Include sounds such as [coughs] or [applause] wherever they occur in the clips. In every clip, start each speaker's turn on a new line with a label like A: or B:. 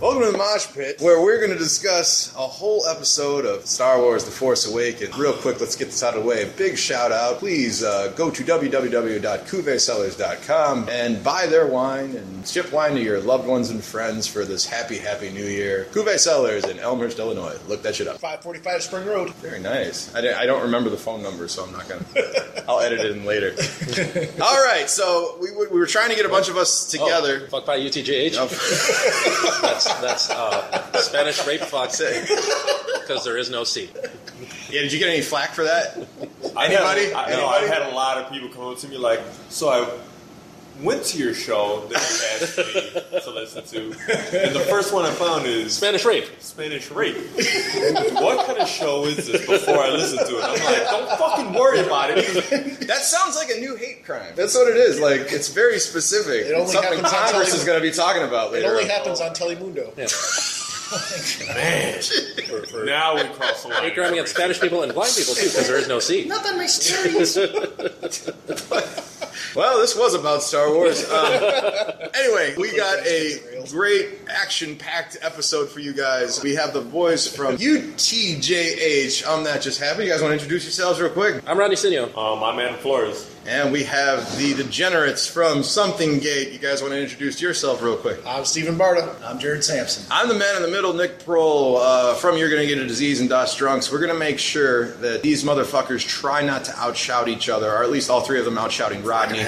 A: Welcome to the Mosh Pit, where we're going to discuss a whole episode of Star Wars The Force Awakens. Real quick, let's get this out of the way. A big shout out. Please uh, go to www.cuvesellers.com and buy their wine and ship wine to your loved ones and friends for this happy, happy new year. Cuvée Cellars in Elmhurst, Illinois. Look that shit up.
B: 545 Spring Road.
A: Very nice. I, don't- I don't remember the phone number, so I'm not gonna. I'll edit it in later. All right, so we, we were trying to get a bunch of us
C: Oh.
A: together.
C: Fuck by UTJH. That's that's uh, Spanish rape fuck because there is no C.
A: Yeah, did you get any flack for that?
D: I had-
A: Anybody?
D: I, no, I've
A: Anybody?
D: had a lot of people come up to me like, so I went to your show that you asked me to listen to, and the first one I found is
C: Spanish rape.
D: Spanish rape. what kind of show is this? Before I listen to it, I'm like, don't fucking worry about it.
A: That sounds like a new hate crime. That's what it is. Like it's very specific.
B: It only
A: It's something
B: happens on
A: Congress
B: tele-
A: is going to be talking about
B: It
A: later.
B: only
A: on.
B: happens on Telemundo.
C: Yeah.
D: For- for- now we cross the line.
C: Hate crime against Spanish people and blind people too because there is no C.
B: Not that my stories.
A: Well, this was about Star [laughs] Wars. Um, anyway, we got a great action-packed episode for you guys. We have the boys from UTJH. I'm not just happy. You guys want to introduce yourselves real quick?
C: I'm Rodney Sinio.
D: Um, I'm Adam Flores.
A: And we have the degenerates from Something Gate. You guys want to introduce yourself real quick?
B: I'm Stephen Barta. I'm Jared Sampson.
A: I'm the man in the middle, Nick Prohl, uh, from You're Gonna Get a Disease and Das Drunks. We're gonna make sure that these motherfuckers try not to outshout each other, or at least all three of them outshouting Rodney.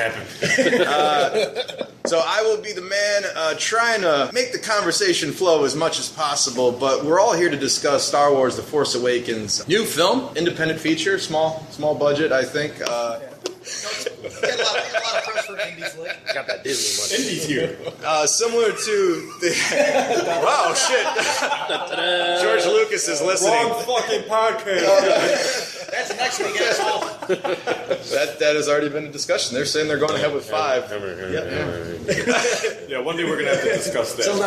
A: So I will be the man uh, trying to make the conversation flow as much as possible, but we're all here to discuss Star Wars The Force Awakens. New film, independent feature, small small budget, I think. Uh,
B: [laughs] Get a lot of, press for Andy Flick.
C: Got that Disney money.
D: Indy's here.
A: uh, similar to the. [laughs] wow, shit. George Lucas is listening.
D: Wrong fucking podcast.
B: That's next week, asshole.
A: That, that has already been a discussion. They're saying they're going ahead with five.
D: yeah, one day we're gonna have to discuss that.
E: uh,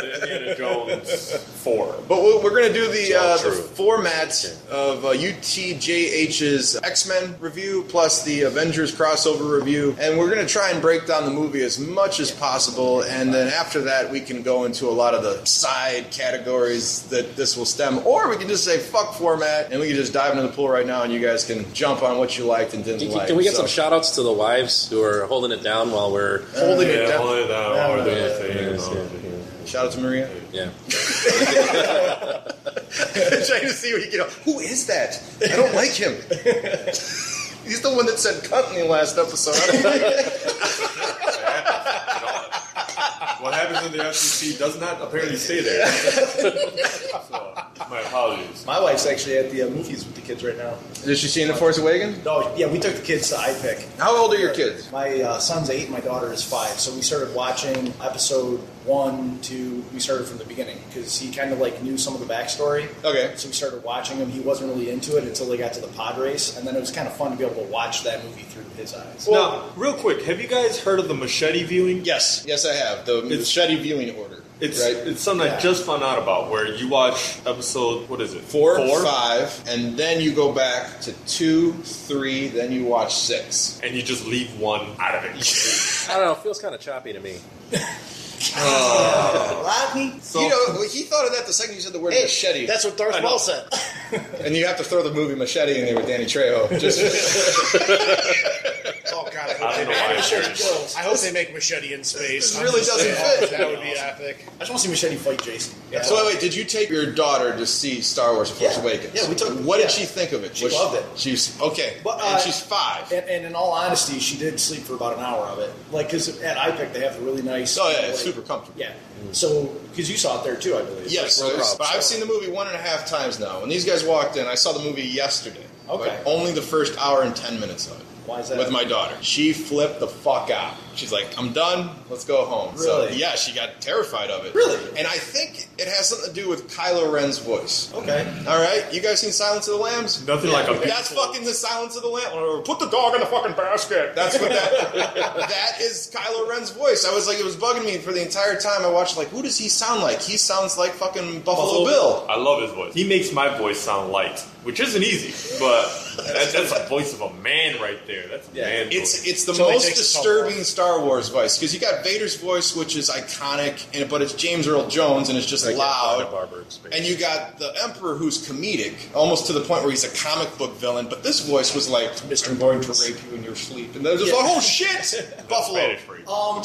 D: The Indiana Jones four.
A: But we're, we're going to do the, uh,
C: all
A: the
C: true.
A: format of uh, UTJH's X Men review plus the Avengers crossover review. And we're going to try and break down the movie as much as possible. And then after that, we can go into a lot of the side categories that this will stem. Or we can just say fuck format and we can just dive into the pool right now and you guys can jump on what you liked and didn't like.
C: Can we get
A: So-
C: some shout outs to the
E: uh,
C: wives who are holding it down while we're
A: Holding it
D: Yeah,
A: down.
D: hold it down, or the
C: Yeah,
D: other thing, you know.
A: Shout out to Maria.
C: yeah.
A: [laughs] trying to see what you know. Who is that? I don't like him. [laughs] He's the one that said cunt in the last episode.
D: What happens in the FCC does not apparently stay [laughs] there. so, my apologies.
E: My wife's actually at the uh, movies with the kids right now.
A: [laughs] Did she see in The Force Awakens?
E: No, yeah, we took the kids to iPic.
A: How old are your kids?
E: My uh, son's eight, my daughter is five. So we started watching episode one, two. We started from the beginning because he kind of like knew some of the backstory.
A: Okay.
E: So we started watching him. He wasn't really into it until they got to the pod race, and then it was kind of fun to be able to watch that movie through his eyes.
D: Now, real quick, have you guys heard of the machete viewing?
A: Yes, yes, I have. The
D: It's-
A: machete viewing order.
D: It's
A: right.
D: it's something I
E: Yeah.
D: just found out about where you watch episode what is it?
A: Four, five, and then you go back to two, three, then you watch six.
D: and you just leave one out of it.
C: I don't know. It feels kind of choppy to me.
E: Rodney?
D: So
A: you know, he thought of that the second you said the word machete,
B: That's what Darth
D: I know.
B: Maul said.
A: and you have to throw the movie Machete in there with Danny Trejo. Just
B: Oh God, I hope,
D: I
B: they
D: don't know
B: make,
D: why
B: I'm
D: I
B: sure
D: heard it.
B: I hope they make machete in space.
A: This
B: I'm
A: really
B: just
A: doesn't
B: saying,
A: fit.
B: That would be epic.
E: I just want to see Machete fight Jason. That's
A: So
E: all.
A: wait, wait, did you take your daughter to see Star Wars: The Force
E: Yeah.
A: Awakens?
E: Yeah, we took-
A: What
E: yeah.
A: did she think of it?
E: She loved it.
A: She's okay,
E: But,
A: and
E: uh,
A: she's five.
E: And, and in all honesty, she did sleep for about an hour of it. Like, because at iPic they have a really nice.
A: Oh, yeah, it's
E: like-
A: super comfortable.
E: Yeah. So, because you saw it there too, I believe.
A: Yes,
E: Like,
A: there's-
E: Rob.
A: but I've seen the movie one and a half times now. When these guys walked in, I saw the movie yesterday.
E: Okay.
A: but only the first hour and ten minutes of it.
E: Why is that?
A: With my daughter, she flipped the fuck out. She's like, "I'm done. Let's go home." So
E: Really?
A: yeah, she got terrified of it.
E: Really?
A: And I think it has something to do with Kylo Ren's voice.
E: Okay.
A: All right, you guys seen Silence of the Lambs?
D: nothing like a
A: That's fucking the Silence of the Lamb. Or, Put the dog in the fucking basket. That's what that. that is Kylo Ren's voice. I was like, it was bugging me for the entire time. I watched like, who does he sound like? He sounds like fucking Buffalo, Bill.
D: I love his voice. He makes my voice sound light, which isn't easy, but That, that's the voice of a man right there. That's a
E: Yeah,
D: man. voice.
A: It's it's the
E: So he
A: most
E: takes his helmet
A: disturbing Star Wars voice because you got Vader's voice, which is iconic, and but it's James Earl Jones, and it's just loud. And you got the Emperor, who's comedic, almost to the point where he's a comic book villain. But this voice was like,
E: Mr.
A: "I'm going to rape you in your sleep," and there's just
E: Yeah.
A: like, "Oh shit, Buffalo."
D: Spanish for you.
E: Um,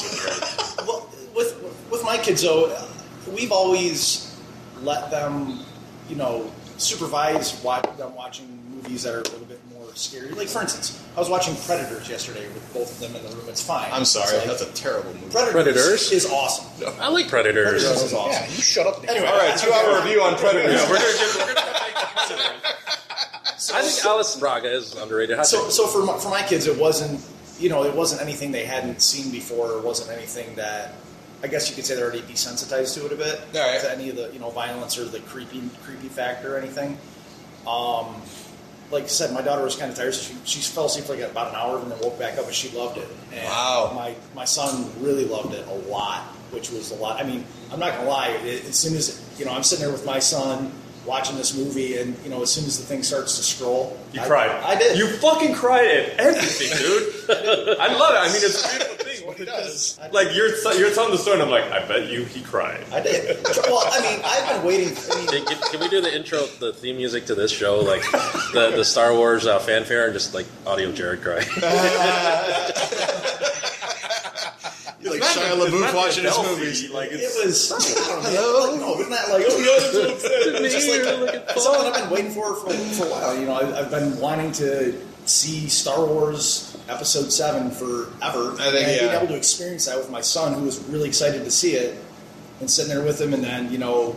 E: well, with with my kids though, uh, we've always let them, you know, supervise watch, them watching movies that are a little bit more scary. Like for instance, I was watching Predators yesterday with both of them in the room. It's fine.
A: I'm sorry,
E: It's like,
A: that's a terrible movie.
E: Predators,
C: Predators?
E: is awesome.
C: I like Predators.
E: Predators is awesome.
F: Yeah, you shut up.
E: Anyway,
A: All right, two-hour review on Predators.
C: Yeah, we're gonna give- we're gonna make- I think Alice Braga is underrated. I
E: So,
C: think-
E: so for my, for my kids, it wasn't you know it wasn't anything they hadn't seen before. It wasn't anything that I guess you could say they're already desensitized to it a bit
A: All right.
E: to any of the you know violence or the creepy creepy factor or anything. Um, like I said, my daughter was kind of tired, so she, she fell asleep for like about an hour and then woke back up and she loved it. And
A: Wow.
E: My my son really loved it a lot, which was a lot. I mean, I'm not gonna lie. It, as soon as you know, I'm sitting there with my son watching this movie, and you know, as soon as the thing starts to scroll,
D: You
E: I-
D: cried.
E: I did.
D: You fucking cried at everything, dude. I love it. I mean, it's a beautiful thing.
E: what it does. I,
D: Like you're t- you're telling the story, and I'm like, I bet you he cried.
E: I did. Well, I mean, I've been waiting. I mean,
C: Can, can- can we do the intro, the theme music to this show, like the, the Star Wars uh, fanfare, and just like audio Jared
E: [laughs]
C: cry?
A: Like Shia LaBeouf watching his movies.
D: Like it's
E: it was. I don't know, man, no, isn't that like? Just like it's something I've been waiting for for, for a while. You know, I've, I've been wanting to see Star Wars Episode Seven forever,
A: I think,
E: and being
A: yeah.
E: able to experience that with my son, who was really excited to see it, and sitting there with him, and then you know,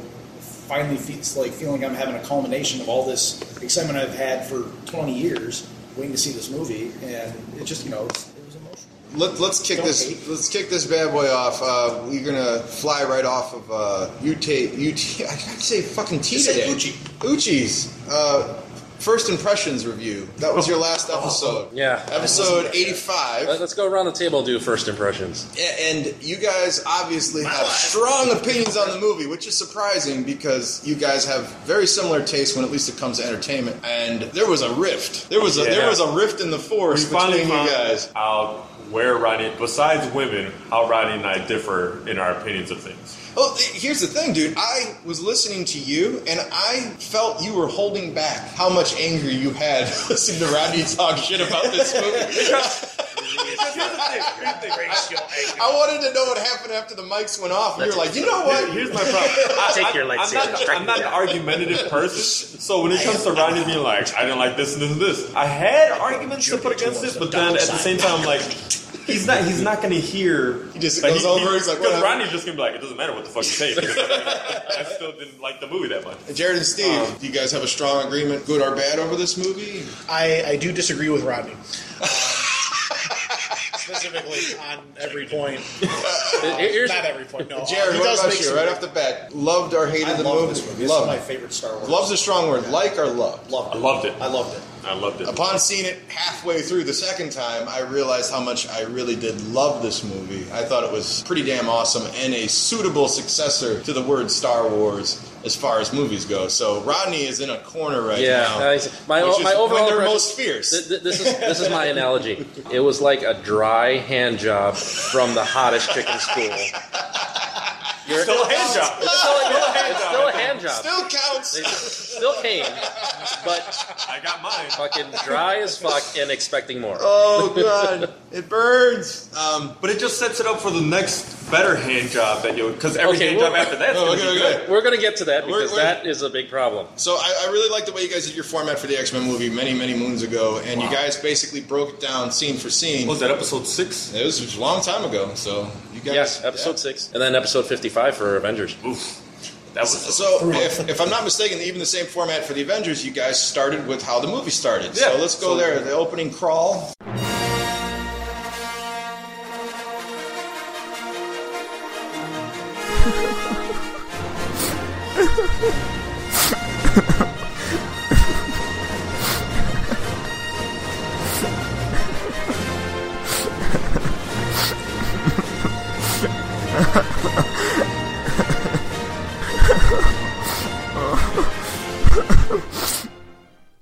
E: finally feels like feeling I'm having a culmination of all this excitement I've had for 20 years, waiting to see this movie, and it just you know, it was, it was emotional.
A: Let, let's kick
E: Don't
A: this.
E: hate.
A: Let's kick this bad boy off. Uh, we're gonna fly right off of uh, UT. UT. [laughs] I can't say fucking T
E: Just say
A: today.
E: Uchi.
A: Uchi's uh, first impressions review. That was your last
E: Oh.
A: episode.
C: Yeah.
A: Episode
C: Let-
A: eighty-five.
C: Let's go around the table and do first impressions.
A: A- And you guys obviously have strong opinions on the movie, which is surprising because you guys have very similar tastes when at least it comes to entertainment. And there was a rift. There was a there
D: Yeah.
A: was a rift in the
D: we
A: force
D: finally
A: between you
D: found
A: guys.
D: out where Ronnie, besides women, how Ronnie and I differ in our opinions of things.
A: Well, th- Oh, here's the thing, dude. I was listening to you, and I felt you were holding back how much anger you had [laughs] listening to Rodney talk shit about this movie. I wanted to know what happened after the mics went off. And you were like, you know
D: Here-
A: what?
D: Here's my problem. I, [laughs]
G: Take your
D: I'm
G: lightsaber,
D: not,
G: strike
D: I'm not an argumentative person, so when it comes to Ronnie being like, I didn't like this and this and this, I had arguments to put against this, but then at the same time, I'm like, he's not he's not going to hear.
A: He just goes over, he's like,
D: because
A: whatever.
D: Ronnie's just going to be like, it doesn't matter what the fuck you say. because I still didn't like the movie that much.
A: Jared and Steve,
E: Um,
A: do you guys have a strong agreement, good or bad, over this movie?
E: Oh,
F: I, I do disagree with Rodney. Um, specifically on every point.
E: Oh,
C: Here- Here's,
F: Not every point, no.
A: Jared,
F: he
A: what
F: does
A: about
F: make
A: you?
F: some-
A: Right off the bat, loved or hated
E: I
A: the
E: love
A: movie?
E: this movie. It's
A: Loved.
E: my favorite Star Wars.
A: Love's a strong word. Like or loved?
E: Loved
D: I loved it.
E: I loved it.
D: I loved it.
A: Upon seeing it halfway through the second time, I realized how much I really did love this movie. I thought it was pretty damn awesome and a suitable successor to the word Star Wars as far as movies go. So Rodney is in a corner right
C: yeah,
A: now.
C: I see. my
A: Which
C: o-
A: is
C: my overall
A: when they're
C: impression-
A: most fierce. [laughs]
C: Th- th- this is this is my analogy. It was like a dry hand job from the hottest chick in school. You're,
D: Still a hand job.
C: it's still, it's still a hand job.
A: Still counts.
C: They still came, but
D: I got mine.
C: fucking dry as fuck and expecting more.
A: [laughs] Oh god, it burns. Um,
D: But it just sets it up for the next better hand job that you because every
C: Okay,
D: hand
C: well-
D: job after that's
A: oh,
D: gonna
A: okay,
D: be
A: okay.
D: good.
C: We're gonna get to that
A: We're-
C: because
A: we're-
C: that is a big problem.
A: So I, I really like the way you guys did your format for the X Men movie many many moons ago, and you guys basically broke it down scene for scene.
D: What was that episode six?
A: It was a long time ago, so you guys.
C: Yes, episode six, and then episode fifty-five for Avengers.
D: Oof, that was
A: So, if, if I'm not mistaken, even the same format for the Avengers, you guys started with how the movie started. so
D: Yeah.
A: let's go there. The opening crawl.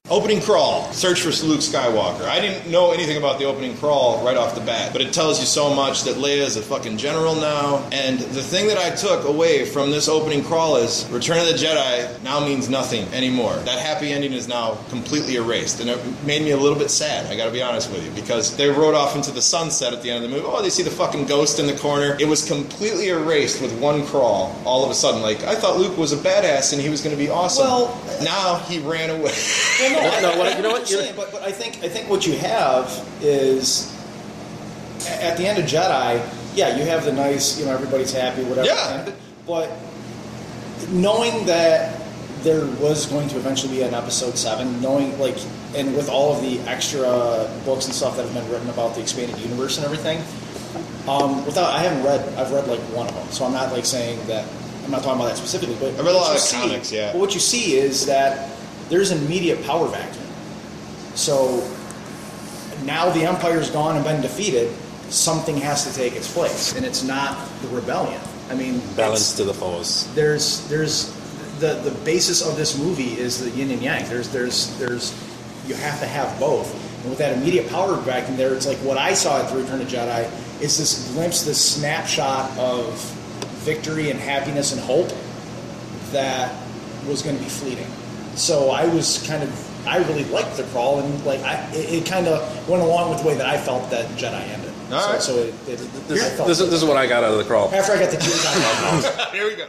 A: Opening crawl. Search for Luke Skywalker. I didn't know anything about the opening crawl right off the bat, but it tells you so much that Leia is a fucking general now. And the thing that I took away from this opening crawl is Return of the Jedi now means nothing anymore. That happy ending is now completely erased, and it made me a little bit sad. I got to be honest with you because they rode off into the sunset at the end of the movie. Oh, they see the fucking ghost in the corner. It was completely erased with one crawl. All of a sudden, like I thought Luke was a badass and he was going to be awesome.
E: Well,
A: now he ran away. [laughs]
E: Well,
C: No,
E: I,
C: what-
E: I
C: you
E: get
C: know
E: what
C: what,
E: you're
C: you-
E: saying, but, but I think I think what you have is a- at the end of Jedi, yeah, you have the nice, you know, everybody's happy, whatever.
A: Yeah.
E: thing, But knowing that there was going to eventually be an episode seven, knowing like, and with all of the extra books and stuff that have been written about the expanded universe and everything, um, without I haven't read, I've read like one of them, so I'm not like saying that I'm not talking about that specifically, but
A: I read a lot
E: what you
A: of comics, yeah.
E: But what you see is that there's an immediate power vacuum. So now the empire's gone and been defeated. Something has to take its place, and it's not the rebellion. I mean,
H: Balance to the force.
E: it's- There's there's the the basis of this movie is the yin and yang. There's there's there's you have to have both. And with that immediate power vacuum there, it's like what I saw at the Return of Jedi is this glimpse, this snapshot of victory and happiness and hope that was going to be fleeting. So I was kind of, I really liked the crawl, and like I, it, it kind of went along with the way that I felt that Jedi ended.
A: All
E: so,
A: right.
E: so it, it, I
C: This,
E: felt
C: this, is- this is what I got out of the crawl.
E: after I got the tears out of my eyes.
A: Here we go.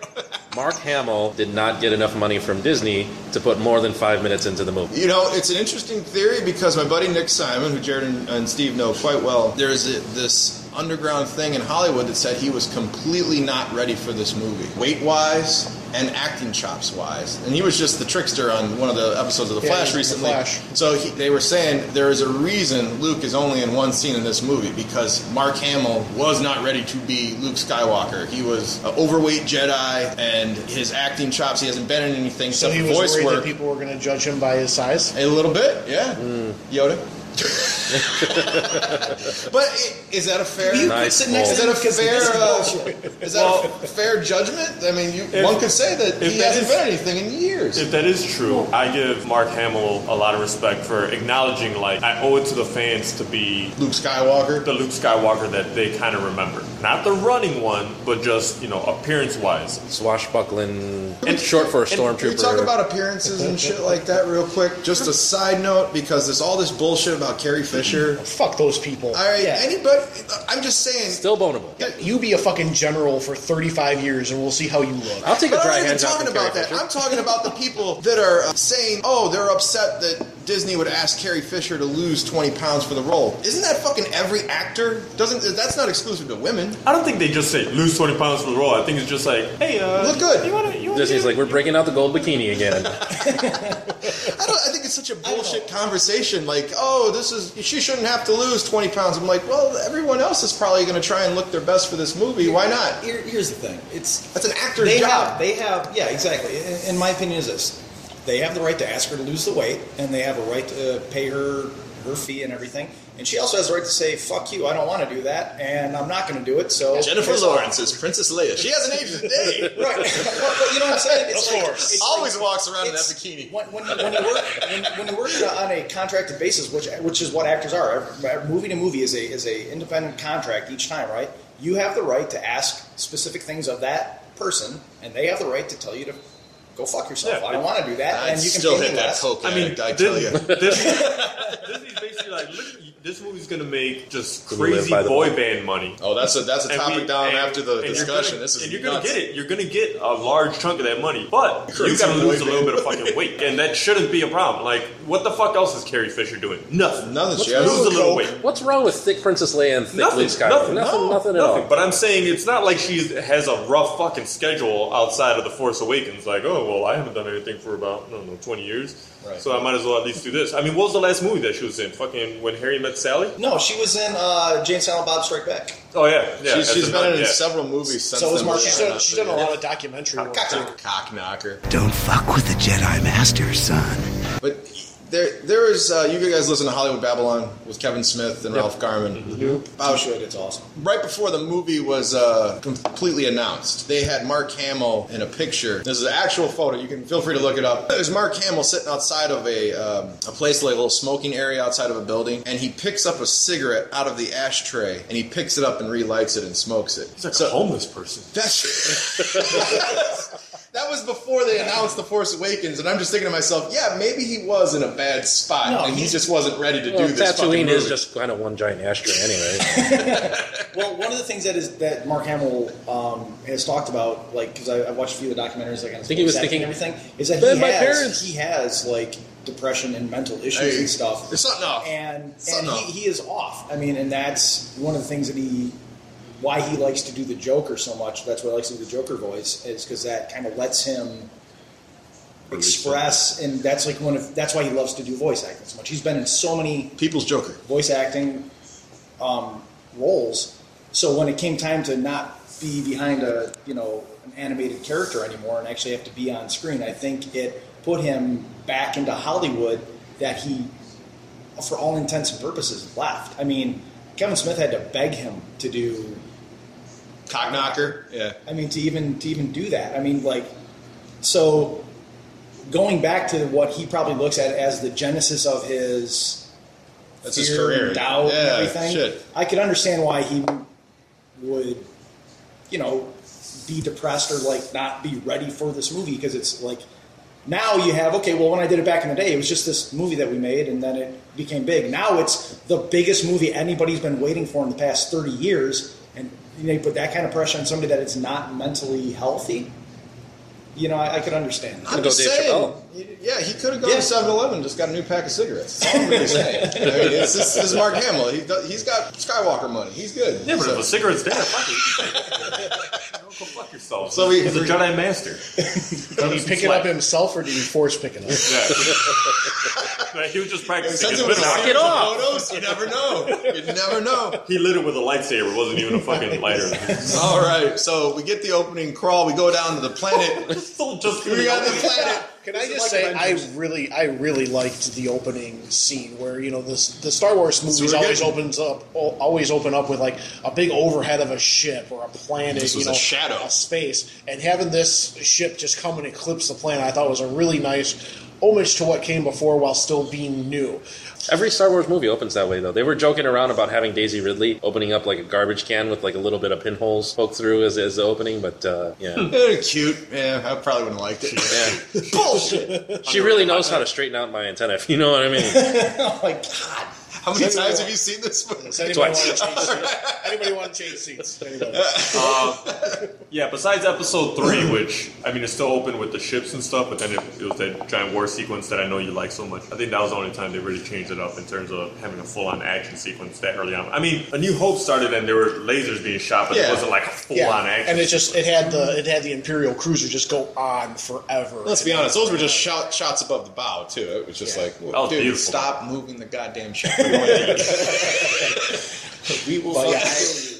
C: Mark Hamill did not get enough money from Disney to put more than five minutes into the movie.
A: You know, it's an interesting theory because my buddy Nick Simon, who Jared and, and Steve know quite well, there's a, this underground thing in Hollywood that said he was completely not ready for this movie, weight wise and acting chops wise. And he was just the trickster on one of the episodes of The
E: Yeah, he was in
A: Flash
E: The
A: recently.
E: Flash.
A: So he, they were saying there is a reason Luke is only in one scene in this movie because Mark Hamill was not ready to be Luke Skywalker. He was an overweight Jedi, and his acting chops, he hasn't been in anything
I: So
A: except
I: he was
A: voice
I: worried
A: work.
I: that people were going to judge him by his size.
A: A little bit, yeah.
C: Mm. [laughs]
A: Yoda. but i- is that a fair?
E: You
C: Nice
E: could sit next
A: is
E: to
A: that
E: him
A: a
E: because this
A: fair?
E: is
A: Uh,
E: bullshit.
A: is that a f- fair judgment? I mean, you,
D: If-
A: one could say that
D: if
A: he
D: that
A: hasn't
D: is-
A: been anything in years.
D: If that is true, I give Mark Hamill a lot of respect for acknowledging, like, I owe it to the fans to be
A: Luke Skywalker.
D: the Luke Skywalker that they kind of remember. Not the running one, but just, you know, appearance wise.
C: Swashbuckling,
D: And-
C: short for a
D: and-
C: stormtrooper.
A: Can we talk about appearances and shit like that real quick? Just a side note, because there's all this bullshit about Carrie Fisher.
I: Fuck those people.
A: All right,
E: Yeah.
A: anybody? I'm just saying.
C: Still boneable.
I: you be a fucking general for 35 years and we'll see how you look.
C: I'll take a
A: But I'm
C: dry
A: not even
C: hand job
A: talking
C: from
A: about
C: Carrie
A: that.
C: Fisher.
A: I'm talking about the people that are uh, saying, "Oh, they're upset that Disney would ask Carrie Fisher to lose 20 pounds for the role." Isn't that fucking every actor? Doesn't that's not exclusive to women?
D: I don't think they just say lose 20 pounds for the role. I think it's just like, hey, uh,
A: Look good.
D: You wanna, you wanna
C: Disney's
D: get-
C: like, we're breaking out the gold bikini
A: [laughs]
C: again.
A: I don't. I think it's such a bullshit conversation. Like, oh, this is she shouldn't have to lose 20 pounds. I'm like, well, everyone else is probably going to try and look their best for this movie. Why not?
E: Here, here's the thing. It's
A: That's an actor's
E: they have
A: job.
E: they have yeah exactly. In, in my opinion, is this: they have the right to ask her to lose the weight, and they have a right to pay her her fee and everything. And she also has the right to say, "Fuck you! I don't want to do that, and I'm not going to do it." So
A: Jennifer
E: piss off."
A: Lawrence is Princess Leia. She hasn't aged a day.
E: Right, [laughs] but, but you know what I'm saying? It's
I: Of
E: like-
I: course.
E: it's
A: [laughs] Always walks around in that
E: it's-
A: bikini.
E: When, when, you, when you work when, when you work on a- on a contracted basis, which which is what actors are, every- movie to movie is a is a independent contract each time, right? You have the right to ask specific things of that person, and they have the right to tell you to go fuck yourself.
D: Yeah,
E: I don't want to do that,
A: I'd
E: and you can
A: still
E: pay me
A: hit that
E: less.
A: coke
D: I mean,
A: addict, I
D: Dis-
A: tell you.
D: [laughs] Disney, Disney's basically like, look, this movie's gonna make just
C: We live
D: crazy
C: by the
D: boy
C: book.
D: band money.
A: Oh, that's a that's a
D: And
A: topic
D: we-
A: down
D: and-
A: after the
D: and you're
A: discussion.
D: gonna-
A: this is
D: and you're
A: nuts.
D: gonna get it. You're gonna get a large chunk of that money, but you
A: Crazy
D: gotta lose a
A: boy
D: little
A: band.
D: bit of fucking weight, and that shouldn't be a problem. Like, what the fuck else is Carrie Fisher doing? Nothing.
A: Nothing. She
D: Lose
A: has
D: a little weight.
C: What's wrong with thick Princess Leia and thick
D: Nothing,
C: Luke Skywalker?
D: nothing,
C: nothing,
D: no,
C: nothing at all.
D: But I'm saying it's not like she has a rough fucking schedule outside of the Force Awakens. Like, oh well, I haven't done anything for about I don't know 20 years,
A: Right.
D: so I might as well at least do this. I mean, what was the last movie that she was in? Fucking when Harry met Sally.
E: No, she was in uh, Jane Silent Bob Strike Back.
D: Oh yeah, yeah.
A: she's,
D: as
A: she's
D: a
A: been
D: nun,
A: in
D: yeah.
A: several movies since
E: So was
A: then.
E: Mark
I: She's
E: Hamill. Oh,
I: done, she's done a lot of documentary work.
E: Cock-
I: too.
A: Cock knocker.
J: Don't fuck with the Jedi Master, son.
A: But there there is uh, you guys listen to Hollywood Babylon with Kevin Smith and Ralph Garman.
D: Mm-hmm.
E: Oh
A: About
E: shit, it's awesome.
A: right before the movie was uh, completely announced, they had Mark Hamill in a picture. This is an actual photo. You can feel free to look it up. There's Mark Hamill sitting outside of a um, a place like a little smoking area outside of a building, and he picks up a cigarette out of the ashtray and he picks it up and relights it and smokes it.
D: He's like a homeless person.
A: That's [laughs] that was before they announced the Force Awakens, and I'm just thinking to myself, yeah, maybe he was in a bad spot,
E: No,
A: and he
E: he-
A: just wasn't ready to
C: Well,
A: do this. fucking
C: Tatooine is
A: movie.
C: just kind of one giant ashtray anyway. [laughs]
E: Well, one of the things that is that Mark Hamill um, has talked about, like, because I, I watched a few of the documentaries, like, on his
C: Think he was
E: life and
C: thinking,
E: everything, is that
C: "They're
E: he
C: my
E: has
C: parents."
E: he has like depression and mental issues
A: Hey,
E: and stuff.
A: There's something off.
E: and and
A: Something
E: he,
A: off.
E: he is off. I mean, and that's one of the things that he, why he likes to do the Joker so much. That's why he likes to do the Joker voice is because that kind of lets him express, and that's like one of that's why he loves to do voice acting so much. He's been in so many
A: People's Joker.
E: voice acting um, roles, so when it came time to not be behind a you know an animated character anymore and actually have to be on screen, I think it put him back into Hollywood that he for all intents and purposes, left. I mean, Kevin Smith had to beg him to do.
A: Cock knocker. Yeah.
E: I mean, to even to even do that. I mean, like, so going back to what he probably looks at as the genesis of his
A: That's his
E: fear and
A: career.
E: doubt, and
A: Yeah,
E: everything.
A: shit.
E: I could understand why he would, you know, be depressed or like not be ready for this movie because it's like now you have okay. Well, when I did it back in the day, it was just this movie that we made, and then it became big. Now it's the biggest movie anybody's been waiting for in the past thirty years, and you know, you put that kind of pressure on somebody that is not mentally healthy. You know, I, I could understand. [laughs] That.
A: I'm
C: go
A: just
C: Dave
A: saying.
C: Chappelle.
A: Yeah, he could have gone
E: Yeah.
A: to 7 Eleven just got a new pack of cigarettes. That's all I'm really saying. I mean, it's, this, this is Mark Hamill. He, does- he's got Skywalker money. He's good.
D: Yeah, but if
A: So-
D: a cigarette's there, fuck it.
A: [laughs]
D: Go fuck yourself.
A: So we-
D: He's a
A: [laughs]
D: Jedi master.
K: Did he pick it up himself or did he force pick it up?
A: [laughs]
D: Yeah. Like, he was just practicing.
A: Since
D: It's
A: it
D: been [laughs]
A: was
D: a while.
A: knock
C: it off.
A: Photos, you never know. You never know.
D: He lit it with a lightsaber. It wasn't even a
A: [laughs]
D: fucking lighter.
A: All right, so we get the opening crawl. We go down to the planet.
D: Still just
A: [laughs] we got the planet.
K: Can I just say I really I really liked the opening scene where you know this the Star Wars movies
A: we're
K: always
A: getting-
K: opens up al- always open up with like a big overhead of a ship or a planet
A: This was
K: you know
A: a shadow.
K: a space and having this ship just come and eclipse the planet I thought was a really nice homage to what came before while still being new.
C: Every Star Wars movie opens that way, though. They were joking around about having Daisy Ridley opening up like a garbage can with like a little bit of pinholes poked through as, as the opening, but uh,
A: [laughs]
C: yeah.
A: Eh, cute. Yeah, I probably wouldn't have liked it.
C: yeah.
A: Bullshit.
C: She really knows how to straighten out my antenna, [laughs] if you know what I
A: [laughs]
C: mean.
E: oh my god!
A: How many times have you seen this movie?
K: Does anybody want
C: Twice.
K: to change seats? Anybody want to change seats? Anybody?
D: Yeah, besides episode three, which I mean, it's still open with the ships and stuff, but then it, it was that giant war sequence that I know you like so much. I think that was the only time they really changed it up in terms of having a full-on action sequence that early on. I mean, A New Hope started and there were lasers being shot, but
A: Yeah.
D: it wasn't like a full-on
K: Yeah,
D: action.
K: and it just it had the it had the Imperial cruiser just go on forever.
A: Let's be honest; those were just shot, shots above the bow, too. It was just
K: Yeah.
A: like,
D: Oh,
A: dude,
D: beautiful.
A: stop moving the goddamn shot. we will.
K: But
A: fuck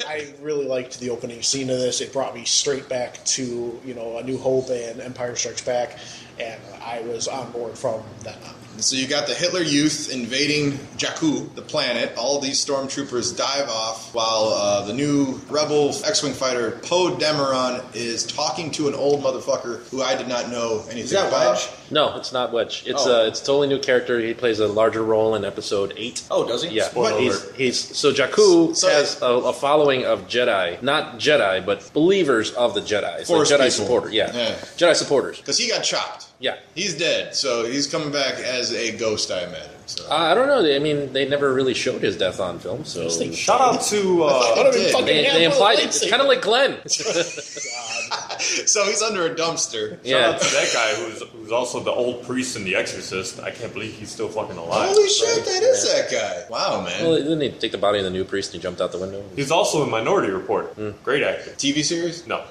K: yeah,
A: you.
K: I, I really liked the opening scene of this. It brought me straight back to you know A New Hope and Empire Strikes Back, and I was on board from then on.
A: [laughs] So you got the Hitler Youth invading Jakku, the planet. All these stormtroopers dive off while uh, the new Rebel X-wing fighter Poe Dameron is talking to an old motherfucker who I did not know anything
E: Is that
A: about.
E: Wedge?
C: No, it's not Wedge. It's
A: Oh.
C: uh, it's a totally new character. He plays a larger role in Episode Eight.
E: Oh, does he?
C: Yeah,
D: Spoiler
C: But he's,
D: alert.
C: he's so Jakku
A: So-
C: has a, a following of Jedi, not Jedi, but believers of the Jedi. It's
A: Force
C: like Jedi
A: people.
C: supporter, yeah.
A: Yeah.
C: Jedi supporters.
A: Because he got chopped.
C: Yeah.
A: He's dead, so he's coming back as a ghost, I imagine. So.
C: Uh, I don't know. I mean, they never really showed his death on film, so they,
D: Shout out to uh,
A: did.
C: they implied it. [laughs] It's kind of like Glenn.
A: [laughs]
K: Uh,
A: so he's under a dumpster.
D: shout
C: yeah,
D: out to that guy who's who's also the old priest in The Exorcist. I can't believe he's still fucking alive.
A: Holy shit, that is that guy. Wow, man.
C: Well, didn't he take the body of the new priest and he jumped out the window?
D: He's also in Minority Report. Great actor.
A: TV series?
D: No,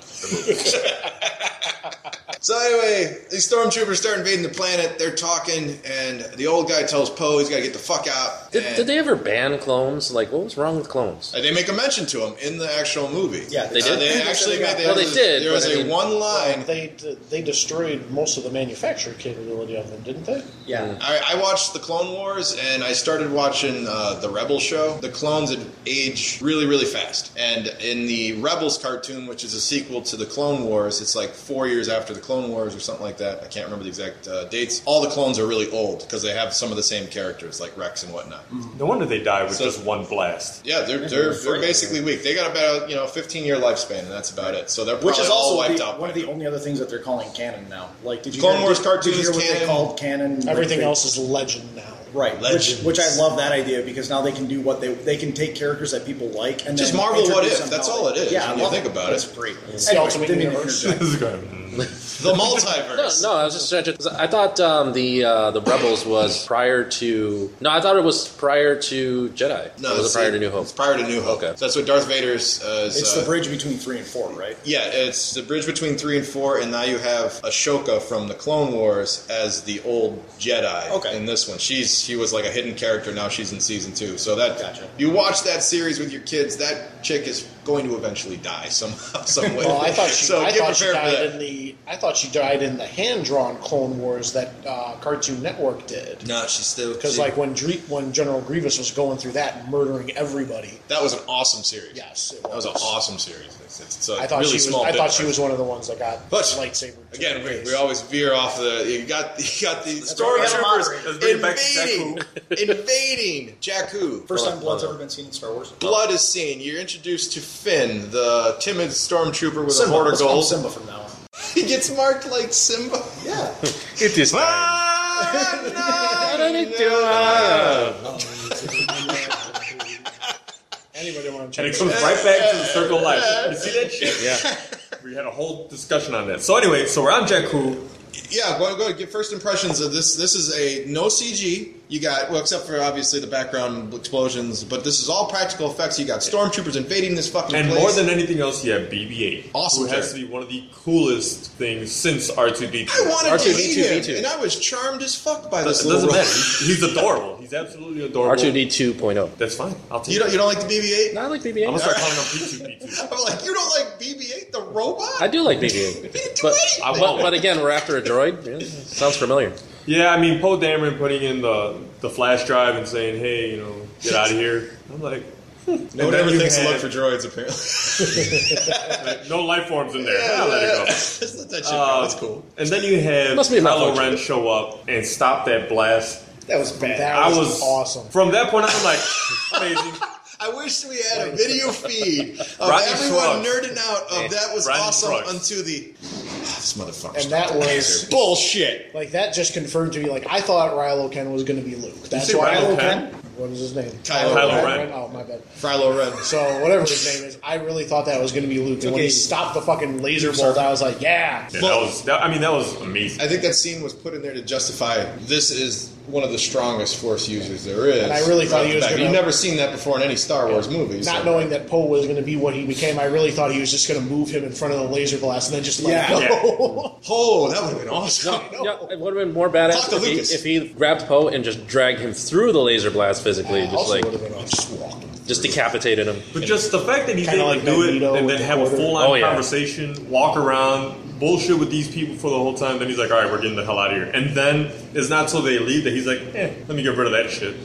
A: So anyway, these stormtroopers start invading the planet. They're talking, and the old guy tells Poe he's got to get the fuck out.
C: Did,
A: and-
C: did they ever ban clones? Like, what was wrong with clones?
A: Uh, They make a mention to him in the actual movie.
E: Yeah, they
A: Uh,
C: did?
A: They actually made. They
C: Well,
A: had
C: they
A: a-
C: did,
A: There was
C: but I
A: a
C: mean-
A: one line.
K: They they destroyed most of the manufacturing capability of them, didn't they?
E: Yeah.
A: I, I watched the Clone Wars and I started watching uh, the Rebel show. The clones had aged really, really fast. And in the Rebels cartoon, which is a sequel to the Clone Wars, it's like four years after the Clone Wars or something like that. I can't remember the exact uh, dates. All the clones are really old because they have some of the same characters, like Rex and whatnot.
E: Mm-hmm.
D: No wonder they die with
A: So-
D: just one blast.
A: Yeah, they're they're, they're basically weak. They got about you know 15 year lifespan, and that's about it. So they're
E: Which
A: probably
E: is also
A: all wiped
E: the,
A: out. by
E: one of the only other things that they're calling canon now. Like, did you
A: Clone
E: hear,
A: Wars
E: did,
A: cartoons,
E: did you hear what they
A: canon.
E: called canon?
K: Everything
E: Like,
K: else is legend now.
E: right? Which,
A: Legends.
E: which I love that idea because now they can do what they they can take characters that people like and
A: Just
E: then
A: Marvel
E: introduce
A: what if,
E: them
A: that's
E: how
A: all
E: they-
A: it is
E: Yeah,
A: when
E: I
A: you
E: love
A: think
E: it.
A: about
E: That's
A: it.
E: great.
K: the
E: Anyway,
K: ultimate
E: didn't mean to
K: universe.
E: interject.
A: [laughs]
D: This is going.
A: The
C: No,
A: multiverse.
C: [laughs] no, I was just trying to- I thought um, the uh, the Rebels was prior to. No, I thought it was prior to Jedi. it was
A: it's-
C: prior to New Hope.
A: It's prior to New Hope.
C: Okay.
A: So that's what Darth Vader's. Uh, is,
E: It's
A: uh,
E: the bridge between three and four, right?
A: yeah, it's the bridge between three and four, and now you have Ashoka from the Clone Wars as the old Jedi.
E: Okay.
A: In this one, she's she was like a hidden character. Now she's in season two. So that
E: Gotcha.
A: you watch that series with your kids, that chick is going to eventually die somehow, some [laughs] way.
K: Well, I thought she,
A: so
K: I
A: get
K: thought she
A: prepared for
K: died
A: that.
K: in the I thought she died in the hand drawn Clone Wars that uh, Cartoon Network did.
A: no, she's still
K: Because
A: she-
K: like when Dre- when General Grievous was going through that, and murdering everybody.
A: that was an awesome series.
K: Yes, it
A: That was an
K: was.
A: awesome series. It's, it's a
K: I thought
A: really
K: she was.
A: small
K: I
A: bit
K: thought she
A: part.
K: was one of the ones that got
A: But-
K: lightsaber. to
A: Again,
K: the
A: we,
K: face.
A: we always veer off the. You got the, you got the
E: why we gotta
A: stormtroopers
E: moderate.
D: Let's bring it back to
A: invading, [laughs] invading Jakku.
E: First
C: Well,
E: time blood's
C: well,
E: ever been seen in Star Wars.
A: Blood is seen. You're introduced to Finn, the timid stormtrooper with
E: Simba.
A: a border
E: Let's call him
A: gold.
E: Simba from now on.
A: [laughs] He gets marked like Simba.
D: [laughs]
E: Yeah.
C: It is
K: Anybody want to
D: And it
K: change?
D: comes right back to the circle of life. You see that shit?
C: Yeah.
A: [laughs]
D: We had a whole discussion on that. So anyway, so we're on Jakku.
A: [laughs] yeah, go, go get first impressions of this. This is a no CG. You got well, except for obviously the background explosions, but this is all practical effects. You got stormtroopers invading this fucking
D: And
A: place.
D: more than anything else, you have BB-8.
A: Awesome
D: Who has
A: character.
D: to be one of the coolest things since R2-D2.
A: I wanted to
C: R2,
A: hate
C: B2,
A: him,
C: B2.
A: and I was charmed as fuck by this
D: It
A: little
D: doesn't
A: robot.
D: matter. He's he's adorable. He's absolutely adorable.
C: R2D 2.0.
D: That's fine. I'll take
A: You don't,
D: it.
A: you don't like the BB-8?
C: No, I like
D: I'm
C: BB
D: gonna
C: 8.
D: start calling him B2B2.
A: I'm like, you don't like BB-8, the robot?
C: I do like
A: [laughs]
C: BB 8.
A: didn't do
C: But,
A: anything.
D: I
C: but,
D: won't.
C: but again, we're after a droid. Yeah, sounds familiar.
D: Yeah, I mean, Poe Dameron putting in the, the flash drive and saying, hey, you know, get out of here. I'm like,
A: [laughs] no one
D: And then
A: ever
D: you
A: thinks to look
D: had-
A: for droids, apparently. [laughs]
D: like, no life forms in there. I'll let it go.
A: Just let that shit
D: Uh,
A: go. That's cool.
D: And then you have
C: Must be a
D: Kylo
C: malfunction.
D: Ren show up and stop that blast.
K: That was bad. That
D: I
K: was,
D: was
K: awesome.
D: From that point on, I'm like, [laughs] amazing.
A: I wish we had a video
K: [laughs]
A: feed of
D: Rodney
A: everyone
D: Schrug.
A: nerding out of that was
D: Rodney
A: awesome
D: Schrug.
A: unto the Ah, this motherfucker.
K: And that was
A: [laughs] bullshit.
K: like that just confirmed to me. Like I thought Rilo Ken was going to be Luke. That's
D: say
K: why.
D: Kylo
K: I-
D: Ken?
K: What is his name?
A: Kylo
D: Ren.
K: Oh my bad.
A: Frilo Red.
K: So whatever his name is, I really thought that was going to be Luke. And when
E: okay.
K: he stopped the fucking laser bolt, I was like, yeah.
D: Yeah, that was, that, I mean, that was amazing.
A: I think that scene was put in there to justify this is one of the strongest Force users there is.
K: And I really thought he was
A: You've
K: gonna-
A: never seen that before in any Star Wars movie. so-
K: Not knowing that Poe was going to be what he became, I really thought he was just going to move him in front of the laser blast and then just let
E: Yeah.
K: him [laughs] go.
A: Oh, that would have been awesome.
C: Yeah,
K: No.
C: it would have been more
A: Talk
C: badass
A: to
C: if he,
A: Lucas.
C: if he grabbed Poe and just dragged him through the laser blast physically, just
K: also
C: like
K: would have been awesome.
C: just decapitated him.
D: But just the fact that he's
K: Kinda
D: able
K: like
D: to do it
K: Magneto
D: and
K: with
D: then
K: the
D: have a
K: quarter.
D: full on
C: Oh, yeah.
D: conversation, walk around, bullshit with these people for the whole time, then he's like, all right, we're getting the hell out of here. And then it's not till they leave that he's like, eh, let me get rid of that shit.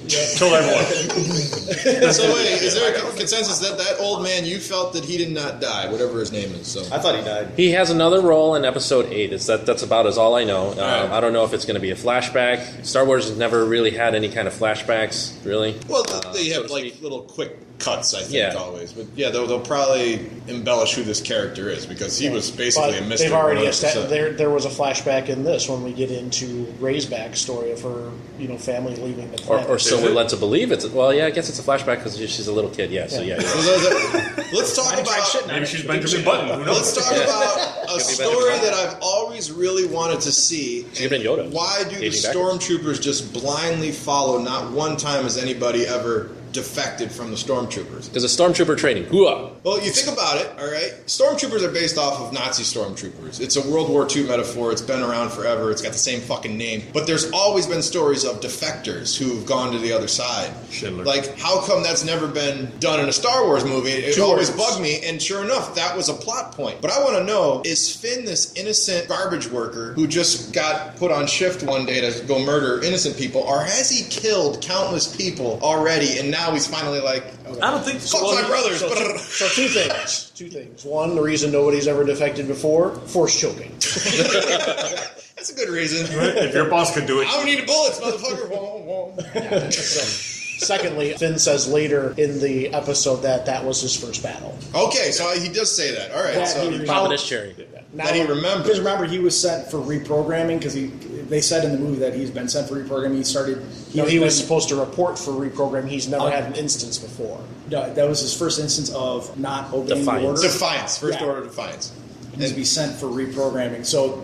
A: [laughs]
D: Kill everyone.
A: so wait, is there a con- consensus that that old man you felt that he did not die, whatever his name is? So
E: I thought he died.
C: He has another role in Episode Eight. It's that that's about as all I know.
A: right.
C: Um, I don't know if it's going to be a flashback. Star Wars has never really had any kind of flashbacks, really.
A: Well, th- they
C: uh, so
A: have
C: to
A: like
C: speak.
A: little quick cuts, I think,
C: Yeah.
A: always. But yeah, they'll, they'll probably embellish who this character is because he was basically a mystery.
K: They've already
A: 100%.
K: established there. There was a flashback in this when we get into Ray's backstory of her, you know, family leaving the
C: Or,
K: planet.
C: or so
D: Is
C: we're
D: it?
C: led to believe it's. Well, yeah, I guess it's a flashback because she's a little kid. Yeah, so
K: Yeah.
C: yeah. yeah.
A: So those are- let's talk about
D: Maybe she's Benjamin Button. Who
A: let's
D: knows?
A: talk
C: Yeah.
A: about a
C: [laughs] Could be
A: story
C: better.
A: that I've always really wanted to see.
C: Should've
A: and
C: been Yoda.
A: Why do the
C: Aging backwards.
A: stormtroopers just blindly follow? Not one time has anybody ever defected from the stormtroopers.
C: Because a stormtrooper training. Hooah!
A: Well, you think about it, all right? Stormtroopers are based off of Nazi stormtroopers. It's a World War II metaphor. It's been around forever. It's got the same fucking name. But there's always been stories of defectors who've gone to the other side.
D: Schindler.
A: Like, how come that's never been done in a Star Wars movie? It
K: Two
A: always
K: words.
A: bugged me, and sure enough, that was a plot point. But I want to know is Finn this innocent garbage worker who just got put on shift one day to go murder innocent people, or has he killed countless people already and now he's finally like,
D: I don't think
A: fuck my brothers? [laughs]
K: So, two- so two things. Two things. One, the reason nobody's ever defected before, force choking.
A: That's a good reason.
D: [laughs] If your boss could do it,
A: I don't need bullets, motherfucker. Whoa, whoa.
K: So, secondly, Finn says later in the episode that that was his first battle.
A: Okay, so he does say that. All right.
E: That
A: so
E: he-
C: Popping his cherry.
K: Now,
A: that he
E: Because
A: remembers.
E: remember, he was sent for reprogramming because he. They said in the movie that he's been sent for reprogramming. He started.
K: no, he was
E: been-
K: supposed to report for reprogram. He's never
E: Oh.
K: had an instance before.
E: No, that was his first instance of not obeying
C: Defiance.
E: the order.
A: Defiance. First
E: Yeah.
A: order defiance.
E: and to be sent for reprogramming. So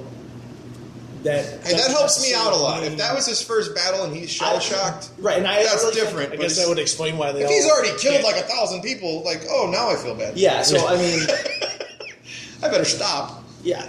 E: that
A: Hey, that
E: doesn't
A: helps me out a lot.
E: necessarily
A: If that was his first battle and he's shell shocked,
E: right? And I
A: that's
E: really think-
A: different.
K: I
A: but
K: guess
A: it's-
K: that would explain why they.
A: if
K: all,
A: he's already killed
K: Yeah.
A: like a thousand people, like, oh, now I feel bad.
E: yeah. So I mean,
A: I better stop.
E: yeah,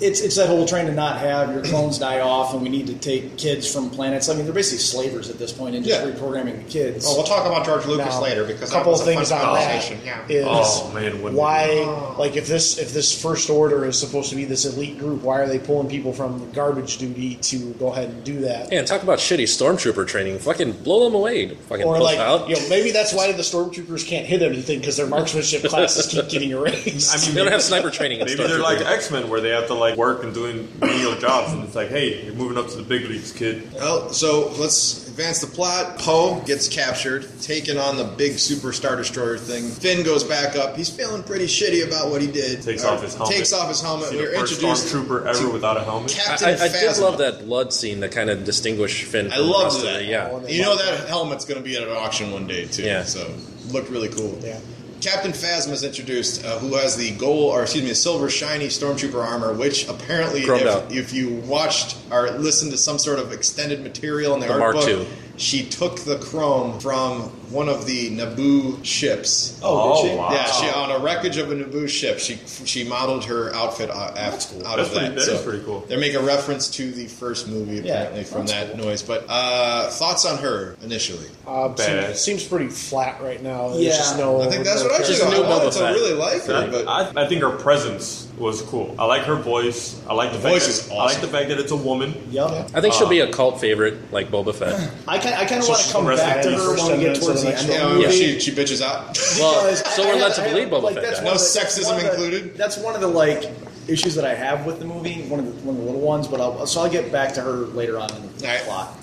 E: it's it's that whole trying to not have your clones die off, and we need to take kids from planets. I mean, they're basically slavers at this point, and just
A: Yeah.
E: reprogramming the kids.
A: Oh, we'll talk about George Lucas
K: Now,
A: later because
K: a
A: that
K: couple
A: was
K: of things
A: a fun
K: on that
A: conversation. Yeah.
K: is
D: Oh, man, wouldn't
K: why like if this if this first order is supposed to be this elite group, why are they pulling people from the garbage duty to go ahead and do that?
C: And talk about shitty stormtrooper training. Fucking blow them away. Fucking
K: Or
C: pull
K: like,
C: out.
K: you know, maybe that's why the stormtroopers can't hit anything because their marksmanship classes keep
E: [laughs]
K: getting [laughs] erased.
D: I mean,
C: they don't have sniper training. in
D: [laughs] Maybe they're like
C: stormtrooper.
D: X Men, where they have to like work and doing menial jobs, and it's like, hey, you're moving up to the big leagues, kid.
A: Well, so let's advance the plot. Poe gets captured, taken on the big super star destroyer thing. Finn goes back up. He's feeling pretty shitty about what he did.
D: Takes
A: Uh,
D: off his helmet.
A: Takes off his helmet.
D: See
A: We
D: the
A: are
D: first
A: introduced
D: stormtrooper ever
A: to
D: without a helmet.
A: Captain
C: I, I, I did
A: Phasma.
C: love that blood scene that kind of distinguished Finn.
A: I
C: from the
A: loved
C: rest of
A: that.
C: the- Yeah.
A: You know that helmet's going to be at an auction one day too.
C: Yeah.
A: So looked really cool.
K: Yeah.
A: Captain Phasma is introduced, uh, who has the gold, or excuse me, the silver shiny stormtrooper armor, which apparently,
C: Chromed
A: if,
C: out.
A: if you watched or listened to some sort of extended material in the,
C: The
A: art
C: Mark
A: book,
C: II.
A: she took the chrome from one of the Naboo ships.
E: Oh, did she?
D: wow.
A: Yeah, she on a wreckage of a Naboo ship. She she modeled her outfit out, that's cool. out
D: That's
A: of
D: pretty-
A: that.
D: that
A: so
D: is pretty cool.
A: They make a reference to the first movie
E: Yeah,
A: apparently from
E: that's
A: that noise. But uh, thoughts on her initially?
K: Uh,
D: Badass.
K: seems, seems pretty flat right now. There's
E: Yeah.
K: just no.
A: I think that's what I
K: character.
A: should.
C: Just Oh, a
A: I
C: new
A: wanted
C: Boba
A: to
C: Fett.
A: really like her, but
D: I, I think her presence was cool. I like her voice. I like the, fact
A: voice
D: that,
A: is
D: I like
A: awesome.
D: the fact that it's a woman.
E: Yep.
C: I think she'll be a cult favorite, like Boba Fett.
E: I kind I kind of want
D: she's
E: to come
D: arrested
E: back to
D: in the
E: her
K: first
E: when we
K: ten
E: get
K: minutes
E: towards
K: of
E: the
K: the
E: end of
K: next
E: the
A: Yeah,
E: movie.
C: Yeah.
A: she, she bitches out. [laughs]
E: Because
C: So
E: I-
C: we're
E: I-
C: led to
E: I-
C: believe Boba
E: like,
C: Fett
E: that's
C: died.
A: No
E: one of the-
A: sexism
E: one of the-
A: included?
E: That's one of the like issues that I have with the movie. One of the one of the little ones, but I'll, so I'll get back to her later on in the
A: All right.
E: plot.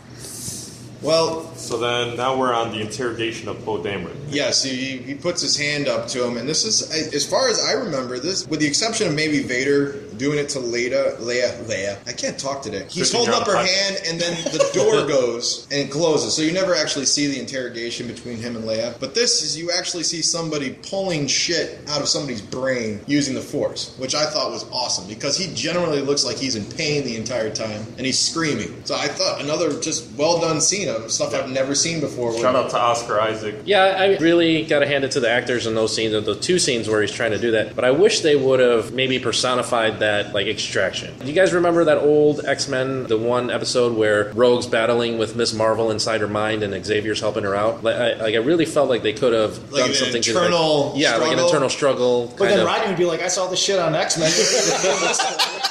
A: Well,
D: So then now we're on the interrogation of Poe Dameron.
A: yes, he, he puts his hand up to him, and this is, I- as far as I remember, this, with the exception of maybe Vader doing it to Leia, Leia, Leia. I can't talk today. He's
D: Christian
A: holding up
D: John
A: her
D: Pratt.
A: hand, and then the
D: [laughs]
A: door goes and closes, so you never actually see the interrogation between him and Leia. But this is, you actually see somebody pulling shit out of somebody's brain using the Force, which I thought was awesome because he generally looks like he's in pain the entire time, and he's screaming. So I thought another just well done scene of stuff I've never seen before. where-
D: Shout out to Oscar Isaac.
C: Yeah, I really got to hand it to the actors in those scenes, the two scenes where he's trying to do that. But I wish they would have maybe personified that, like extraction. Do you guys remember that old X Men, the one episode where Rogue's battling with Miss Marvel inside her mind, and Xavier's helping her out? Like, I, like I really felt like they could have
A: Like
C: done
A: an
C: something
A: internal
C: to, like, yeah, like an
A: struggle?
C: internal struggle.
E: But
C: kind
E: then
C: of.
E: Rodney would be like, "I saw this shit on
A: [laughs]
E: X Men."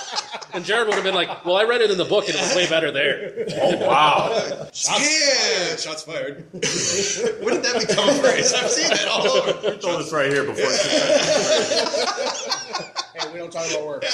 C: And Jared would have been like, "Well, I read it in the book, and it was way better there."
D: Oh [laughs] wow!
A: yeah, shots [laughs] fired. Where did that become a phrase? I've seen that all over.
D: I told this right here before.
E: hey, we don't talk about work.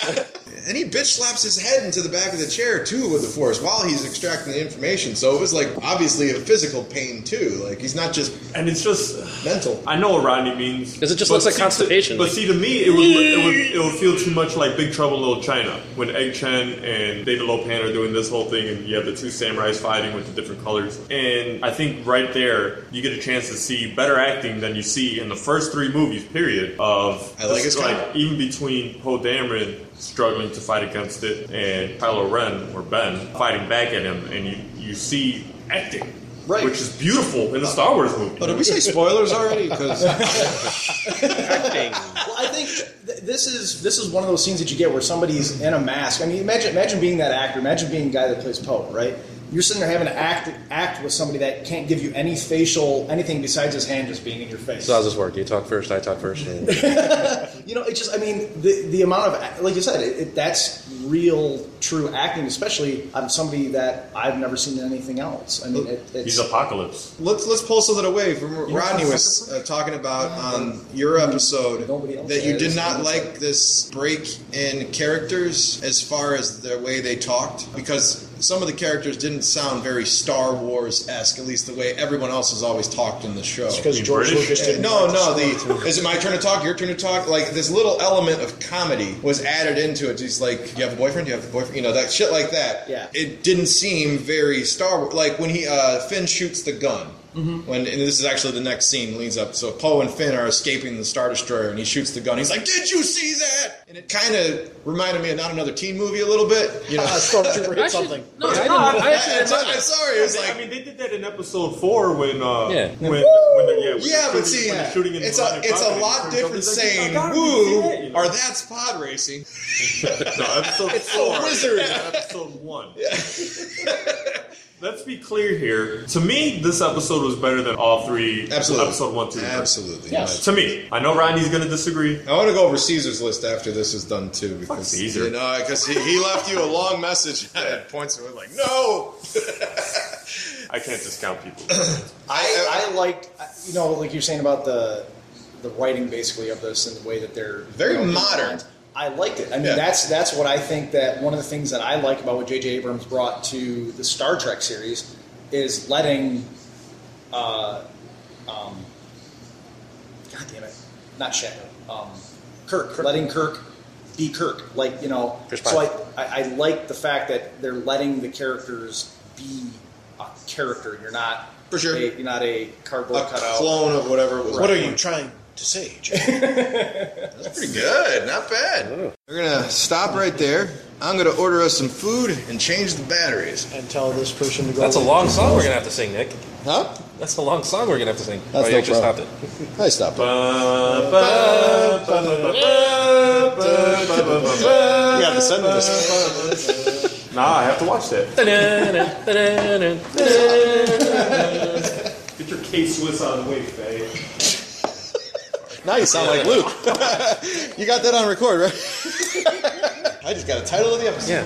A: And he bitch slaps his head into the back of the chair too with the force while he's extracting the information. So it was like obviously a physical pain too. Like he's not just
D: And it's just.
A: mental.
D: I know what Rodney means.
C: 'Cause it just
D: but
C: looks like
D: see,
C: constipation.
D: but see, to me, it would, it would it would feel too much like Big Trouble in Little China when Egg Chen and David Lopan are doing this whole thing, and you have the two samurais fighting with the different colors. And I think right there, you get a chance to see better acting than you see in the first three movies. Period. Of
A: I like
D: just,
A: his comment.
D: even between Poe Dameron struggling to fight against it and Kylo Ren or Ben fighting back at him, and you you see acting.
E: Right.
D: which is beautiful in the Star Wars movie.
A: But did we say spoilers already? Because
E: Well, I think th- this is this is one of those scenes that you get where somebody's in a mask. I mean, imagine imagine being that actor. Imagine being the guy that plays Poe, right? You're sitting there having to act act with somebody that can't give you any facial anything besides his hand just being in your face.
C: [laughs] So how's this work? You talk first, I talk [laughs] first.
E: You know, it just I mean the the amount of like you said, it, it, that's real true acting, especially on somebody that I've never seen in anything else. I mean, it, it's
D: He's Apocalypse.
A: let's let's pull something away from what Rodney was
E: [laughs]
A: uh, talking about on your episode
E: Nobody else
A: that you did
E: has.
A: not like this break in characters as far as the way they talked because some of the characters didn't sound very Star Wars esque, at least the way everyone else has always talked in the show.
K: because
D: You
K: George
D: British?
K: Lucas
A: Uh,
K: didn't.
A: No,
K: like
A: no.
K: the
A: The is it my turn to talk? Your turn to talk? Like this little element of comedy was added into it. Just like you have a boyfriend, you have a boyfriend. You know that shit like that.
E: Yeah.
A: It didn't seem very Star Wars. Like when he uh, Finn shoots the gun. When and this is actually the next scene leads up. So Poe and Finn are escaping the Star Destroyer, and he shoots the gun. He's like, "Did you see that?" And it kind of reminded me of not another teen movie a little bit. You know,
K: uh, Stormtrooper hit something.
C: no, I, didn't, I actually
A: I'm
C: didn't mind it.
A: sorry. It's like
D: I mean, they did that in episode four when, uh,
C: Yeah.
D: when, when the, yeah, when
A: Yeah,
D: the
A: but
D: shooting-
A: see,
D: when the shooting in
A: it's
D: the
A: a
D: Millennium
A: it's a
D: Falcon,
A: lot
D: he
A: different
D: turns up, he's like,
A: saying
D: "I gotta
A: "woo"
D: see that," you know?
A: or "that's pod racing."
D: No,
A: [laughs]
D: episode four.
A: wizard.
D: is episode one.
A: [laughs]
D: Let's be clear here. To me, this episode was better than all three.
A: Absolutely,
D: Episode one, two, three.
A: absolutely.
K: Yes.
D: To me, I know Rodney's going to disagree.
A: I want to go over Caesar's list after this is done too, because
D: Caesar.
A: you know, because he, he left you a long
D: [laughs]
A: message at points and was like, "No."
D: I can't discount
A: [clears throat]
D: people.
E: I, I liked, you know, like you're saying about the the writing basically of this and the way that they're
A: Very
E: you know,
A: modern.
E: I liked it. I mean,
A: Yeah.
E: that's that's what I think that one of the things that I like about what J.J. Abrams brought to the Star Trek series is letting, uh, um, God damn it, not Shatner, um, Kirk, letting Kirk be Kirk. Like you know,
C: Chris
E: so I,
C: Pine.
E: I, I like the fact that they're letting the characters be a character. You're not
A: For sure.
E: a- you're not a
A: a
E: cardboard cutout.
A: clone of whatever it was.
K: What are you trying to say, Jay?
A: That's pretty good. Not bad. We're gonna stop right there. I'm gonna order us some food and change the batteries.
K: and tell this person to go?
C: That's a long song we're gonna have to sing, Nick.
A: Huh?
C: That's a long song we're gonna have to sing.
A: That's
C: oh, you
A: no
C: actually
A: problem.
C: stopped it.
A: I stopped.
D: Ba, ba, ba, ba, ba, ba, ba, ba, ba, ba.
A: We have to send them this.
D: Nah, I have to watch that. Get your K Swiss out of the way, Faye.
A: Now you sound like Luke. you got that on record, right? I just got a title of the episode.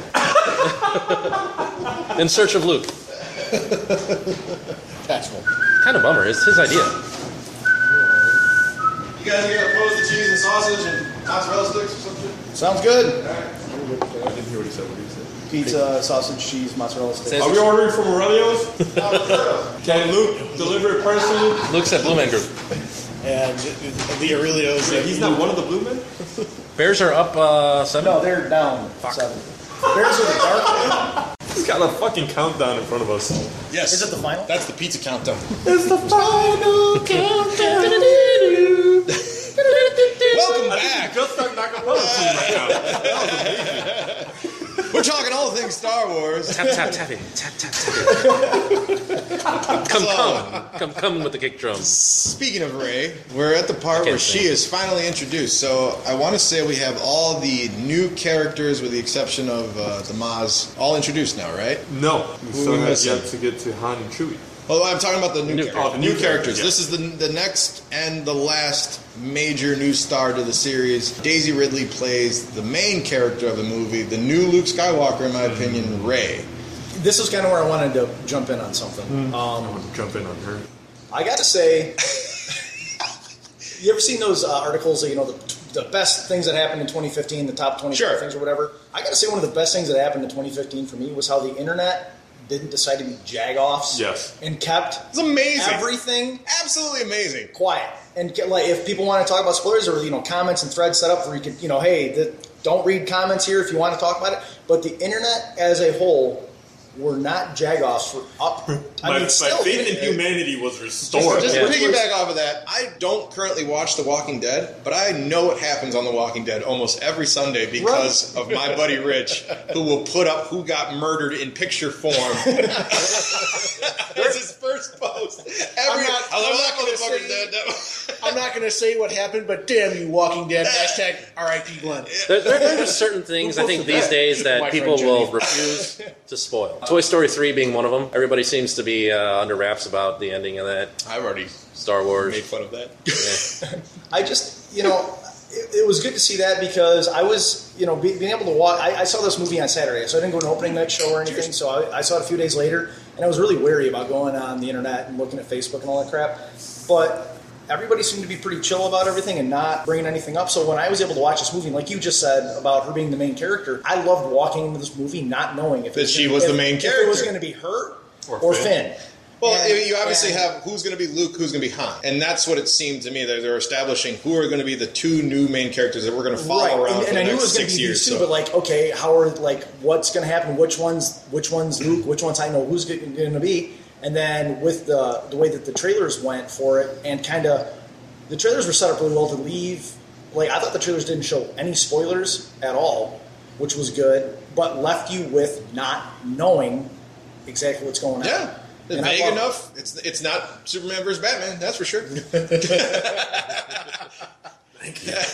C: yeah. [laughs] In search of Luke.
K: That's one.
C: Kind of bummer. It's his idea.
A: You guys are gonna oppose the cheese and sausage and mozzarella sticks or something?
E: Sounds good.
D: I didn't hear what he said. What he said.
E: Pizza, sausage, cheese, mozzarella sticks.
D: Are we ordering from Aurelio's? Can Luke deliver it personally?
C: Luke said Blue Man Group.
K: And the Aurelio's.
D: Wait, He's not one of the blue men?
C: Bears are up uh, seven.
E: No, Oh, they're down seven. Bears are the dark.
D: He's got a fucking countdown in front of us.
A: Yes.
E: Is it the final?
A: That's the pizza countdown.
D: It's the final countdown.
A: Welcome
D: I think
A: back.
D: we just start Nakapella right now.
A: We're talking all things Star Wars.
C: Tap tap tap it. Tap tap tap it. come come come come with the kick drum.
A: Speaking of Ray, we're at the part
C: Okay,
A: where she
C: thanks.
A: is finally introduced. So I want to say we have all the new characters, with the exception of uh, the Maz, all introduced now, right?
D: No, we still
A: we
D: have
A: missing?
D: yet to get to Han and Chewie.
A: Oh, I'm talking about the new,
C: New-
A: characters.
D: oh, the
A: new,
D: new
A: characters.
D: characters, yeah.
A: This is the the next and the last major new star to the series. Daisy Ridley plays the main character of the movie, the new Luke Skywalker, in my opinion, Ray.
E: This is kind of where I wanted to jump in on something.
A: Mm.
D: I
E: Um,
D: want to jump in on her.
E: I got to say, [laughs] you ever seen those uh, articles that you know the, the best things that happened in 2015, the top 25
A: Sure.
E: things or whatever? I got to say, one of the best things that happened in 2015 for me was how the internet didn't decide to be jagoffs.
D: Yes.
E: and kept
A: It's amazing.
E: everything
A: Absolutely amazing.
E: quiet and get, like if people want to talk about spoilers or you know comments and threads set up where you can you know hey th don't read comments here if you want to talk about it but the internet as a whole were not jagoffs for
D: [laughs]
E: up I
D: My,
E: mean,
D: my
E: still, eh,
D: faith in
E: even-
D: humanity was
A: Just,
D: restored.
A: just
C: Yeah.
A: to piggyback off of that, I don't currently watch The Walking Dead, but I know what happens on The Walking Dead almost every Sunday because of my buddy Rich,
E: [laughs]
A: who will put up who got murdered in picture form. That's his first post.
K: I'm
A: Every,
K: not-
A: I love
K: I'm
A: that
K: not gonna
A: motherfucker's
K: say-
A: dead. That-
K: I'm not going to say what happened, but damn you, Walking Dead. Hashtag RIP Glenn.
C: There, there, there are just certain things I think
K: posted
C: these
K: that?
C: days
K: My
C: that
K: friend
C: people will
K: Jenny.
C: refuse to spoil. Toy Story 3 being one of them. Everybody seems to be uh, under wraps about the ending of that.
A: I've already
C: Star Wars.
A: made fun of that.
C: Yeah.
E: I just, you know, it, it was good to see that because I was, you know, be, being able to watch. I, I saw this movie on Saturday, so I didn't go to an opening night show or anything. So I, I saw it a few days later, and I was really wary about going on the internet and looking at Facebook and all that crap. But everybody seemed to be pretty chill about everything and not bringing anything up. So when I was able to watch this movie, and like you just said about her being the main character, I loved walking into this movie not knowing if it
A: That she
E: gonna-
A: was the
E: if-
A: main
E: if it
A: character.
E: was going to be her
D: Or
E: or,
D: Finn.
E: Finn.
A: Well,
E: And-
A: you obviously
E: and-
A: have who's going to be Luke, who's going to be Han, and that's what it seemed to me that they're establishing who are going to be the two new main characters that we're going to follow around
E: and,
A: for
E: and
A: the
E: I knew it
A: next
E: was going to
A: six
E: be
A: years.
E: these two,
A: so-
E: but like, okay, how are like what's going to happen? Which ones? Which ones? Luke? Which ones? I know who's going to be. And then with the the way that the trailers went for it, and kind of the trailers were set up really well to leave. Like I thought the trailers didn't show any spoilers at all, which was good, but left you with not knowing exactly what's going on.
A: yeah,
E: And I
A: vague
E: love-
A: enough. It's it's not Superman versus Batman, that's for sure.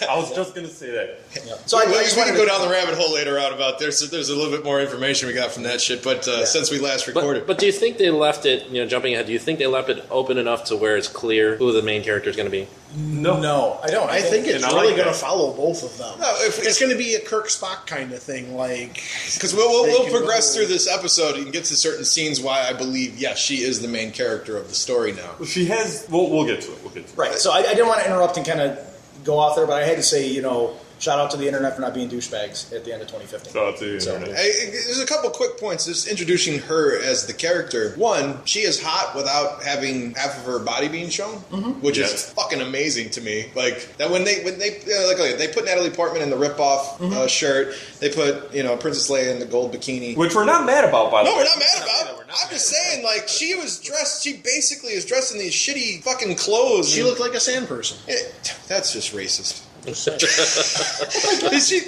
D: I was just gonna say that.
E: So I, I
A: Well, we
E: just
A: can
E: wanted
A: go
E: to-
A: down the rabbit hole later on about there's there's a little bit more information we got from that shit, but uh, since we last recorded,
C: But, but do you think they left it, you know, jumping ahead, do you think they left it open enough to where it's clear who the main character is going to be?
D: No,
E: No, I don't.
K: I think
D: And
K: it's
D: I
K: really
D: like
K: going to
D: that.
K: follow both of them.
A: No, if-
K: it's going to be a Kirk Spock kind of thing. Like,
A: Because we'll, we'll,
K: They
A: we'll
K: can
A: progress
K: go-
A: through this episode and get to certain scenes why I believe, yes, she is the main character of the story now.
D: She has. We'll, we'll get to it. We'll get to it.
E: Right. So I, I didn't want to interrupt and kind of go off there, but I had to say, you know, shout out to the internet for not being douchebags at the end of 2015.
D: Shout out to you. internet.
A: I, I- there's a couple quick points just introducing her as the character. One, she is hot without having half of her body being shown, which is
D: Mm-hmm. Yes.
A: fucking amazing to me. Like that when they when they you know, like, like, they put Natalie Portman in the ripoff
D: Mm-hmm.
A: uh, shirt, they put you know Princess Leia in the gold bikini.
D: Which we're not mad about, by the
A: No,
D: way.
A: we're not mad
D: Yeah,
A: about.
D: we're
A: it.
D: not
A: I'm
D: mad
A: just
D: about it.
A: saying, like she was dressed. She basically is dressed in these shitty fucking clothes.
K: she
A: and-
K: looked like a sand person.
A: It, Eh, that's just
C: [laughs]
A: racist. Is she,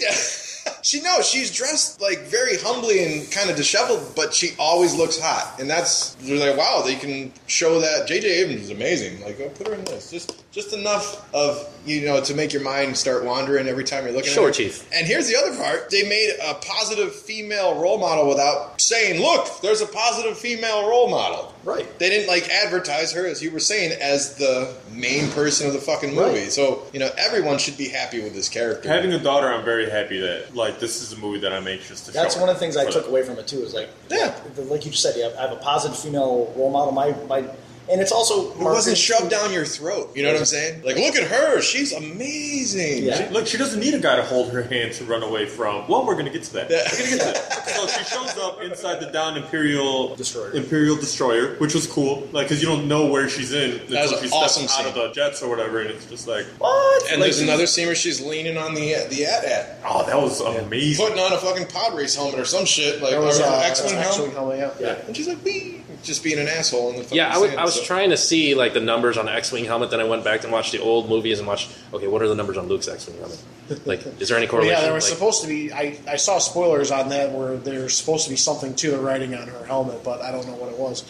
A: she knows she's dressed like very humbly and kind of disheveled, but she always looks hot, and that's you're like wow, they can show that. J.J. Abrams is amazing. Like oh, put her in this, just just enough of you know to make your mind start wandering every time you're looking.
C: Sure,
A: at her.
C: Chief.
A: And here's the other part: they made a positive female role model without saying, "Look, there's a positive female role model."
E: Right.
A: They didn't like advertise her, as you were saying, as the main person of the fucking movie.
E: Right.
A: So you know everyone should be happy with this character.
D: Having a daughter, I'm very happy that like this is a movie that I'm anxious to.
E: That's
D: show
E: one
D: her
E: of the things I
D: for
E: took
D: that.
E: away from it too. Is like,
A: Yeah.
E: the- like you just said, you have, I have a positive female role model. My, my, and it's also
A: it wasn't shoved down your throat. You know what I'm saying? Like, look at her; she's amazing.
E: Yeah.
D: She- Look, she doesn't need a guy to hold her hand to run away from. Well, we're gonna get to that.
A: Yeah.
D: We're gonna get to that. So she shows up inside the down Imperial
E: Destroyer.
D: Imperial Destroyer, which was cool. Like, cause you don't know where she's in until
A: was an
D: she steps
A: awesome
D: out of
A: scene.
D: the jets or whatever, and it's just like,
E: What?
A: And
E: Like,
A: there's another scene where she's leaning on the the at at,
D: oh, that was amazing.
A: putting on a fucking pod race helmet or some shit, like
K: There was
A: or
K: uh,
A: X-Men
K: X-Wing
A: helmet.
K: helmet. Yeah.
E: Yeah.
A: And she's like, "Wee," just being an asshole in the fucking
C: Yeah, I was,
A: sand,
C: I was
A: so.
C: trying to see like the numbers on the X-wing helmet. Then I went back and watched the old movies and watched. Okay, what are the numbers on Luke's X-wing helmet? Like, is there any
K: But
C: correlation?
K: [laughs] yeah, there was
C: Like,
K: supposed to be. I, I saw spoilers on that where there's supposed to be something to the writing on her helmet, but I don't know what it was.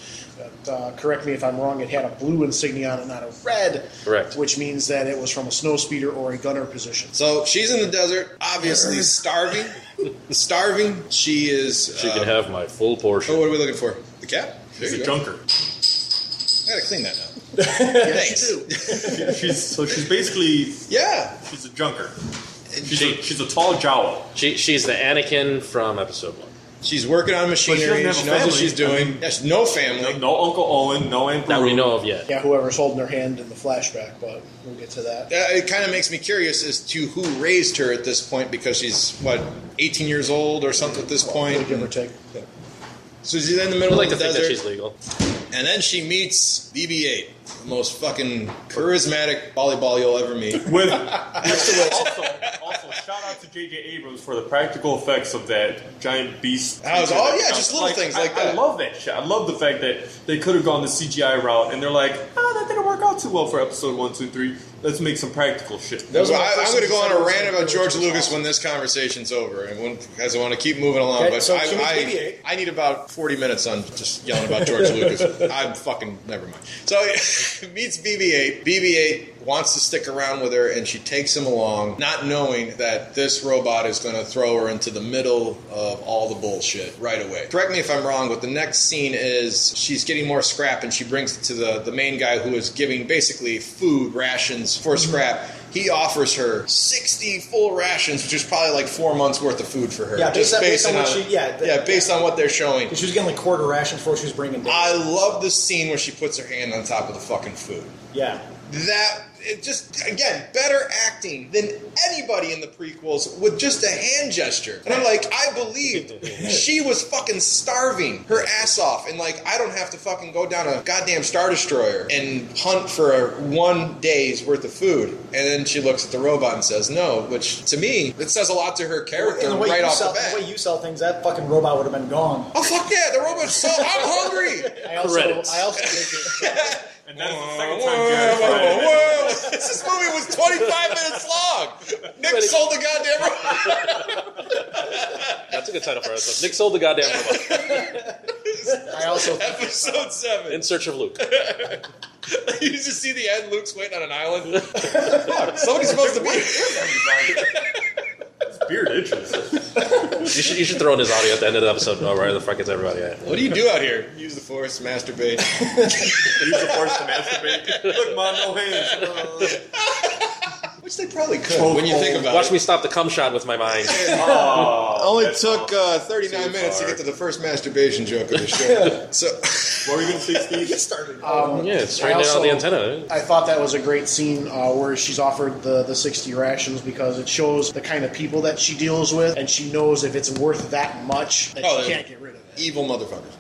K: But, uh, correct me if I'm wrong. It had a blue insignia on it, not a red.
C: Correct.
K: Which means that it was from a snowspeeder or a gunner position.
A: So she's in the desert, obviously starving, starving. She is.
C: she
A: uh,
C: can have my full
A: Oh,
C: portion.
A: what are we looking for? The cap. There
D: She's
A: you
D: a
A: go.
D: junker.
A: I gotta clean
D: [laughs]
A: that now.
K: yes, you
A: Thanks.
K: do.
D: She- she's so she's basically
A: Yeah.
D: she's a junker. She's
A: She-
D: a, she's a tall jowl.
C: She, she's the Anakin from Episode One.
A: she's working on machinery.
D: But she
A: She,
D: doesn't have a
A: knows what
D: family.
A: she's doing.
D: I mean-
A: There's no family.
D: No Uncle Owen, no Aunt
C: That we
D: Beru.
C: know of yet.
K: Yeah, whoever's holding her hand in the flashback, but we'll get to that.
A: Uh, it kind of makes me curious as to who raised her at this point because she's what 18 years old or something at this point.
K: Give or take.
A: So she's in the
C: I
A: middle
C: would like
A: of
C: to
A: the
C: think that
A: desert,
C: she's legal.
A: and then she meets BB-8, the most fucking charismatic volleyball you'll ever
D: [laughs]
A: meet. [laughs]
D: With also, also shout out to J.J. Abrams for the practical effects of that giant beast.
A: That was-
D: creature
A: oh,
D: that
A: yeah,
D: comes-
A: just little things
D: I-
A: like
D: I
A: that.
D: love that shit. I love the fact that they could have gone the CGI route, and they're like, ah, that didn't work out too well for episode one, two, three. let's make some practical shit.
E: Those are the
A: I,
E: first
A: am going to
E: things
A: go
E: I
A: on
E: said
A: a
E: was
A: rant
E: like,
A: about
E: "George
A: George
E: was
A: Lucas
E: awesome."
A: when this conversation's over, and because I want to keep moving along.
E: Okay,
A: but
E: so
A: I,
E: can we
A: I,
E: deviate?
A: I need about 40 minutes on just yelling about
E: [laughs]
A: George Lucas. I'm fucking never mind. So [laughs] meets BB-8. BB-8 wants to stick around with her, and she takes him along, not knowing that this robot is going to throw her into the middle of all the bullshit right away. Correct me if I'm wrong, but the next scene is she's getting more scrap, and she brings it to the the main guy who is giving basically food rations for scrap. He offers her 60 full rations, which is probably like four months worth of food for her.
E: Yeah, based on- based on what
A: basing
E: she- yeah, the-
A: yeah, based on what they're showing.
E: She was getting like quarter rations before she was bringing down.
A: I love the scene where she puts her hand on top of the fucking food.
E: yeah.
A: That it just again better acting than anybody in the prequels with just a hand gesture. And I'm like, I believed she was fucking starving her ass off, and like I don't have to fucking go down a goddamn star destroyer and hunt for one day's worth of food. And then she looks at the robot and says no, which to me it says a lot to her character
E: And the way,
A: right
E: you
A: off
E: sell,
A: the bat.
E: the way you sell things, that fucking robot would have
A: [laughs]
E: been gone.
A: Oh fuck yeah! The robot's so I'm
E: [laughs]
A: hungry.
K: I also,
C: Credits.
K: I also think it,
D: And that's the second
A: Whoa,
D: time Jared
A: whoa,
D: tried it.
A: whoa, whoa. This movie was 25 minutes long. Nick sold the goddamn robot.
C: That's a good title for us. Nick sold the goddamn robot
K: I also think
A: Episode 7.
C: in search of Luke.
A: [laughs] You just see the end. Luke's waiting on an island. Fuck, somebody's supposed to be here.
D: His
A: [laughs]
D: beard itches.
C: You should, you should throw in his audio at the end of the episode. Oh, where the fuck is everybody at?
A: What do you do out here? Use the force, masturbate.
D: Use the force to masturbate. Look, mom, no hands.
A: [laughs] Which they probably could when you think about
C: Watch
A: it.
C: me stop the cum shot with my mind.
D: Oh,
A: Only
D: that's
A: took uh, 39
D: Too
A: minutes to
D: far.
A: get to the first masturbation joke of the show. so.
D: What were you gonna say, Steve?
E: started.
C: Yeah, it's straightened
K: I
C: out the
K: also-
C: antenna.
K: I thought that was a great scene uh, where she's offered the, the 60 rations because it shows the kind of people that she deals with, and she knows if it's worth that much, that
A: Oh,
K: she
A: yeah.
K: can't get rid of it.
A: evil motherfuckers.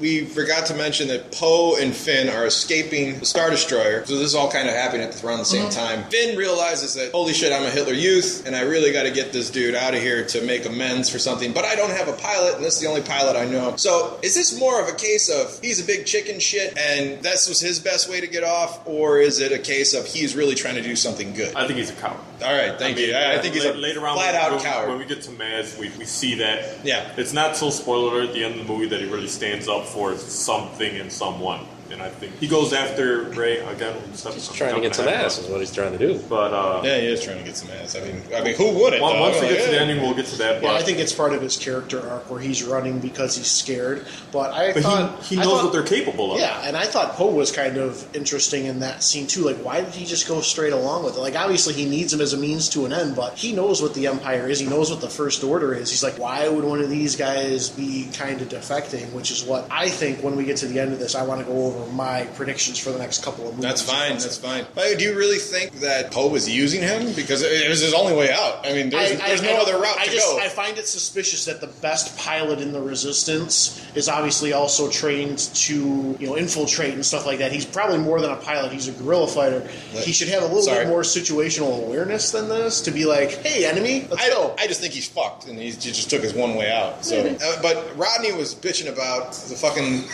A: We forgot to mention that Poe and Finn are escaping the Star Destroyer, so this is all kind of happening at the, around the same time. Finn realizes that, holy shit, I'm a Hitler youth, and I really got to get this dude out of here to make amends for something, but I don't have a pilot, and this is the only pilot I know. So is this more of a case of he's a big chicken shit, and this was his best way to get off, or is it a case of he's really trying to do something good?
D: I think he's a coward.
A: all right, thank you. I, I think he's a
D: later on
A: flat out
D: when,
A: coward.
D: When we get to Maz, we, we see that.
A: Yeah.
D: It's not till spoiler alert at the end of the movie that he really stands up for something and someone. And I think he goes after Ray again.
C: He's trying to get some ass, is what he's trying to do.
D: But uh,
A: yeah, he is trying to get some ass. I mean, I mean, who wouldn't?
D: on-
A: though?
D: once
A: I'm
D: we
A: like,
D: get
A: "Yeah."
D: to the ending, we'll get to that. But
K: Yeah, I think it's part of his character arc where he's running because he's scared. But I
D: but
K: thought
D: he, he
K: I
D: knows
K: thought-
D: what they're capable of.
K: Yeah, and I thought Poe was kind of interesting in that scene too. Like, why did he just go straight along with it? Like, obviously he needs him as a means to an end, but he knows what the Empire is. He knows what the First Order is. He's like, why would one of these guys be kind of defecting? Which is what I think when we get to the end of this, I want to go over my predictions for the next couple of movies.
A: That's fine. That's fine. But do you really think that Poe was using him because it was his only way out? I mean, there's,
K: I- I-
A: there's
K: I
A: no
K: don't-
A: other route
K: I
A: to
K: just,
A: go.
K: I find it suspicious that the best pilot in the Resistance is obviously also trained to, you know, infiltrate and stuff like that. He's probably more than a pilot. He's a guerrilla fighter.
A: Right.
K: He should have a little
A: Sorry.
K: bit more situational awareness than this to be like, hey, enemy, let's
A: I,
K: go.
A: I just think he's fucked, and he's, he just took his one way out. So,
K: Mm-hmm.
A: uh, but Rodney was bitching about the fucking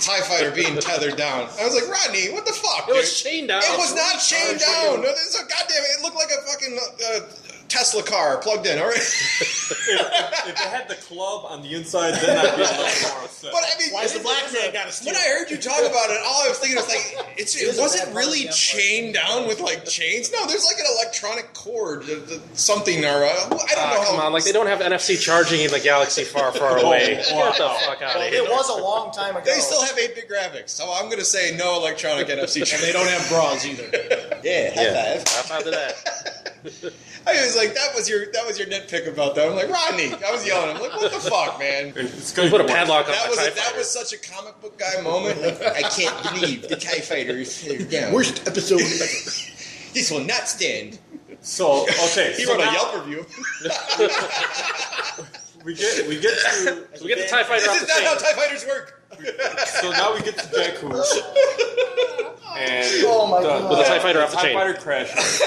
A: Tie Fighter being tethered down. I was like, Rodney, what the fuck?
C: It was
A: dude?
C: chained down.
A: It was not chained down. No, this is a goddamn. It looked like a fucking uh, Tesla car plugged in. All right, [laughs]
D: if, if they had the club on the inside, then I'd be a little more upset.
A: but I mean,
K: Why is the black man got to steal?
A: When I heard you talk about it, all I was thinking was like, it's, it
E: is a
A: wasn't
E: bad part of
A: really
E: the Empire.
A: chained down with like chains. No, there's like an electronic cord, the, the, something or uh, I don't know
C: Ah,
A: how.
C: come on, like they don't have NFC charging in the galaxy far, [laughs] far away. Get the fuck out of here.
E: it was a long time ago.
A: they still have 8-bit graphics, so I'm gonna say no electronic NFC.
K: and they don't have bras either.
A: [laughs] yeah, high
C: Yeah,
A: five.
C: high five to that.
A: I was like, that was your that was your nitpick about that. I'm like, Rodney, I was yelling. I'm like, what the fuck, [laughs] man.
D: it's gonna
C: Put a
D: work.
C: padlock on
A: That
C: my
A: was
C: TIE
A: a, that
C: fighter.
A: was such a comic book guy moment. Like, I can't believe the Tie Fighter is here down.
K: Worst episode ever.
A: [laughs] This will not stand.
D: So okay,
A: [laughs] He
D: so
A: wrote a
D: now
A: Yelp review.
D: We get we get
A: [laughs]
D: to
C: So we get the TIE fighter off
A: this
C: the
A: is not how
C: chain.
A: Tie Fighters work.
D: so now we get to Jakku.
A: [laughs]
D: And
E: Oh my God.
C: With the TIE fighter off the
D: TIE
C: chain.
D: fighter crashes.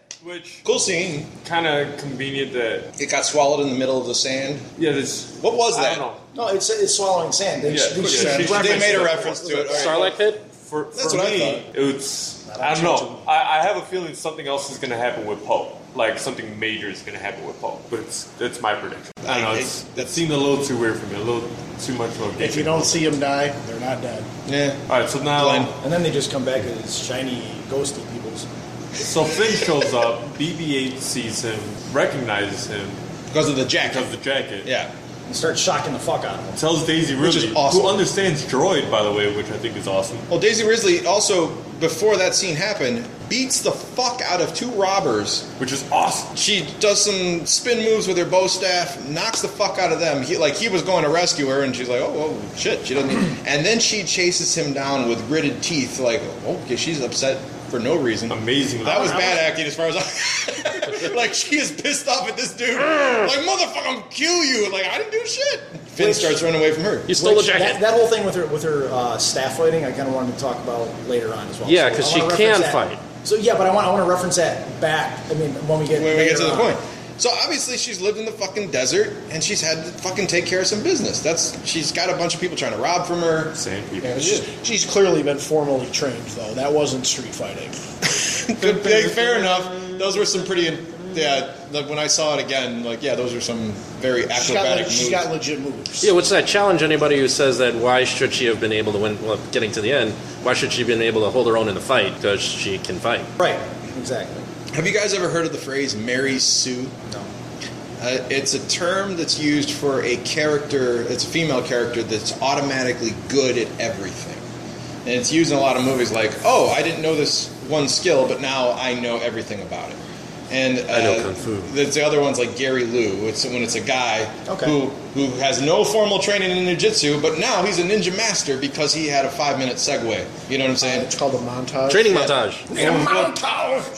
A: [laughs]
D: which
A: Cool scene.
D: kind of convenient that
A: It got swallowed in the middle of the sand.
D: yeah this
A: What was
D: I
A: that?
D: don't know
E: No, it's, it's swallowing sand. They,
D: Yeah,
E: they
D: yeah,
E: should-
D: she-
A: They made a reference to it. All right.
C: Starlight pit?
D: for,
A: That's
D: for
A: what I
D: me,
A: thought.
D: it's I don't know. I, I have a feeling something else is going to happen with Poe. Like something major is going to happen with Poe. But it's it's my prediction. I don't know. It's, that seemed a little too weird for me. A little too much of a
K: If you
D: game.
K: don't see them die, they're not dead.
A: Yeah.
D: All right, so now
A: Glenn.
E: And then they just come back as shiny, ghosty peoples.
D: so Finn shows up. BB-8 sees him, recognizes him
A: Because of the jacket.
D: because of the jacket.
A: Yeah.
E: And start shocking the fuck out of them.
D: Tells Daisy Ridley,
A: is awesome.
D: who understands droid, by the way, which I think is awesome.
A: Well, Daisy Risley also, before that scene happened, beats the fuck out of two robbers
D: Which is awesome.
A: she does some spin moves with her bow staff, knocks the fuck out of them. He, like he was going to rescue her, and she's like, "Oh, oh shit!" She doesn't. And then she chases him down with gritted teeth. Like, okay, she's upset for no reason.
D: Amazing.
A: That was bad acting, as far as I. [laughs] like she is pissed off at this dude. Like motherfucker, I'm kill you. Like I didn't do shit. Finn
E: Which-
A: starts running away from her.
C: You stole the
E: Which-
C: jacket.
E: That, that whole thing with her with her uh, staff fighting, I kind of wanted to talk about later on as well.
C: Yeah,
E: So
C: 'cause
E: I
C: she
E: wanna
C: can
E: reference that.
C: fight.
E: So yeah, but I want I want to reference that back. I mean, when we get
A: when we
E: later
A: get to the
E: on.
A: point. So obviously she's lived in the fucking desert and she's had to fucking take care of some business. That's she's got a bunch of people trying to rob from her.
D: Sand people.
K: Yeah, she's, she's clearly been formally trained, though. That wasn't street fighting.
A: Good big, fair enough. Those were some pretty. Yeah, like when I saw it again, like yeah, those were some very
K: She's got,
A: acrobatic
K: like,
A: moves.
K: she's got legit moves.
C: Yeah, what's that challenge? Anybody who says that why should she have been able to win? Well, getting to the end, why should she have been able to hold her own in the fight? Because she can fight.
E: Right. Exactly.
A: Have you guys ever heard of the phrase "Mary Sue"?
E: No.
A: Uh, it's a term that's used for a character. It's a female character that's automatically good at everything, and it's used in a lot of movies. Like, oh, I didn't know this one skill, but now I know everything about it. And uh,
C: I know kung fu.
A: There's the other ones like Gary Liu. It's when it's a guy
E: Okay.
A: who who has no formal training in ninjutsu, but now he's a ninja master because he had a five minute segue. You know what I'm saying?
K: It's called a montage.
C: Training montage.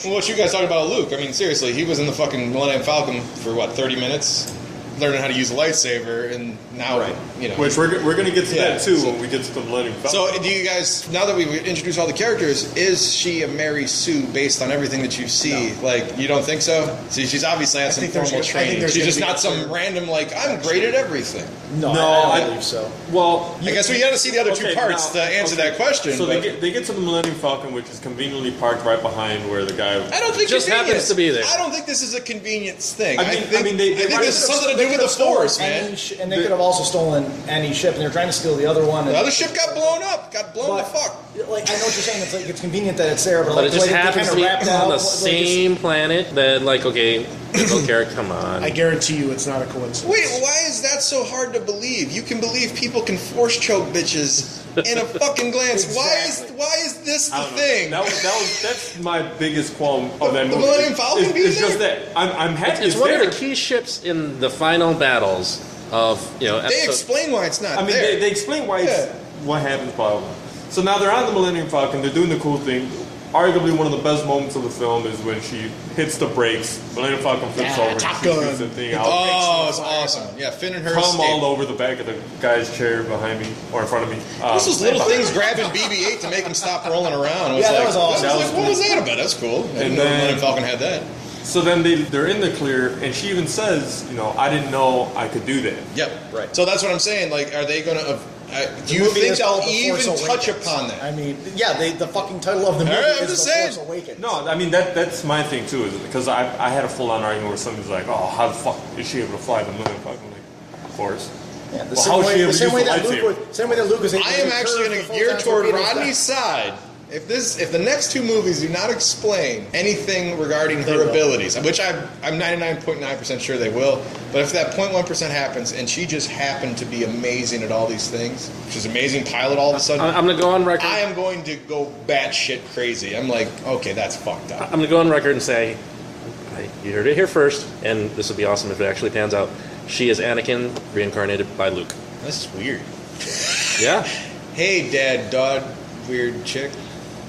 A: Well, what you guys talking about Luke? I mean, seriously, he was in the fucking Millennium Falcon for what thirty minutes, learning how to use a lightsaber, and now you know.
D: Which we're, we're going to get to
A: Yeah,
D: that too
A: so-
D: when we get to the Millennium Falcon.
A: so, do you guys now that we've introduced all the characters, is she a Mary Sue based on everything that you see? Like, you don't think so? See, she's obviously had some
K: think there's
A: formal
K: gonna- I
A: training.
K: think there's
A: She's
K: gonna
A: just
K: be a
A: not some
K: clear-
A: random like I'm great at everything.
E: No, I,
D: No,
E: I
D: I-
E: don't believe so.
D: well,
A: I guess we got to see the other two
D: Okay,
A: parts
D: now-
A: to answer
D: okay.
A: that question.
D: So
A: but
D: they get, they get to the Millennium Falcon, which is conveniently parked right behind where the guy.
A: I don't think
C: Just
A: convenience-
C: happens to be there.
A: I don't think this is a convenience thing.
D: I mean- I
A: think,
D: mean, they- they
A: I think
D: might-
A: this is something to
E: They
A: do with
E: could've
A: the
E: stolen
A: force,
E: any
A: man.
E: sh- and they could have also stolen any ship, and they're trying to steal the other one. And,
A: The other ship got blown up. Got blown
E: but,
A: the fuck.
E: Like I know what you're saying. It's like it's convenient that it's there, but,
C: But
E: like,
C: it just
E: the way that they
C: happens to
E: kinda
C: be
E: wrapped
C: on
E: out,
C: the
E: like, it's-
C: same planet that, like, okay, [coughs] okay, come
K: I
C: on.
K: guarantee you it's not a coincidence.
A: Wait, why is that so hard to believe? You can believe people can force choke bitches in
D: [laughs]
A: a fucking glance.
E: Exactly.
A: Why is why is this the
D: I don't know.
A: thing?
D: That was, that was that's my biggest qualm of that
A: The
D: movie.
A: Millennium Falcon
D: It's,
A: being
D: it's just that I'm, I'm happy
C: It's
D: it's,
C: one
D: there.
C: of the key ships in the final battles of you know.
A: they
C: Episode.
A: explain why it's not
D: I mean,
A: there.
D: they, they explain why it's,
A: Yeah.
D: what happens. Blah blah. blah. So now they're on the Millennium Falcon. They're doing the cool thing. Arguably, one of the best moments of the film is when she hits the brakes. Millennium Falcon flips
K: Yeah,
D: over.
K: Top
D: and she shoots
K: Gun.
D: the thing out.
A: oh, it's awesome. Yeah, Finn and her.
D: Cum
A: escape.
D: all over the back of the guy's chair behind me or in front of me. Um,
A: This was little
D: and-
A: things grabbing BB-8 to make him stop rolling around. It was
E: Yeah, that
A: like,
E: was awesome.
A: I
D: That
A: was
D: was
A: like, what was that about? That's cool. I didn't
D: And
A: know the
D: then-
A: Millennium Falcon had that.
D: So then they they're in the clear, and she even says, you know, I didn't know I could do that.
A: Yep.
E: Right.
A: So that's what I'm saying. Like, are they going to? Uh, do
E: the
A: you
E: movie
A: think
E: is
A: they'll
E: called The
A: even
E: Force
A: touch
E: Awakens.
A: upon that?
E: I mean, yeah, they, the fucking title of the movie
A: right, I'm just
E: is The
A: saying.
E: Force Awakens.
D: No, I mean that that's my thing too, is because I I had a full on argument where somebody's like, oh, how the fuck is she able to fly the moon? Fucking like, of course.
E: Yeah, the
D: Well,
E: same
D: how she
E: way, the
D: ever
E: same
D: used
E: way
D: the
E: that Luke
D: lightsaber?
E: was, same way that Luke was. able
A: I
E: to
A: am
E: turn
A: actually
E: the
A: going to
E: full
A: gear
E: time
A: toward
E: torpedoes back.
A: Rodney's side. If this, if the next two movies do not explain anything regarding
K: They
A: her
K: will.
A: abilities, which I'm I'm 99.9% sure they will, but if that 0.1% happens and she just happened to be amazing at all these things, she's an amazing pilot all of a
K: Uh,
C: I-
A: sudden,
C: I'm gonna go on record.
A: I am going to go batshit crazy. I'm like, okay, that's fucked up.
C: I'm going to go on record and say, I- you heard it here first, and this would be awesome if it actually pans out. She is Anakin reincarnated by Luke.
A: That's weird.
C: Yeah.
A: Hey, Dad, Dodd, weird chick.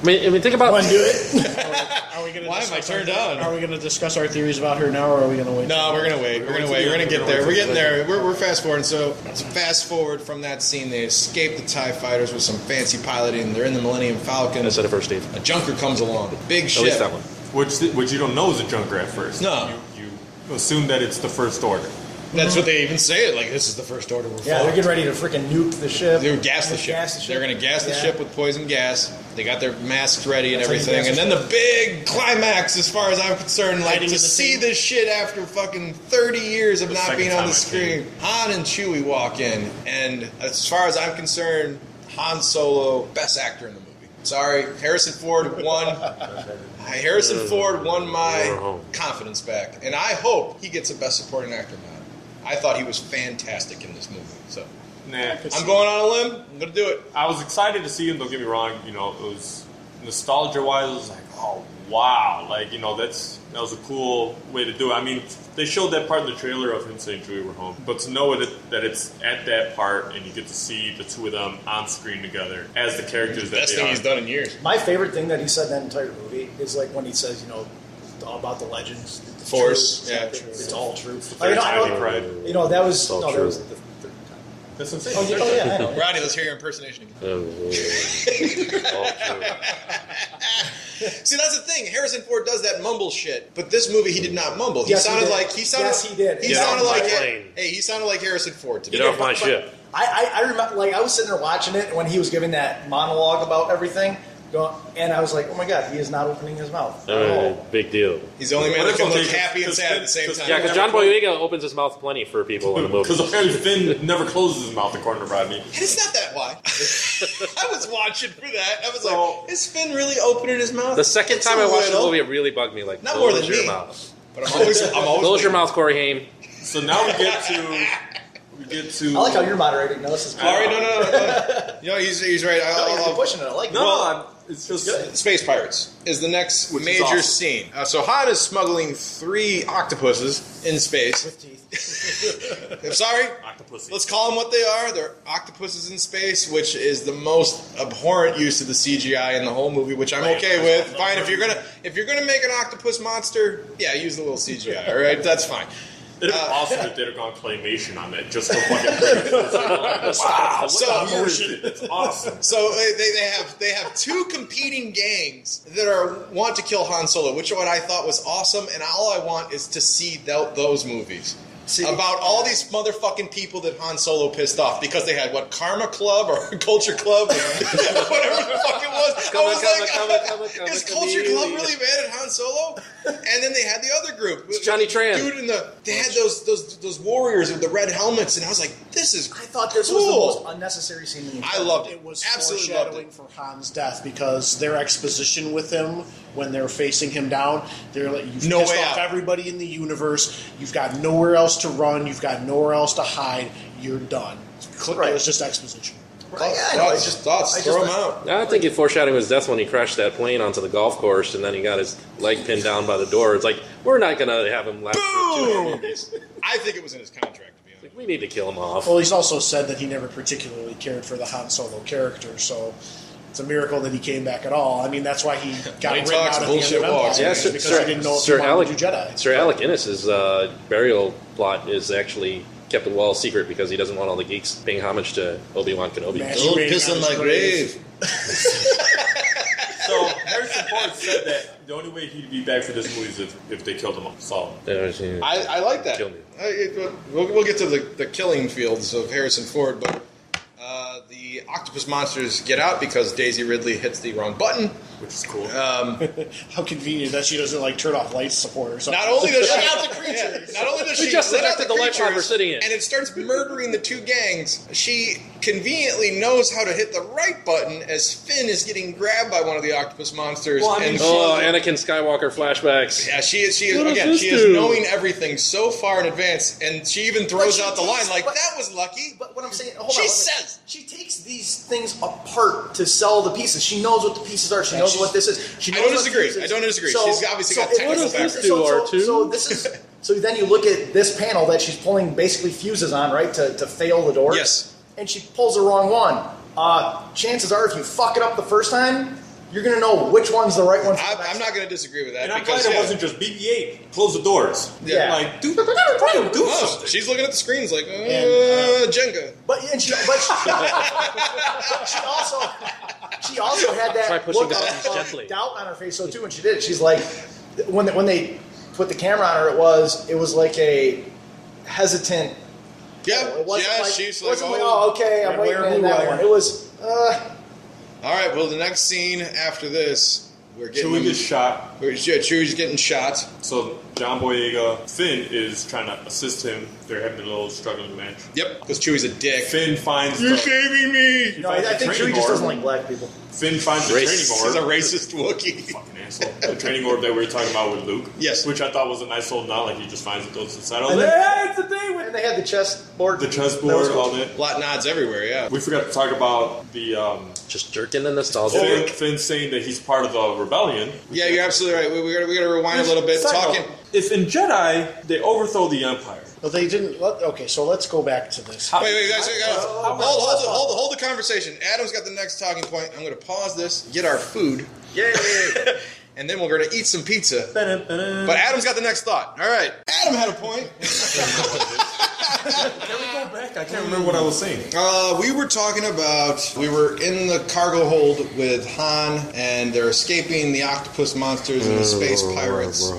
C: I mean, I mean think about
E: One do it.
K: Are we gonna
A: Why am I
K: discuss
A: turned
K: our-
A: on?
K: Are we going to discuss our theories about her now, or are we going to wait?
A: No, we're gonna wait. We're gonna wait. We're gonna get there. We're getting there. We're, we're fast forwarding. So, so fast forward from that scene, they escape the Tie Fighters with some fancy piloting. They're in the Millennium Falcon.
C: instead of first Steve.
A: A junker comes along, big
C: At
A: ship.
C: least that one.
D: Which which you don't know is a junker at first.
A: No.
D: You, you assume that it's the first order.
A: That's what they even say. It like this is the first order we're
E: Yeah, they're
A: following.
E: getting ready to freaking nuke the ship.
A: They're gonna gas the ship.
E: Gas the ship.
A: They're gonna gas the
E: Yeah.
A: ship with poison gas. They got their masks ready and
E: That's how you
A: everything,
E: gas
A: and
E: the
A: then the big climax, as far as I'm concerned, like
K: Hiding
A: to
K: in the
A: see
K: sea.
A: this shit after fucking 30 years of
D: The
A: not
D: second
A: being on
D: time
A: the
D: I
A: screen. Han and Chewie walk in, and as far as I'm concerned, Han Solo, best actor in the movie. Sorry, Harrison Ford
D: [laughs]
A: won. Harrison Ford won my confidence back, and I hope he gets a Best Supporting Actor nod. I thought he was fantastic in this movie, so
D: Nah.
A: I'm going on a limb. I'm gonna do it.
D: I was excited to see him. Don't get me wrong. You know, it was nostalgia wise. It was like, oh wow, like you know, that's that was a cool way to do it. I mean, they showed that part in the trailer of him saying Chewie, we're home," but to know it, that it's at that part and you get to see the two of them on screen together as the characters that
A: Best
D: they
A: thing
D: are.
A: he's done in years.
E: My favorite thing that he said in that entire movie is like when he says, you know, all about the legends, the the
A: Force,
E: truth,
A: yeah,
E: it's,
A: true.
E: it's all true. Like,
D: Third
E: you, know, Oh, I
D: time he
E: don't-
D: cried.
E: you know, that was
C: all
E: no, that
C: true.
E: was the third time.
D: That's insane.
E: Oh, yeah, oh, yeah, I know.
A: Ronnie, let's hear your impersonation again.
C: Oh,
A: See, that's the thing. Harrison Ford does that mumble shit, but this movie he did not mumble. He
E: Yes, he
A: sounded
E: did.
A: like he sounded.
E: Yes, he did.
A: He
E: Get
A: sounded
C: off my
A: like
C: plane.
A: hey, he sounded like Harrison Ford to me.
C: Get off my
E: But
C: ship.
E: I, I, I remember, like, I was sitting there watching it when he was giving that monologue about everything, going, and I was like, oh my god, he is not opening his mouth. at
C: Uh,
E: all.
C: big deal.
A: He's the only man
D: What
A: that
D: if
A: can
D: I'll
A: look
D: take it?
A: happy and
D: Cause-
A: sad at the same
D: cause-
A: time.
C: Yeah, because John Boyega opens his mouth plenty for
E: Oh,
C: people
A: [laughs]
C: in the movie.
D: Because apparently Finn never closes his mouth according to Rodney.
A: And it's not that wide. [laughs] I was watching for that. I was
D: So-
A: like, is Finn really opening his mouth?
C: The second
A: It's
C: time
A: a
C: I watched the
A: little,
C: movie, it really bugged me. Like,
A: Not
C: close
A: more than
C: your
A: me.
C: mouth.
A: [laughs] But I'm always,
C: [laughs]
A: I'm always
C: Close your
A: waiting.
C: mouth, Corey Haim.
D: So now we get to we get to.
E: I like how you're moderating. No, this is
A: All right, no, no, no, no. no, he's, he's right. I,
E: No,
A: I,
E: you're
A: I'll,
E: pushing it. I like it.
D: No, I'm- it's just
A: Space Pirates is the next
D: Which is
A: major
D: awesome.
A: scene. Uh, so Han is smuggling three octopuses in space.
D: [laughs]
E: with teeth.
A: I'm sorry.
D: octopus.
A: Let's call them what they are. They're octopuses in space, which is the most abhorrent use of the CGI in the whole movie, which I'm okay with. Fine, if you're gonna if you're gonna make an octopus monster, yeah, use the little CGI. All right, that's fine.
D: It'd be awesome if they'd have gone claymation on that just for [laughs] fucking. It's like, wow, what
A: So-
D: the weird- It's awesome.
A: So they, they, they have they have two competing gangs that are want to kill Han Solo, which what I thought was awesome, and all I want is to see tho- those movies.
E: See-
A: about all these motherfucking people that Han Solo pissed off because they had what Karma Club or [laughs] Culture Club, whatever the fuck it was. I
C: Karma,
A: was
C: karma,
A: like,
C: karma,
A: [laughs]
C: karma, karma,
A: is
C: karma,
A: Culture Club
C: yeah.
A: really mad at Han Solo? And then they had the other group,
C: It's Johnny Tran.
A: dude, in the they had those those those warriors with the red helmets, and I was like, this is
E: I thought this
A: cool.
E: was the most unnecessary scene. In the
A: I loved it.
K: It was
A: Absolutely loved
K: foreshadowing for Han's death because their exposition with him when they're facing him down, they're like, you've
A: No
K: pissed
A: way
K: off
A: out.
K: everybody in the universe. You've got nowhere else to run. You've got nowhere else to hide. You're done. Cl- It was just exposition.
E: Right, yeah, I know.
A: Thoughts,
E: It's just
A: thoughts,
E: I just
A: throw them
E: like-
A: out.
C: I think it foreshadowing his death when he crashed that plane onto the golf course, and then he got his leg pinned down by the door. It's like we're not gonna have him last. through two more
A: Boom!
C: movies.
A: I think it was in his contract, to be honest.
C: Like, we need to kill him off.
K: Well, he's also said that he never particularly cared for the Han Solo character, so it's a miracle that he came back at all. I mean,
A: [laughs]
K: that's why he got
A: Money
K: written
A: talks,
K: out at
A: bullshit
K: the end of
A: walks, man.
K: Empire,
C: Yeah,
K: is
C: Sir,
K: because
C: Sir,
K: he didn't know if
C: Sir
K: he
C: Alec,
K: wanted to do Jedi.
C: Sir Alec Innes' uh, burial plot is actually kept well secret because he doesn't want all the geeks paying homage to Obi Wan Kenobi.
K: Man.
A: Don't
K: Masturbating
A: piss
K: on
A: on
K: his
A: my
K: grave.
A: grave.
D: So Harrison Ford said that the only way he'd be back for this movie is if, if they killed him off. So
A: I, I like that.
C: Kill me.
A: I, it, we'll, we'll get to the, the killing fields of Harrison Ford, but uh, the octopus monsters get out because Daisy Ridley hits the wrong button.
D: which is cool.
K: How convenient that she doesn't like turn off light support or something.
A: Not only does she
K: [laughs] Let out the creatures.
A: Yeah, not only does
C: We
A: she
C: just
A: let out
C: ejected the light pod
A: creatures,
C: we're sitting in.
A: and it starts murdering the two gangs. She conveniently knows how to hit the right button as Finn is getting grabbed by one of the octopus monsters.
D: Well, I mean,
A: and
C: Oh, Anakin Skywalker flashbacks.
A: Yeah, she is. She is
C: What does
A: again.
C: this
A: She is
C: do?
A: knowing everything so far in advance, and she even throws
E: she
A: out the
E: takes-
A: line like
E: but-
A: that was lucky.
E: But what I'm saying, hold
A: She
E: on.
A: says-
E: she takes these things apart to sell the pieces. She knows what the pieces are. She knows what this is. She
A: I
E: knows
A: don't
E: what
A: disagree.
E: this is.
A: I don't disagree. She's obviously got
E: it-
A: technical
E: so-
A: background.
E: So, so,
C: R2?
E: so
A: [laughs]
E: this is. So then you look at this panel that she's pulling basically fuses on, right, to, to fail the door.
A: Yes.
E: And she pulls the wrong one. Uh, chances are, if you fuck it up the first time, you're gonna know which one's the right one. For the
A: I,
E: next
A: I'm not going to disagree with that
D: and I'm
A: because
D: glad it
A: yeah.
D: wasn't just BB-8. Close the doors.
E: Yeah.
D: Like, dude, fucking do
A: No,
D: something.
A: she's looking at the screens like uh,
K: And,
A: Jenga.
E: But and she, but
B: [laughs]
E: she, she also she also had
C: Try
E: that
C: pushing
E: look
C: the
E: of,
C: buttons
B: um,
E: of
C: gently.
E: doubt on her face though too when she did. it. She's like when they, when they put the camera on her, it was it was like a
B: hesitant.
A: Yeah,
B: It wasn't
A: yeah,
B: like,
A: she's like,
B: wasn't like,
A: oh.
B: oh, okay, I'm
K: Red wire,
B: waiting on
K: blue
B: that
K: wire."
B: one. It was, uh,
A: All right, "Oh." well, the next scene after this, we're getting.
D: Chewie gets shot.
A: we're- yeah, Chewie's getting shot.
D: So John Boyega, Finn is trying to assist him. They're having a little struggling match.
A: Yep, because Chewie's a dick. [laughs]
D: Finn finds
A: You're
D: the,
A: shaving me!
B: no, I, I think Chewie
D: Training
B: just
D: orb.
B: doesn't like black people.
D: Finn finds the
C: Racist.
D: training orb.
A: He's a racist
D: [laughs]
A: Wookiee.
D: Fucking asshole. The training orb that we were talking about with Luke.
A: Yes.
D: Which I thought was a nice little nod, like he just finds it, goes inside. I was
B: And
D: like,
B: then-
D: Oh, "Yeah, it's a thing with
B: And they had the chessboard.
D: the
B: That was
D: chessboard,
B: cool.
A: oh.
D: all that.
A: Lot nods everywhere, yeah.
D: We forgot to talk about the um,
C: Just jerked in the nostalgia.
D: Finn, Finn saying that he's part of the rebellion.
A: Yeah, you're absolutely right. We, we, gotta, we gotta rewind a little bit.
D: Side note,
A: Talking.
D: If in Jedi they overthrow the Empire,
K: But they didn't. Let, okay, so let's go back to this.
A: Wait, wait, guys, we gotta, hold, hold, the- hold, hold the conversation. Adam's got the next talking point. I'm gonna pause this, get our food,
B: Yeah,
A: and then we're gonna eat some pizza. But Adam's got the next thought. All right, Adam had a point.
D: I can't remember what I was saying.
A: Uh, we were talking about we were in the cargo hold with Han, and they're escaping the octopus monsters and the space pirates.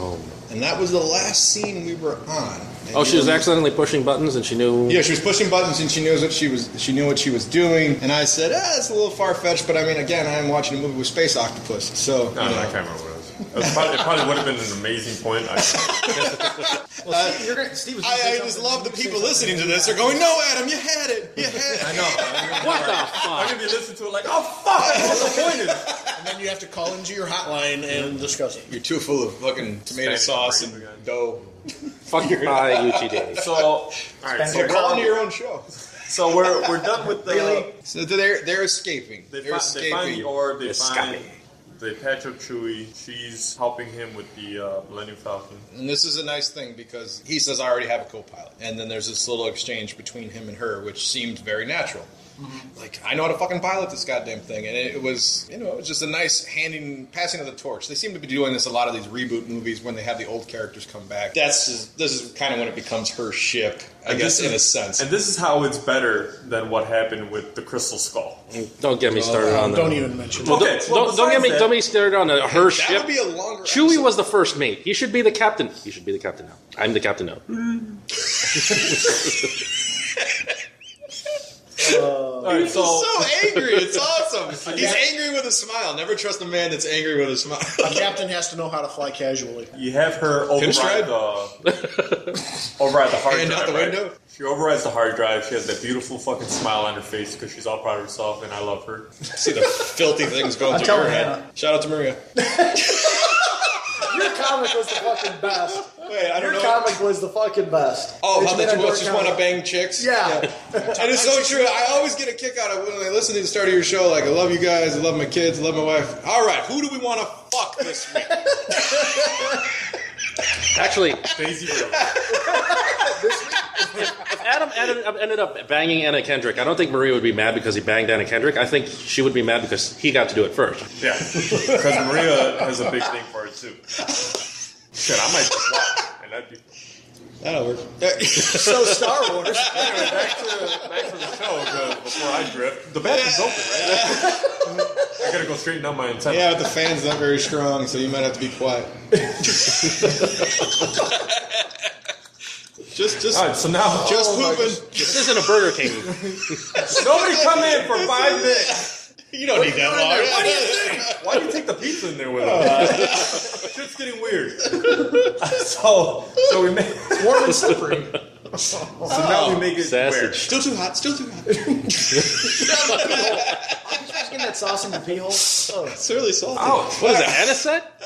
A: And that was the last scene we were on. And
C: Oh,
A: you
C: she was
A: were-
C: accidentally pushing buttons and she knew.
A: Yeah, she was pushing buttons and she knew what she was she knew what she was doing. And I said, ah, it's a little far fetched, but I mean, again, I am watching a movie with space octopus, so
D: No,
A: you
D: no, I
A: know.
D: can't remember what I was. It, was probably, it probably would have been an amazing point. I,
B: well, Steve, you're gonna, Steve was gonna say
A: I, I just
B: something.
A: love the people listening to this. They're going, no, Adam, you had it,
D: [laughs]
A: you had it.
C: What the
D: I'm
C: fuck?
D: gonna be listening to it like, oh fuck, I was disappointed.
K: And then you have to call into your hotline and discuss it.
A: You're too full of fucking tomato
D: Spanish
A: sauce and
D: cream again.
A: dough.
C: Fuck your pie, UTD.
D: So, all right, so,
A: You're calling your own show.
D: so we're we're done with the.
A: So they're they're escaping.
D: They,
A: are
D: fi- they
A: escaping.
D: find the orb. They
C: Escape.
D: find. They patch up Chewie. She's helping him with the uh, Millennium Falcon.
A: and this is a nice thing because he says, "I already have a co-pilot," and then there's this little exchange between him and her, which seemed very natural. Like I know how to fucking pilot this goddamn thing, and it was you know it was just a nice handing passing of the torch. They seem to be doing this a lot of these reboot movies when they have the old characters come back. That's just, this is kind of when it becomes her ship, I
D: And
A: guess,
D: this
A: in a
D: is-
A: sense.
D: And this is how it's better than what happened with the Crystal Skull.
C: Don't get me started on that.
K: Don't even mention it.
D: Okay,
C: Don't, don't, don't get me don't get me started on a, her
A: that
C: ship.
A: would be a longer.
C: Chewie
A: episode.
C: was the first mate. He should be the captain. He should be the captain now. I'm the captain now.
D: All right, so, [laughs]
A: so angry. It's awesome. He's angry with a smile. Never trust a man that's angry with a smile. [laughs]
K: A captain has to know how to fly casually.
D: you have her override
A: Pinstripe?
D: the
C: [laughs]
D: override the hard
A: Hand
D: drive.
A: out the
D: right?
A: window?
D: She overrides the hard drive. She has that beautiful fucking smile on her face because she's all proud of herself, and I love her.
A: See the filthy things going through
B: telling
A: your head.
B: Hannah.
A: Shout out to Maria.
B: Your comic was the [laughs] fucking best.
A: Wait, I
B: Your
A: don't know.
B: comic was the fucking best.
A: Oh,
B: Bitch
A: how
B: made
A: that you
B: our
A: both just
B: door
A: want to
B: comic.
A: bang chicks?
B: Yeah.
A: It is so true. I always get a kick out of when I listen to the start of your show. Like, I love you guys. I love my kids. I love my wife. All right, who do we want to fuck this week?
C: Actually,
D: Daisy Ridley.
C: Adam ended, ended up banging Anna Kendrick. I don't think Maria would be mad because he banged Anna Kendrick. I think she would be mad because he got to do it first.
D: Yeah, because Maria has a big thing for it too. Shit, I might just watch, and that'd be
A: [laughs] That'll [laughs] work.
B: So Star Wars.
D: back to back to the show. 'cause Before I drift, the bathroom's open, right? I gotta go straighten out my antenna.
A: yeah, but the fan's not very strong, so you might have to be [laughs] quiet. just, just,
D: All right, so now
A: just pooping.
C: This isn't a Burger King.
D: nobody come in for five minutes.
A: You don't need that long.
D: What do you think? Why do you take the pizza in there with us?
A: Uh,
D: Shit's getting weird. [laughs] so, so we make
A: [laughs]
D: so
B: Warm and slippery.
D: now
A: Oh,
D: we make it weird.
C: Sausage.
A: Still too hot. Still too hot.
B: Getting that sauce in your pee hole. Oh,
A: It's really salty.
D: Ouch.
C: What is that, Anisette?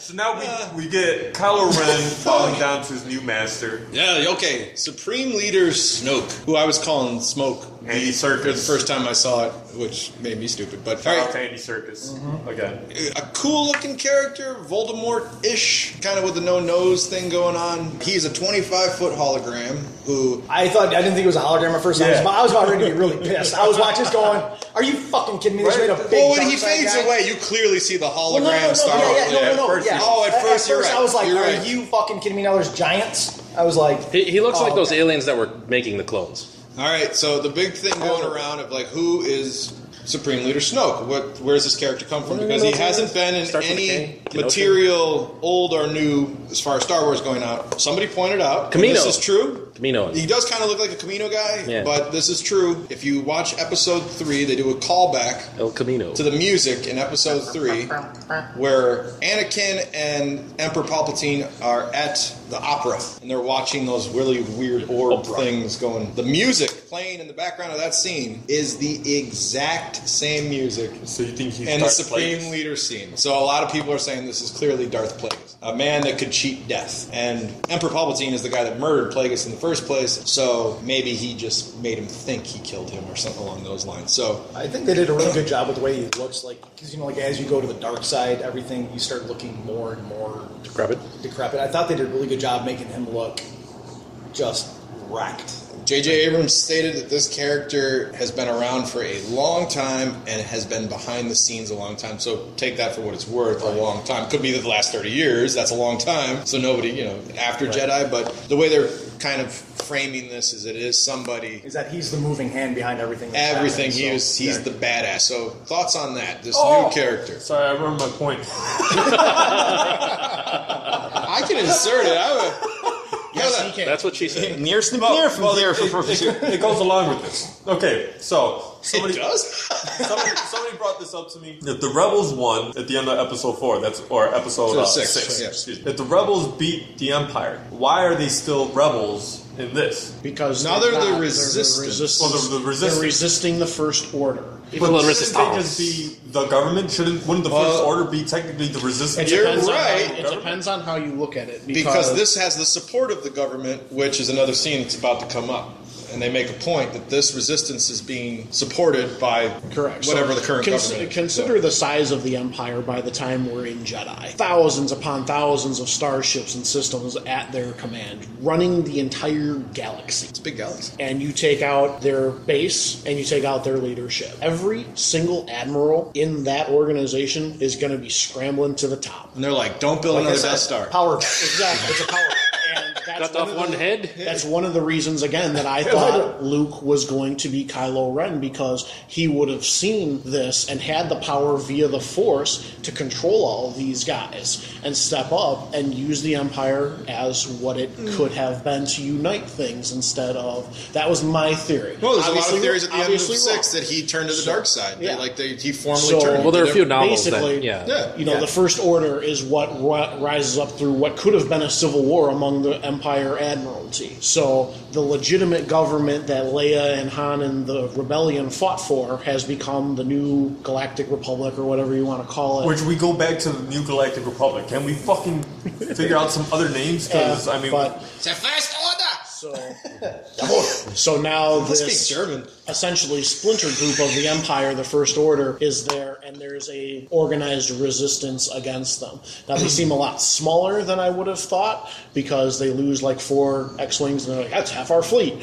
D: So now we we get Kylo Ren falling down to his new master,
A: Yeah, okay. Supreme Leader Snoke, who I was calling Smoke
D: Andy
A: for the
D: Circus.
A: first time I saw it, which made me stupid. But all
D: Shout out to
A: right,
D: Andy Circus again.
A: a cool looking character, Voldemort ish, kind of with the no nose thing going on. He's a 25 foot hologram who.
B: I thought I didn't think it was a hologram at first. I, was
D: Yeah.
B: about, I was about ready to be really pissed. I was watching this going, "Are you fucking kidding me? This
D: Right.
B: made a big."
A: Well, when he
B: dark side
A: fades
B: guy.
A: away, you clearly see the hologram
B: Well, no, no, no,
A: star.
B: no, yeah, no,
D: at
B: no, no,
D: first
B: yeah.
D: you-
A: Oh, at first you're right.
B: I was like,
A: You're
B: "Are
A: right.
B: you fucking kidding me? Now there's giants." I was like,
C: He, he looks
B: Oh,
C: like those
B: okay.
C: aliens that were making the clones.
A: All right, so the big thing going
C: Oh.
A: around of like who is Supreme Leader Snoke? What where does this character come from? Because he hasn't been in
C: Starts with
A: any
C: K.
A: material, old or new, as far as Star Wars going out. Somebody pointed out, and
C: Camino.
A: This is true.
C: Camino.
A: He does kind of look like a Camino guy,
C: Yeah.
A: but this is true. If you watch episode three, they do a callback
C: El Camino.
A: to the music in episode three, where Anakin and Emperor Palpatine are at the opera and they're watching those really weird orb things going. The music playing in the background of that scene is the exact same music
D: So you think he's
A: and the
D: Darth
A: Supreme
D: Plagueis?
A: Leader scene. So a lot of people are saying this is clearly Darth Plagueis, a man that could cheat death. And Emperor Palpatine is the guy that murdered Plagueis in the first place, so maybe he just made him think he killed him or something along those lines. So
B: I think they did a really good job with the way he looks like because you know like as you go to the dark side, everything you start looking more and more
C: Decrepit.
B: decrepit. I thought they did a really good job making him look just wrecked.
A: J.J. Abrams stated that this character has been around for a long time and has been behind the scenes a long time. So take that for what it's worth. A long time could be the last thirty years. That's a long time. So nobody, you know, after Jedi. But the way they're kind of framing this is it is somebody.
B: Is that he's the moving hand behind everything? that's
A: Everything
B: happening,
A: he
B: so-
A: was, he's the badass. So thoughts on that? This
E: Oh.
A: new character.
D: Sorry, I remember my point.
A: I can insert it. I would. [laughs] Yeah, that-
C: That's what she said.
J: Near from near from there for Professor.
D: It goes along with this. Okay, so somebody,
A: It does.
D: somebody, somebody brought this up to me. If the rebels won at the end of episode four, that's or episode
A: So
D: uh,
A: six,
D: six.
A: yeah.
D: excuse me. If the rebels beat the Empire, why are they still rebels in this?
K: because
A: Now they're the
K: not.
A: resistance.
D: Well, they're the resistance.
K: They're resisting the first order.
C: People in
D: shouldn't they
C: resistance.
D: just be the government? Shouldn't wouldn't the
A: Well-
D: first order be technically the resistance?
A: You're
K: Depends on how-
A: right.
K: it depends on how you look at it
A: because this has the support of the government, which is another scene that's about to come up. And they make a point that this resistance is being supported by
K: Correct.
A: whatever
K: So
A: the current
K: cons-
A: government. is.
K: Consider the size of the empire by the time we're in Jedi. Thousands upon thousands of starships and systems at their command, running the entire galaxy.
A: It's a big galaxy.
K: And you take out their base and you take out their leadership. Every single admiral in that organization is going to be scrambling to the top.
A: And they're like, "Don't build
B: I
A: another
B: said,
A: Death Star."
B: Power.
K: Exactly, it's a power. And
C: [laughs]
K: that's
C: Cut off
K: of
C: one
K: the-
C: head.
K: That's one of the reasons, again,
A: [laughs]
K: that I thought Luke was going to be Kylo Ren because he would have seen this and had the power via the Force to control all these guys and step up and use the Empire as what it
A: Hmm.
K: could have been to unite things instead of. That was my theory.
A: well, there's a lot
K: Obviously
A: of theories at
K: wrong-
A: the end of
K: obviously wrong.
A: six that he turned to the dark side. They-
K: Yeah.
A: like they, he formally
K: So-
A: turned.
C: Well, there are a few
A: They're-
C: novels that
K: Basically,
C: yeah.
A: Yeah,
K: You know, the First Order is what ri- rises up through what could have been a civil war among the Empire Admiralty. So the legitimate government that Leia and Han and the rebellion fought for has become the new Galactic Republic or whatever you want to call it.
D: Which we go back to the New Galactic Republic. Can we fucking figure out some other names? Because
K: Uh,
D: I mean,
K: but
A: It's a first order.
K: so,
A: [laughs]
K: so now
A: Let's
K: this
A: speak German.
K: essentially splinter group of the empire the first order is there and there's a organized resistance against them now they seem a lot smaller than i would have thought because they lose like four x-wings and they're like that's half our fleet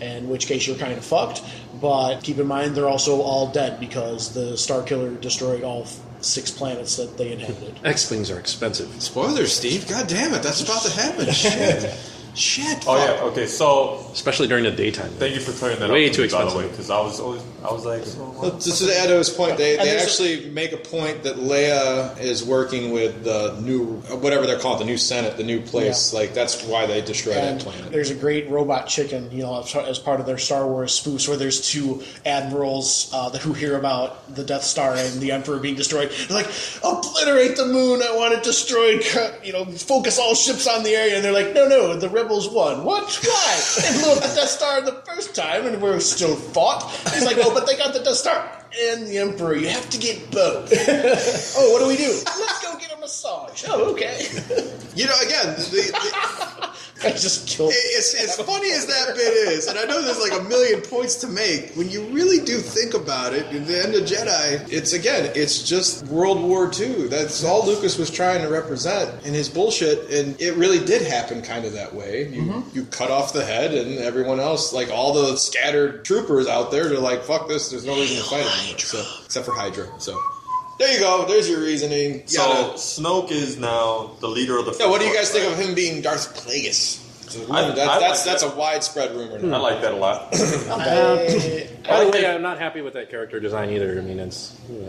K: in which case you're kind of fucked but keep in mind they're also all dead because the star killer destroyed all f- six planets that they inhabited
C: X wings are expensive.
A: Spoilers, Steve. God damn it, that's about to happen. [laughs] Shit. Shit.
D: oh yeah, okay. So
C: especially during the daytime.
D: thank you for clearing that
C: Way
D: up. to
C: too
D: me, By the
C: expensive.
D: way, because I was always, I was like, so what?
A: Just to add to his point, they, they
K: there's a-
A: actually make a point that Leia is working with the new, whatever they're called, the new Senate, the new place. Like, that's why they destroy that
K: And
A: planet.
K: there's a great robot chicken, you know, as- as part of their Star Wars spoofs, where there's two admirals uh, that, who hear about the Death Star and the Emperor being destroyed. They're like, obliterate the moon, I want it destroyed, [laughs] cut, you know, focus all ships on the area. And they're like, no, no, the rebels won. What? Why? They blew up the Death Star the first time and we're still fought. He's like, oh, but they got the Death Star and the Emperor. You have to get [laughs] both. oh, what do we do? Let's go get a massage. Oh, okay.
A: You know, again, the, the,
K: [laughs] I just killed
A: it's, as funny as that bit is, and I know there's like a million points to make, when you really do think about it, in the end of Jedi, it's again, it's just World War II. That's all Lucas was trying to represent in his bullshit, and it really did happen kind of that way. You, you cut off the head, and everyone else, like all the scattered troopers out there, they're like, fuck this, there's no reason to fight anymore. So, except for Hydra. So, there you go, there's your reasoning.
D: So
A: Yada.
D: Snoke is now the leader of the.
A: yeah, what do you guys think of him being Darth Plagueis?
D: I-
A: that's,
D: I
A: that's,
D: like
A: that's a widespread rumor.
D: I
A: Now.
D: like that a lot. [coughs]
C: By the way, I'm not happy with that character design either. I mean, it's yeah.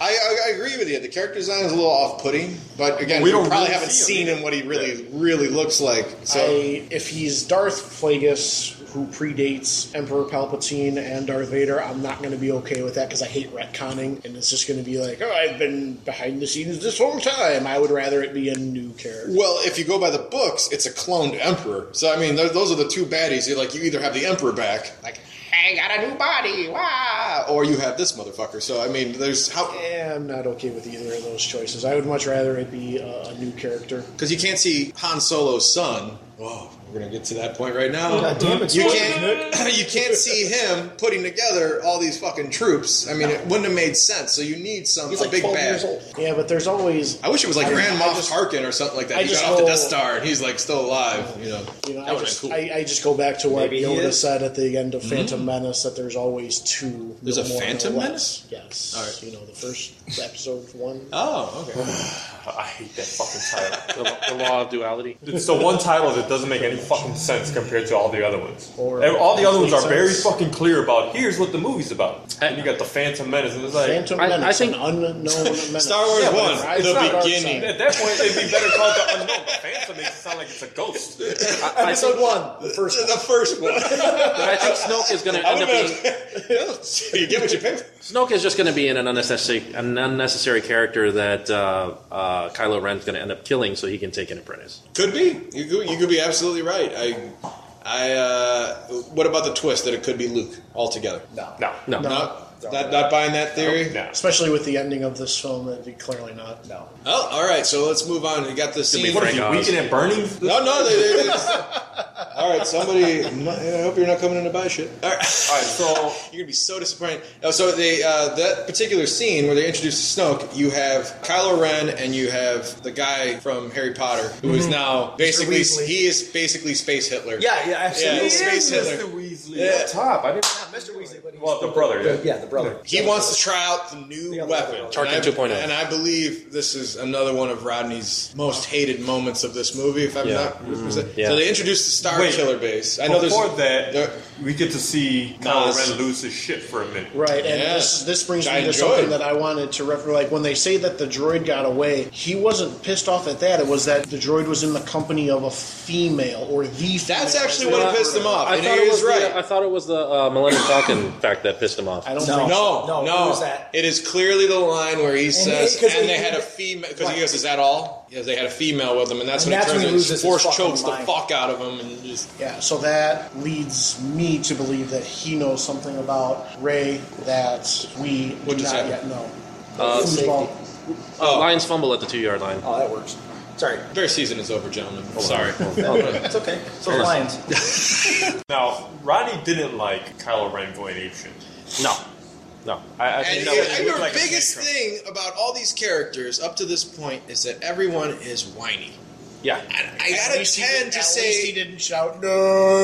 A: I, I, I agree with you. The character design is a little off-putting, but again,
D: We
A: we,
D: don't
A: probably
D: really
A: haven't
D: see him.
A: seen him what he really really looks like. So
K: I, if he's Darth Plagueis, who predates Emperor Palpatine and Darth Vader, I'm not going to be okay with that because I hate retconning, and it's just going to be like, oh, I've been behind the scenes this whole time. I would rather it be a new character.
A: Well, if you go by the books, it's a cloned emperor. So I mean, th- those are the two baddies. You're like, you either have the emperor back, like, I got a new body, wow, or you have this motherfucker. So I mean, there's how
K: Yeah, I'm not okay with either of those choices. I would much rather it be a, a new character.
A: because you can't see Han Solo's son. Whoa, we're gonna get to that point right now.
B: God damn it,
A: You
B: spoilers,
A: can't, [laughs] you can't see him putting together all these fucking troops. I mean, it wouldn't have made sense. So you need some
B: He's
A: a
B: like
A: big
B: 12
A: bad.
B: years old.
K: Yeah, but there's always
A: I wish it was like
K: I-
A: Grand
K: I
A: Moff
K: just-
A: Harkin or something like that.
K: I
A: he
K: just
A: got off the
K: know-
A: Death Star and he's like still alive. You know,
K: You know,
A: That
K: I,
A: would've
K: just,
A: been cool.
K: I, I just go back to what
B: Maybe he
K: Yoda
B: is.
K: said at the end of Phantom Menace that there's always two.
A: Hmm? There's
K: no
A: a
K: more, no
A: Phantom
K: less.
A: Menace?
K: Yes.
A: All right.
K: You know, the first episode one.
A: Oh, okay.
D: I hate that fucking title.
C: the, the law of duality.
D: It's the one title that doesn't make any fucking sense compared to all the other ones.
K: Or-
D: And all the other ones are very
K: sense.
D: fucking clear about here's what the movie's about. And you got the Phantom Menace, and it's like
K: Phantom
C: I-
K: Menace,
C: I think-
K: an unknown menace.
A: Star Wars
D: Yeah, but
A: One,
D: it's-
K: it's not
A: the
K: Dark
A: beginning.
K: Side.
D: At that point, it'd be better called the unknown. Phantom makes it sound like it's a ghost.
B: Episode one, the first
A: The first one. [laughs]
C: But I think Snoke is going to end up being.
A: you get what you pay for.
C: Snoke is just going to be in an unnecessary, an unnecessary character that uh, uh, Kylo Ren's going to end up killing so he can take an apprentice.
A: Could be. You could, you could be absolutely right. I, I. Uh, what about the twist that it could be Luke altogether? No.
D: No,
C: No.
A: Not, not, not buying that theory?
D: no.
K: Especially with the ending of this film, it'd be clearly not.
B: no.
A: Oh, all right. So let's move on. We got the
C: Could be
A: scene.
D: What if
C: Frank
D: you
C: Oz.
D: weaken at burning?
A: No, no. They, they, they, all right. Somebody. I'm not- I hope you're not coming in to buy shit. All right.
D: All right, so
A: You're gonna be so disappointed. No, so they uh, that particular scene where they introduce Snoke, you have Kylo Ren and you have the guy from Harry Potter who is now basically
B: Weasley.
A: he is basically space Hitler.
B: Yeah, yeah,
A: Yeah,
B: absolutely.
A: Space Hitler.
D: Weasley
A: Yeah.
D: up top. I didn't.
B: Not Mr. Ah, Weasley, but he's
D: Well, the brother.
B: the,
D: Yeah.
B: yeah, the brother.
A: He wants to try out the new
B: Yeah,
A: weapon.
C: Tarkin
A: And I-
C: 2.0.
A: And I believe this is another one of Rodney's most hated moments of this movie, if I'm
C: Yeah.
A: not mistaken.
C: yeah.
A: So they introduced the Star
D: Wait.
A: Killer base. I know there's
D: Before that,
A: there-
D: we get to see Kylo
A: Nas.
D: Ren lose his shit for a minute.
K: Right, and
A: Yeah.
K: this this brings
A: Which I
K: me to
A: enjoyed.
K: something that I wanted to refer. Like when they say that the droid got away, he wasn't pissed off at that. It was that the droid was in the company of a female or the.
A: that's
K: female.
A: actually what pissed them off.
C: I
A: and
C: thought,
A: he
C: it
A: is
C: was
A: right.
C: the, I thought it was the uh, Millennium Falcon fact that pissed him off.
K: I don't
B: No.
K: think.
A: No, no,
B: No,
A: no.
B: it was that.
A: It is clearly the line where he says,
B: it- 'cause
A: and
B: it-
A: they had a female. Because he goes, "Is that all?" Yes, they had a female with him, and that's
B: And
A: when
B: that's
A: he turns
B: when he
A: and
B: loses his
A: force
B: fucking
A: chokes
B: mind.
A: the fuck out of him, and just
K: Yeah, so that leads me to believe that he knows something about Ray that we
A: What
K: do
A: just
K: not
A: happened?
K: yet know.
C: Uh,
K: Foosball.
C: Uh, Lions fumble at the two yard line.
B: Oh, that works. Sorry,
A: their season is over, gentlemen. Sorry.
B: it's okay. So the Lions.
D: Now, Rodney didn't like Kylo Ren going apeshit.
C: No, no. I, I
A: And,
C: think
D: No,
C: that
D: it
A: and
D: looked
A: your
D: like a
A: biggest
D: tantrum.
A: thing about all these characters up to this point is that everyone is whiny.
C: yeah.
A: And I
K: At
A: gotta
K: least he
A: tend
K: didn't-
A: to
K: at least he
A: say,
K: didn't shout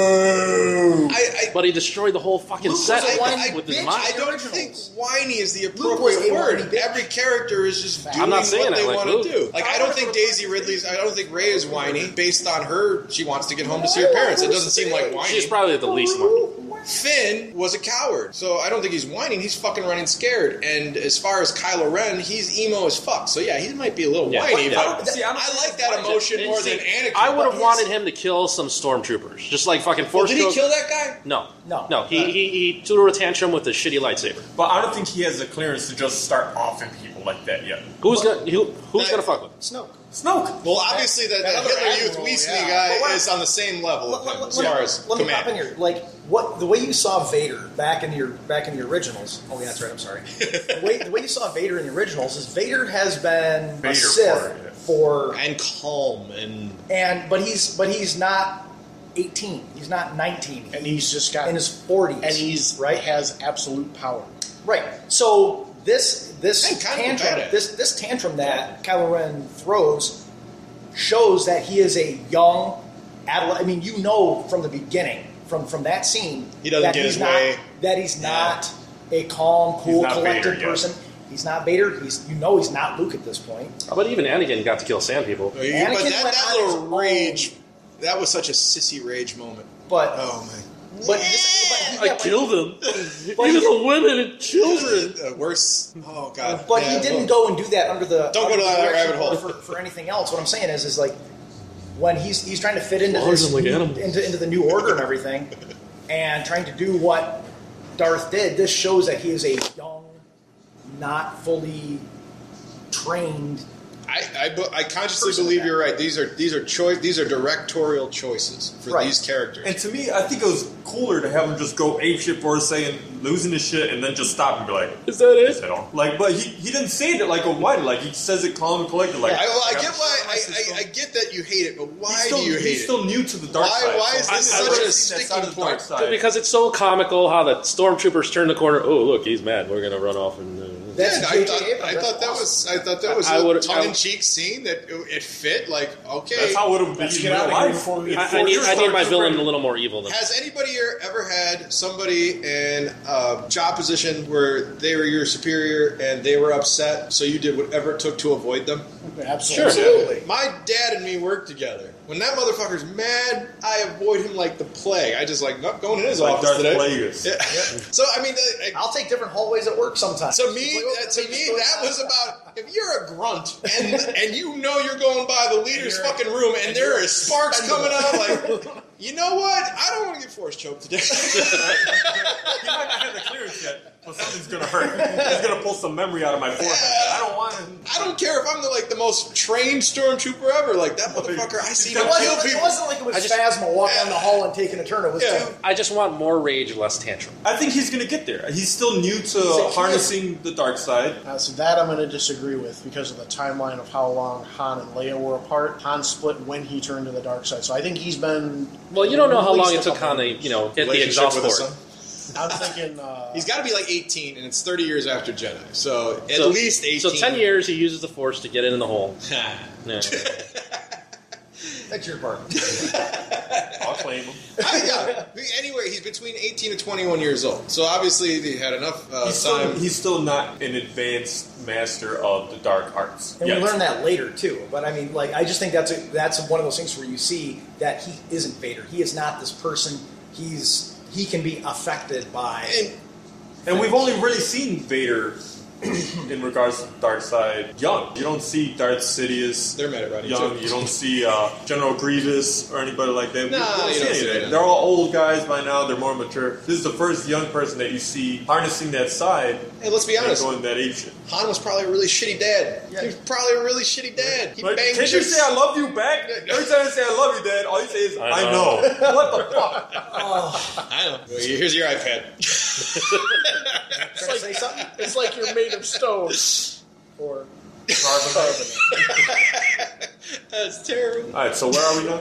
K: no.
A: I, I,
C: But he destroyed the whole fucking
A: Luke
C: set
A: was a
C: with,
A: whiny
C: with his
B: bitch.
C: mind.
A: I don't
B: originals.
A: think whiny is the
B: Luke was
A: appropriate
B: a
A: word.
B: whiny bitch.
A: Every character is just doing
C: I'm not saying
A: what
C: I
A: they
C: like
A: want
C: Luke.
A: to do. Like I don't think Daisy Ridley's. I don't think Ray is whiny. Based on her, she wants to get home to see her parents. It doesn't seem like whiny.
C: She's probably the least one.
A: Finn was a coward, so I don't think he's whining. He's fucking running scared. And as far as Kylo Ren, he's emo as fuck. So yeah, he might be a little
C: Yeah.
A: whiny,
C: Yeah.
A: but
D: See, I
A: I,
D: don't think
A: like that
D: he's
A: emotion
C: And
A: more
C: see,
A: than Anakin.
C: I would
A: but
C: have wanted him to kill some stormtroopers, just like fucking
A: Well,
C: force.
A: did he
C: choke-
A: kill that guy?
C: No,
B: No.
C: no. He, he he threw a tantrum with his shitty lightsaber.
D: But I don't think he has the clearance to just start offing people like that yet.
C: Who's gonna who, who's
A: That-
C: gonna fuck with? him?
B: Snoke.
D: Snoke.
A: Well, obviously that, that
K: other
A: Hitler Youth
K: admiral,
A: Weasley
K: yeah.
A: guy
B: But what-
A: is on the same level
B: Let,
A: of him,
B: let-
A: as
B: let-
A: far as
B: let me
A: command.
B: pop in here. Like what the way you saw Vader back in your back in the originals. Oh yeah, that's right. I'm sorry. the, way, the way you saw Vader in the originals is Vader has been
D: Vader
B: a
D: for
B: Sith
D: it, yeah.
B: for
A: and calm and
B: and but he's but he's not 18. He's not 19.
K: And he's just got
B: in his 40s.
K: and he's
B: right.
K: has absolute power.
B: Right. So this this
A: And kind of a
B: tantrum
A: badass.
B: this this tantrum that Kylo Ren throws shows that he is a young adolescent. I mean, you know from the beginning, from from that scene,
A: He doesn't
B: that
A: get
B: he's
A: his
B: not,
A: way.
B: That he's not a calm, cool,
D: not Vader
B: collected
D: yet.
B: person. He's not Vader. He's you know he's not Luke at this point.
C: But even Anakin got to kill sand people.
A: but that,
B: went
A: that
B: on
A: little
B: his own.
A: rage That was such a sissy rage moment.
E: But
A: Oh man,
E: but, this, but,
C: I
E: yeah, but-
C: killed him. Even the women and children.
A: the worst. Oh god.
E: But
A: Yeah,
E: he didn't
A: well,
E: go and do that under the
A: Don't go
E: under
A: to
E: the
A: that
E: direction
A: rabbit hole.
E: for, for anything else. What I'm saying is, is like when he's he's trying to fit into
C: Well,
E: this
C: I'm like
E: new-
C: animals.
E: into into the new order and everything, and trying to do what Darth did. This shows that he is a young, not fully trained.
A: I, I, bu- I consciously
E: Person
A: believe
E: back.
A: you're right. These are these are choice. These are directorial choices for
E: Right.
A: these characters.
D: And to me, I think it was cooler to have him just go ape shit for a second, losing his shit, and then just stop and be like,
C: Is that
D: "Is
C: it?
D: that all?" Like, but he, he didn't say it like a white. Like he says it calm and collected. Like
A: I, well, I
D: got
A: get
D: the
A: why
D: shit on my
A: I,
D: system.
A: I, I get that you hate it, but why
D: he's still,
A: do you hate
D: he's
A: it?
D: still new to the dark
A: Why-
D: side.
A: why is
D: so
A: this
D: I- I've
A: such
D: never
A: a
D: seen that side
A: sticking
D: of the dark
A: point?
D: side.
C: Because it's so comical how the stormtroopers turn the corner. Oh, look, he's mad. We're gonna run off and. uh,
E: That's
A: Yeah, I
E: J.J.
A: thought,
E: Abrams.
A: I
E: That's
A: thought that
E: awesome.
A: was I thought that was
C: I- I
A: a
C: would've-
A: tongue in cheek scene that it, it fit. Like okay,
D: That's how it would have been
L: Let's
D: in
L: get
D: real
L: out of here
D: life.
L: before we-
C: I, I need,
D: You're
C: I need my
D: Stormtrooper.
C: villain a little more evil than.
A: Has anybody here ever had somebody in a job position where they were your superior and they were upset, so you did whatever it took to avoid them?
K: Absolutely.
A: My dad and me worked together. When that motherfucker's mad, I avoid him like the plague. I just like, nope, going in his
D: Like
A: office
D: Darth
A: today.
D: Plagueis.
A: Yeah. [laughs] so I mean, I- I-
E: I'll take different hallways at work sometimes.
A: to me,
E: It's like,
A: that, to
E: okay,
A: me,
E: just go
A: that
E: outside.
A: was about if you're a grunt and and you know you're going by the leader's
E: And you're-
A: fucking room and,
E: and
A: there
E: you're
A: is sparks coming out,
E: [laughs]
A: like, you know what? I don't want to get force choked today.
D: [laughs] He might not have the clearance yet, but something's gonna hurt. [laughs] He's gonna pull some memory out of my forehead. I don't want to.
A: I don't care if I'm the, like the most trained stormtrooper ever. Like that motherfucker, I see him
E: It
A: kill
E: wasn't,
A: people.
E: it wasn't like it was
C: I just-
E: Phasma walking down the hall and taking a turn. It was
A: Yeah.
E: two
C: I just want more rage, less tantrum.
D: I think he's gonna get there. He's still new to
A: kid.
D: harnessing the dark side.
K: Now, so that I'm going to disagree with because of the timeline of how long Han and Leia were apart. Han split when he turned to the dark side, so I think he's been.
C: Well, you don't know how
K: at least
C: long
K: a
C: it took
K: couple
C: Han to, you know, hit the
A: Relationship
C: exhaust
A: with his
C: port.
A: son.
K: I'm thinking.
C: [laughs]
K: Uh,
A: He's got to be like 18, and it's 30 years after Jedi. So at
C: So-
A: least 18.
C: So ten years, he uses the Force to get in the hole. Yeah.
E: That's your part.
D: I'll claim him.
A: [laughs] I, yeah. Anyway, he's between 18 and 21 years old. So obviously he had enough uh,
D: He's still,
A: time.
D: he's still not an advanced master of the dark arts.
E: And
D: yet.
E: we learn that later too. But I mean, like, I just think that's a, that's one of those things where you see that he isn't Vader. He is not this person. He's he can be affected by.
A: and
D: And we've only really seen Vader [clears throat] in regards to the dark side young. You don't see Darth Sidious
A: they're mad at Roddy
D: young.
A: too.
D: You don't see uh, General Grievous or anybody like that. We
A: Nah,
D: don't
A: you
D: see
A: don't
D: any
A: see
D: of
A: that.
D: that. They're all old guys by now. They're more mature. This is the first young person that you see harnessing that side
A: Hey, let's be
D: and
A: honest.
D: going that ape shit.
A: Han was probably a really shitty dad. He was probably a really shitty dad. He
D: Like,
A: banged
D: can't you
A: chicks.
D: say I love you
A: [laughs]
D: back? Every time I say I love you, Dad, all you say is I,
C: I
D: know.
C: know.
D: what the fuck?
A: I know. Well, Here's your iPad.
E: Trying to say
C: [laughs]
E: something.
K: it's like you're made of stone.
E: Or
A: That's terrible.
D: All right, so where are we now?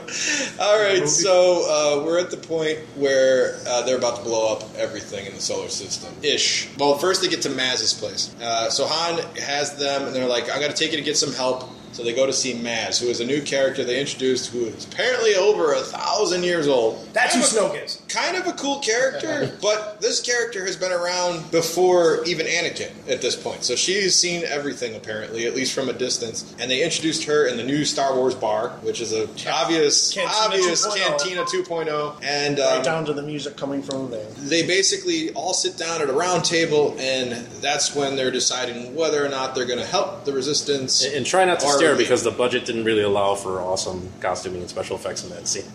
A: All right, so uh, we're at the point where uh, they're about to blow up everything in the solar system, ish. Well, first they get to Maz's place. Uh, so Han has them, and they're like, "I got to take you to get some help." So they go to see Maz, who is a new character they introduced, who is apparently over a thousand years old.
E: that's who
A: Kind of a-
E: Snoke is.
A: Kind of a cool character, but this character has been around before even Anakin at this point. So she's seen everything apparently, at least from a distance. And they introduced her in the new Star Wars bar, which is a obvious,
E: Cantina
A: obvious
E: 2.0.
A: Cantina 2.0. And
K: oh. Right
A: um,
K: down to the music coming from a van.
A: they basically all sit down at a round table, and that's when they're deciding whether or not they're going to help the Resistance.
C: And, and try not to
A: or
C: stare
A: leave.
C: because the budget didn't really allow for awesome costuming and special effects in that scene.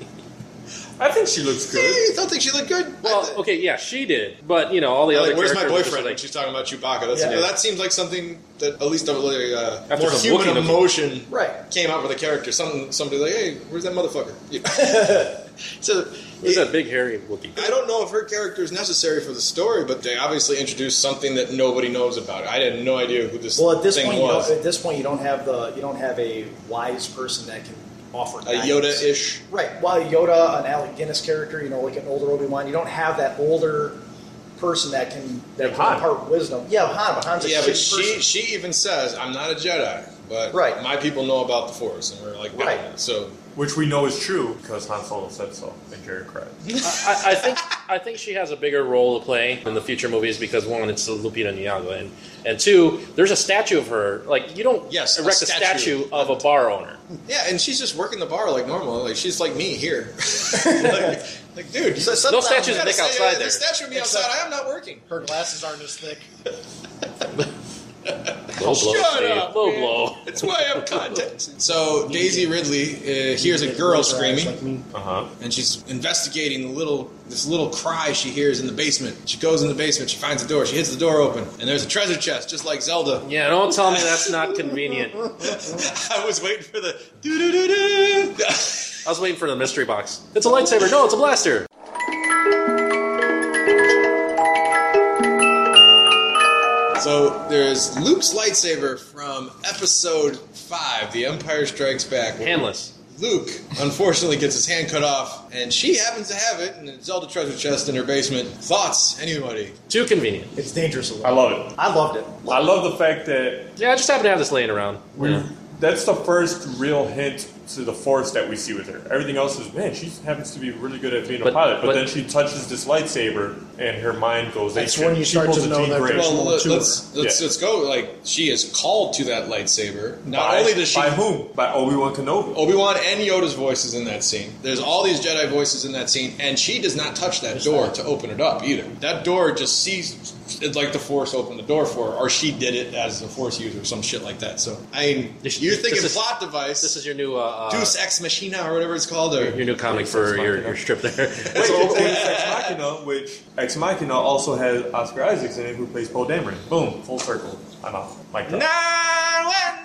D: I think she looks
A: Hey,
D: good.
A: I don't think she looked good. I-
C: Well, [laughs] okay, yeah, she did, but you know, all the other.
A: like, where's my
C: characters were just
A: boyfriend? when
C: Like,
A: she's talking about Chewbacca. That's,
E: Yeah.
A: That seems like something that at least a really, uh,
C: After
A: more
C: some
A: human
C: Wookiee looking-
A: emotion
E: Right.
A: came out with the character. Some somebody like, hey, where's that
E: [laughs]
A: motherfucker? You know. so
C: where's
A: it-
C: that big hairy Wookiee?
A: I don't know if her character is necessary for the story, but they obviously introduced something that nobody knows about. I had no idea who this
E: Well, at this
A: thing
E: point, you
A: was.
E: don't, at this point, you don't have the you don't have a wise person that can offer
A: a
E: guidance.
A: Yoda-ish.
E: Right. While Yoda, an Alec Guinness character, you know, like an older Obi Wan, you don't have that older person that can that
D: Yeah,
E: can
D: Han.
E: impart wisdom. Yeah, Han, but Han's a
A: Yeah,
E: shitty
A: but she
E: person.
A: she even says, "I'm not a Jedi." But
B: Right.
A: my people know about the Force, and we're like, down
B: Right.
A: with it. So
D: Which we know is true because Han Solo said so, and Jerry cried.
A: [laughs]
C: I, I think I think she has a bigger role to play in the future movies because one, it's Lupita Nyong'o, and and two, there's a statue of her. Like you don't
A: Yes, a
C: erect a
A: statue.
C: statue. of a bar owner.
A: yeah, and she's just working the bar like normal. Like she's like me here. [laughs] like, like, dude, you
C: No statues
A: gotta
C: of Nick
A: stay-
C: outside
A: the
C: there.
A: statue of me
K: Except-
A: outside. I am not working.
K: Her glasses aren't as thick.
C: Low blow,
A: Shut
C: Steve.
A: up,
C: Low
A: man.
C: blow.
A: That's why I have contacts. So Daisy Ridley uh, hears a girl
K: Those are eyes
A: screaming.
K: Like me.
D: Uh huh.
A: and she's investigating the little this little cry she hears in the basement. She goes in the basement, she finds the door, she hits the door open, and there's a treasure chest just like Zelda.
C: Yeah, don't tell me that's not convenient.
A: [laughs] I was waiting for the doo doo doo doo.
C: I was waiting for the mystery box. It's a lightsaber. No, it's a blaster.
A: [laughs] So there's Luke's lightsaber from Episode Five, The Empire Strikes Back.
C: Handless.
A: Luke unfortunately gets his hand cut off, and she happens to have it in a Zelda treasure chest in her basement. Thoughts, anybody?
C: Too convenient.
B: It's dangerous. A little.
D: I love it.
B: I loved it.
D: I love the fact that
C: Yeah, I just happen to have this laying around.
D: we that's the first real hint to the force that we see with her. Everything else is man, she happens to be really good at being
C: But-
D: a pilot, but,
C: but-
D: then she touches this lightsaber and her mind goes.
K: That's
D: "Hey,
K: when
D: shit,
K: you
D: she
K: start
D: pulls
K: to
D: a
K: know
D: Jean
K: that
D: Grey."
K: there's-
A: Well,
K: Well,
A: let,
K: to her.
A: us let's
D: Yeah.
A: let's go. Like she is called to that lightsaber. Not
D: by,
A: only does she Oh,
D: by whom? By Obi Wan Kenobi.
A: Obi Wan and Yoda's voices in that scene. There's all these Jedi voices in that scene, and she does not touch that door to open it up either. That door just sees it like the Force opened the door for her, or she did it as a Force user, some shit like that. So I mean,
C: This-
A: you're
C: this
A: thinking
C: is-
A: plot device,
C: This is your new uh, uh,
A: Deus Ex Machina or whatever it's called. Or,
C: your new comic for your, your strip there. [laughs]
D: Wait, it's Ex Machina, which Ex Machina also has Oscar Isaacs in it, who plays Poe Dameron. Boom, full circle. I'm out. Like that.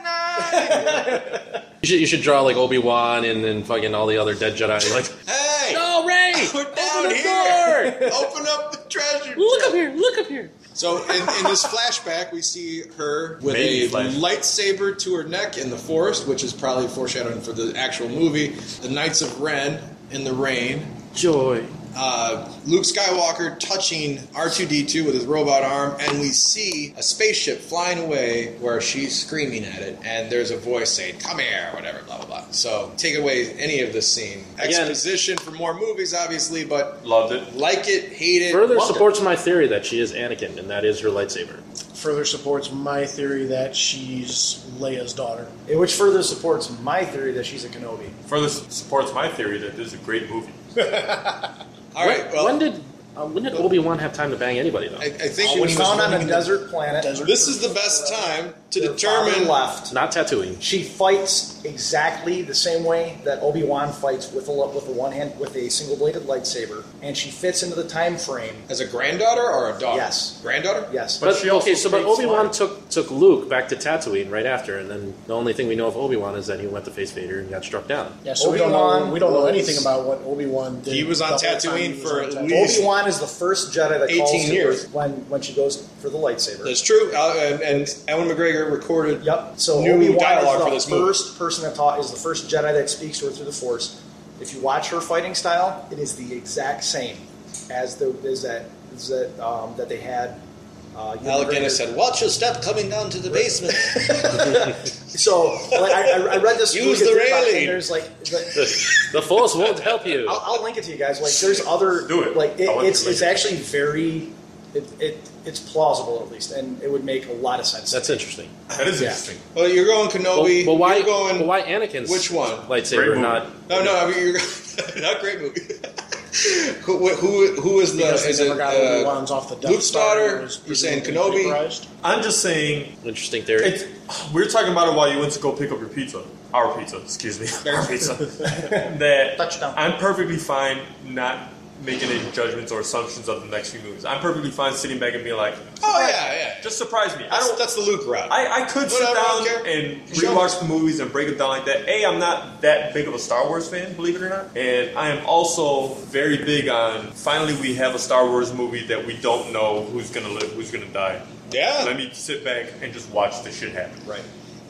C: You should, you should draw like Obi Wan and then fucking all the other dead Jedi. Like, [laughs]
A: hey,
C: no, Ray,
A: [laughs] We're
C: open
A: down
C: the
A: here.
C: door.
A: open up the treasure.
C: Look
A: chest.
C: up here, look up here.
A: So in, in this flashback, we see her with
D: Maybe
A: a
D: flash.
A: lightsaber to her neck in the forest, which is probably foreshadowing for the actual movie, the Knights of Ren in the rain.
C: Joy.
A: Uh, Luke Skywalker touching R2D2 with his robot arm, and we see a spaceship flying away where she's screaming at it, and there's a voice saying, Come here, whatever, blah, blah, blah. So take away any of this scene.
C: Again-
A: Exposition for more movies, obviously, but
D: Loved it.
A: like it, hate it.
C: Further
A: love it.
C: supports my theory that she is Anakin and that is her lightsaber.
K: Further supports my theory that she's Leia's daughter.
B: It- Which further supports my theory that she's a Kenobi.
D: Further s- supports my theory that this is a great movie.
A: All right,
C: When-
A: well,
C: when did uh, when did Obi Wan have time to bang anybody though?
A: I, I think
B: She
A: when
B: was
A: he was
B: found Uh, on a
A: running-
B: desert planet.
K: Desert.
A: This is the best time to
B: Her father
A: determine.
B: left.
C: Not tattooing.
B: She fights exactly the same way that Obi Wan fights with a lo- with a one hand with a single bladed lightsaber, and she fits into the time frame.
A: As a granddaughter or a daughter?
B: Yes.
A: Granddaughter?
B: Yes,
C: But,
D: she also
C: okay, so but
D: speaks
C: Obi Wan
D: smart.
C: took took Luke back to Tatooine right after, and then the only thing we know of Obi Wan is that he went to face Vader and got struck down.
K: Yeah, so we don't know
B: Obi-Wan
K: we don't know
B: was-
K: anything about what Obi Wan did.
A: He was on
K: the whole time
A: Tatooine
K: he was
A: for
K: on
A: at
K: Tatooine.
A: least-
B: Obi Wan is the first Jedi that calls
A: 18
B: to her
A: years.
B: when when she goes for the lightsaber.
A: That's true. Uh, and, and Ewan McGregor recorded.
B: Yep. So
A: New
B: Obi Wan
A: dialogue
B: is the
A: for this movie.
B: first person that taught is the first Jedi that speaks to her through the Force. If you watch her fighting style, it is the exact same as the is that is that um, that they had. Uh, Ewan
A: Alec Guinness
B: McGregor.
A: said, "Watch your step coming down to the basement."
B: So like, I, I- I read this.
A: [laughs] Use
B: really
A: the
B: good thing about it,
A: railing.
B: And there's like, the-
C: the Force won't help you.
B: I'll, I'll link it to you guys. Like, there's other.
D: Do it.
B: Like, it,
D: I'll link
B: it's
D: it
B: it's
D: later.
B: actually very, it, it it's plausible at least, and it would make a lot of sense.
C: That's interesting.
D: That is
B: Yeah.
D: interesting.
A: [laughs] well, you're going Kenobi.
C: But, but why?
A: You're going.
C: but why Anakin's
A: Which one?
D: Great
C: lightsaber?
D: movie.
C: Not
A: No, no. I mean, you're [laughs] not great movie. [laughs] who, who, who is the?
K: Because they
A: Is it
K: never got
A: uh,
K: Obi-Wan's off the Death
A: Luke's
K: Star and
A: daughter?
K: was
A: You're saying
K: presumably
A: Kenobi?
K: vaporized.
D: I'm just saying,
C: interesting theory.
D: it's, we were talking about it while you went to go pick up your pizza. Our pizza, excuse me. Our pizza. [laughs] that
B: Touchdown.
D: I'm perfectly fine not making any judgments or assumptions of the next few movies. I'm perfectly fine sitting back and being like,
A: Oh yeah, yeah.
D: just surprise me. I
A: That's,
D: don't
A: that's the Luke route.
D: I, I could sit
A: Whatever, I don't
D: down
A: care.
D: and
A: Show
D: rewatch the movies and break it down like that. A, I'm not that big of a Star Wars fan, believe it or not, and I am also very big on finally we have a Star Wars movie that we don't know who's gonna live, who's gonna die.
A: yeah.
D: Let me sit back and just watch the shit happen.
A: right.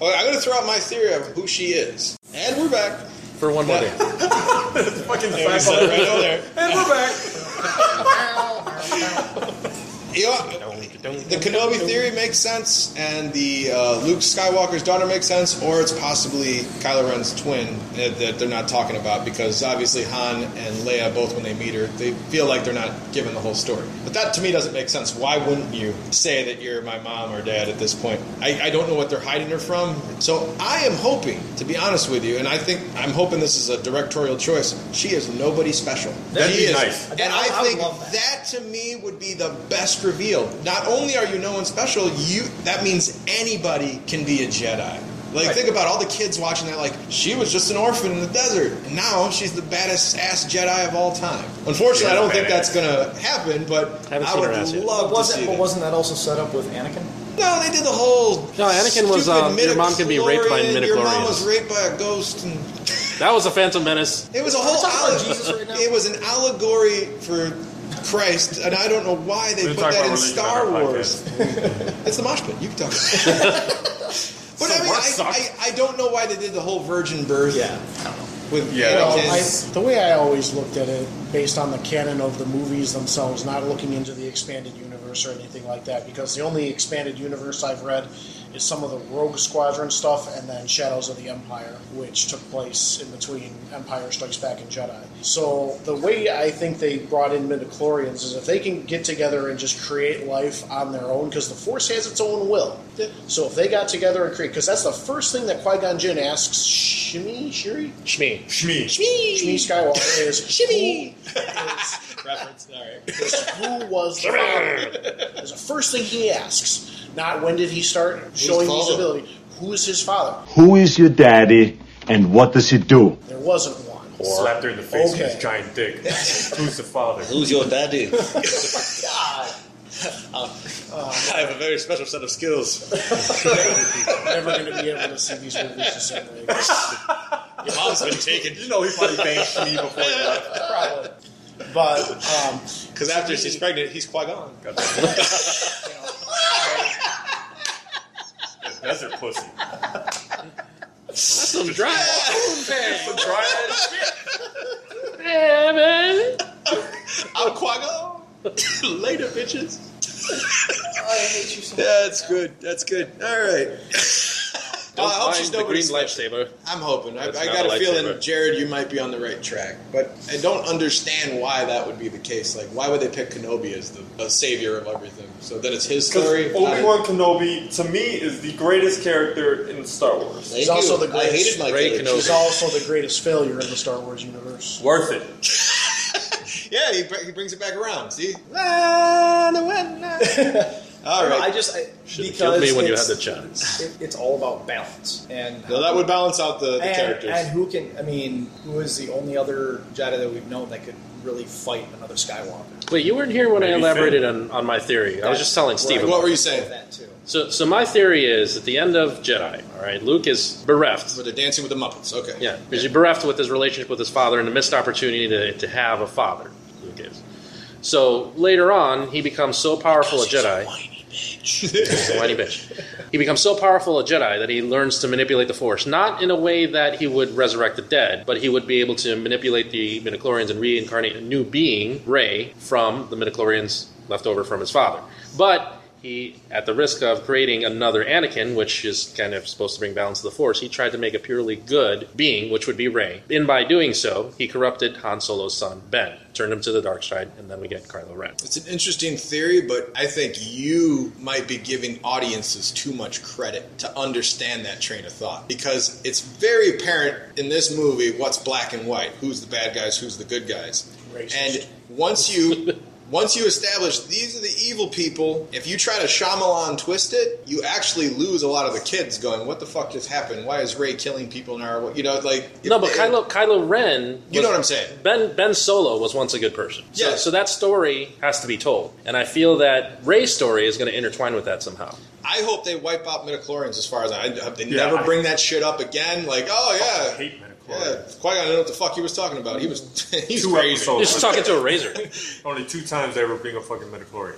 A: Okay, I'm going to throw out my theory of who she is, and we're back.
C: for one more day.
D: Fucking
A: There we
D: back
A: go,
D: on
A: right over there.
D: and we're back.
A: You know, the Kenobi theory makes sense, and the uh, Luke Skywalker's daughter makes sense, or it's possibly Kylo Ren's twin that, that they're not talking about because obviously Han and Leia both, when they meet her, they feel like they're not given the whole story. But that to me doesn't make sense. Why wouldn't you say that you're my mom or dad at this point? I, I don't know what they're hiding her from. So I am hoping, to be honest with you, and I think I'm hoping this is a directorial choice. She is nobody special.
D: That'd
A: she
D: be
A: is,
D: nice.
A: and
B: I-
A: I,
B: I would
A: think
B: love that.
A: that to me would be the best reveal. Not only are you no one special, you that means anybody can be a Jedi. Like
B: Right.
A: think about all the kids watching that. Like she was just an orphan in the desert, and now she's the baddest ass Jedi of all time. Unfortunately, I
D: Yeah,
A: don't think
D: badass.
A: that's gonna happen. But
C: Haven't
A: I
C: seen her
A: would
C: ass yet.
A: love to see
B: wasn't, but
A: that.
B: wasn't that also set up with Anakin?
A: no, they did the whole.
C: No, Anakin was,
A: stupid
C: um, your mom could be raped by
A: midichlorian, Your mom
C: midichlorians.
A: was raped by a ghost. And
C: That was a Phantom Menace.
A: It was a whole.
B: talking about
A: alle-
B: Jesus right now?
A: It was an allegory for Christ, and I don't know why they
D: We didn't
A: put
D: talk
A: that
D: about
A: in
D: religion
A: Star
D: on our
A: Wars. it's the mosh pit. You can talk. About it. but I mean,
D: what
A: I,
D: sucked?
A: I, I don't know why they did the whole virgin birth.
B: Yeah.
A: With
D: Yeah,
A: yeah,
D: that
K: um, I, the way I always looked at it, based on the canon of the movies themselves, not looking into the expanded universe or anything like that, because the only expanded universe I've read is some of the Rogue Squadron stuff and then Shadows of the Empire, which took place in between Empire Strikes Back and Jedi. So the way I think they brought in midichlorians is if they can get together and just create life on their own, because the Force has its own will. So if they got together and create, because that's the first thing that Qui Gon Jinn asks Shmi, Shiri,
C: Shmi.
D: Shmi.
K: Shmi Skywalker is
A: Shmi.
K: Who, is,
M: [laughs]
K: is who was the father? Is the first thing he asks, not when did he start showing
A: the
K: his
A: father?
K: ability. Who is his father?
N: Who is your daddy and what does he do?
K: There wasn't one.
D: Slapped her in the face with
K: Okay.
D: his giant dick. Who's the father?
J: Who's your daddy?
A: [laughs] I have a very special set of skills.
K: Never going to be able to see these movies the same
M: [laughs]
K: way. again.
A: Your mom's been taken.
D: You know he probably banged Shmi before he left.
K: Probably. But um,
A: Because after she's pregnant, he's Qui Gon.
D: God damn it. Desert pussy.
C: Some dry.
A: [laughs]
D: Some dry ass shit.
A: I'm Qui Gon. [laughs] Later, bitches.
E: I hate you so much.
A: That's good. That's good. All right. Well, I hope
C: Find
A: she's
C: the
A: nobody
C: green
A: special.
C: lightsaber.
A: I'm hoping. I,
D: That's
A: I
D: not
A: got
D: a
A: a feeling,
D: lightsaber.
A: Jared, you might be on the right track, but I don't understand why that would be the case. Like, why would they pick Kenobi as the, the savior of everything? So then it's his story.
D: Because Obi Wan Kenobi, to me, is the greatest character in Star Wars.
K: he's also the
A: I
K: greatest.
A: hated my
C: Ray
A: character.
C: Kenobi.
K: He's also the greatest failure in the Star Wars universe.
D: Worth it.
A: Yeah, he, br- he brings it back around. See. Ah, the wind, ah. All
B: I
A: right.
B: just I,
C: Should have
B: because
C: killed me when you had
B: it's-
C: the chance.
B: it, it's all about balance and
A: Now that would balance out the, the
B: and,
A: characters.
B: and who can I mean who is the only other Jedi that we've known that could really fight another Skywalker?
C: Wait, you weren't here when I
D: Maybe
C: elaborated on, on my theory. I was just telling Steve.
B: Right.
C: about
A: what
C: it.
A: were you
B: Of
A: saying?
B: that too.
C: So, so my theory is at the end of Jedi, all right, Luke is bereft.
A: But they're dancing with the Muppets. Okay.
C: Yeah, because he's bereft with his relationship with his father and the missed opportunity to, to have a father. Luke is. So later on, he becomes so powerful a Jedi. He's a whiny bitch. He becomes so powerful a Jedi that he learns to manipulate the Force, not in a way that he would resurrect the dead, but he would be able to manipulate the midichlorians and reincarnate a new being, Rey, from the midichlorians left over from his father. But he, at the risk of creating another Anakin, which is kind of supposed to bring balance to the Force, he tried to make a purely good being, which would be Rey. And by doing so, he corrupted Han Solo's son, Ben, turned him to the dark side, and then we get Kylo Ren.
A: It's an interesting theory, but I think you might be giving audiences too much credit to understand that train of thought because it's very apparent in this movie what's black and white, who's the bad guys, who's the good guys.
K: Racist.
A: And once
C: [laughs]
A: you once you establish these are the evil people, if you try to Shyamalan twist it, you actually lose a lot of the kids going, "What the fuck just happened? Why is Ray killing people now?" What you know, like
C: No, but
A: if-
C: Kylo Kylo Ren.
A: You know what I'm saying.
C: Ben Ben Solo was once a good person. So,
A: Yes.
C: so that story has to be told, and I feel that Ray's story is going to intertwine with that somehow.
A: I hope they wipe out midichlorians as far as I, I hope they
D: Yeah,
A: never
D: I-
A: bring that shit up again. Like, oh yeah,
D: hate midichlorians.
A: Yeah, Qui Gon, I don't know what the fuck he was talking about. He was [laughs] he's
D: Two
A: crazy.
D: episodes.
A: [laughs]
C: Just talking to a razor.
D: Only two times they ever bring a fucking midichlorian.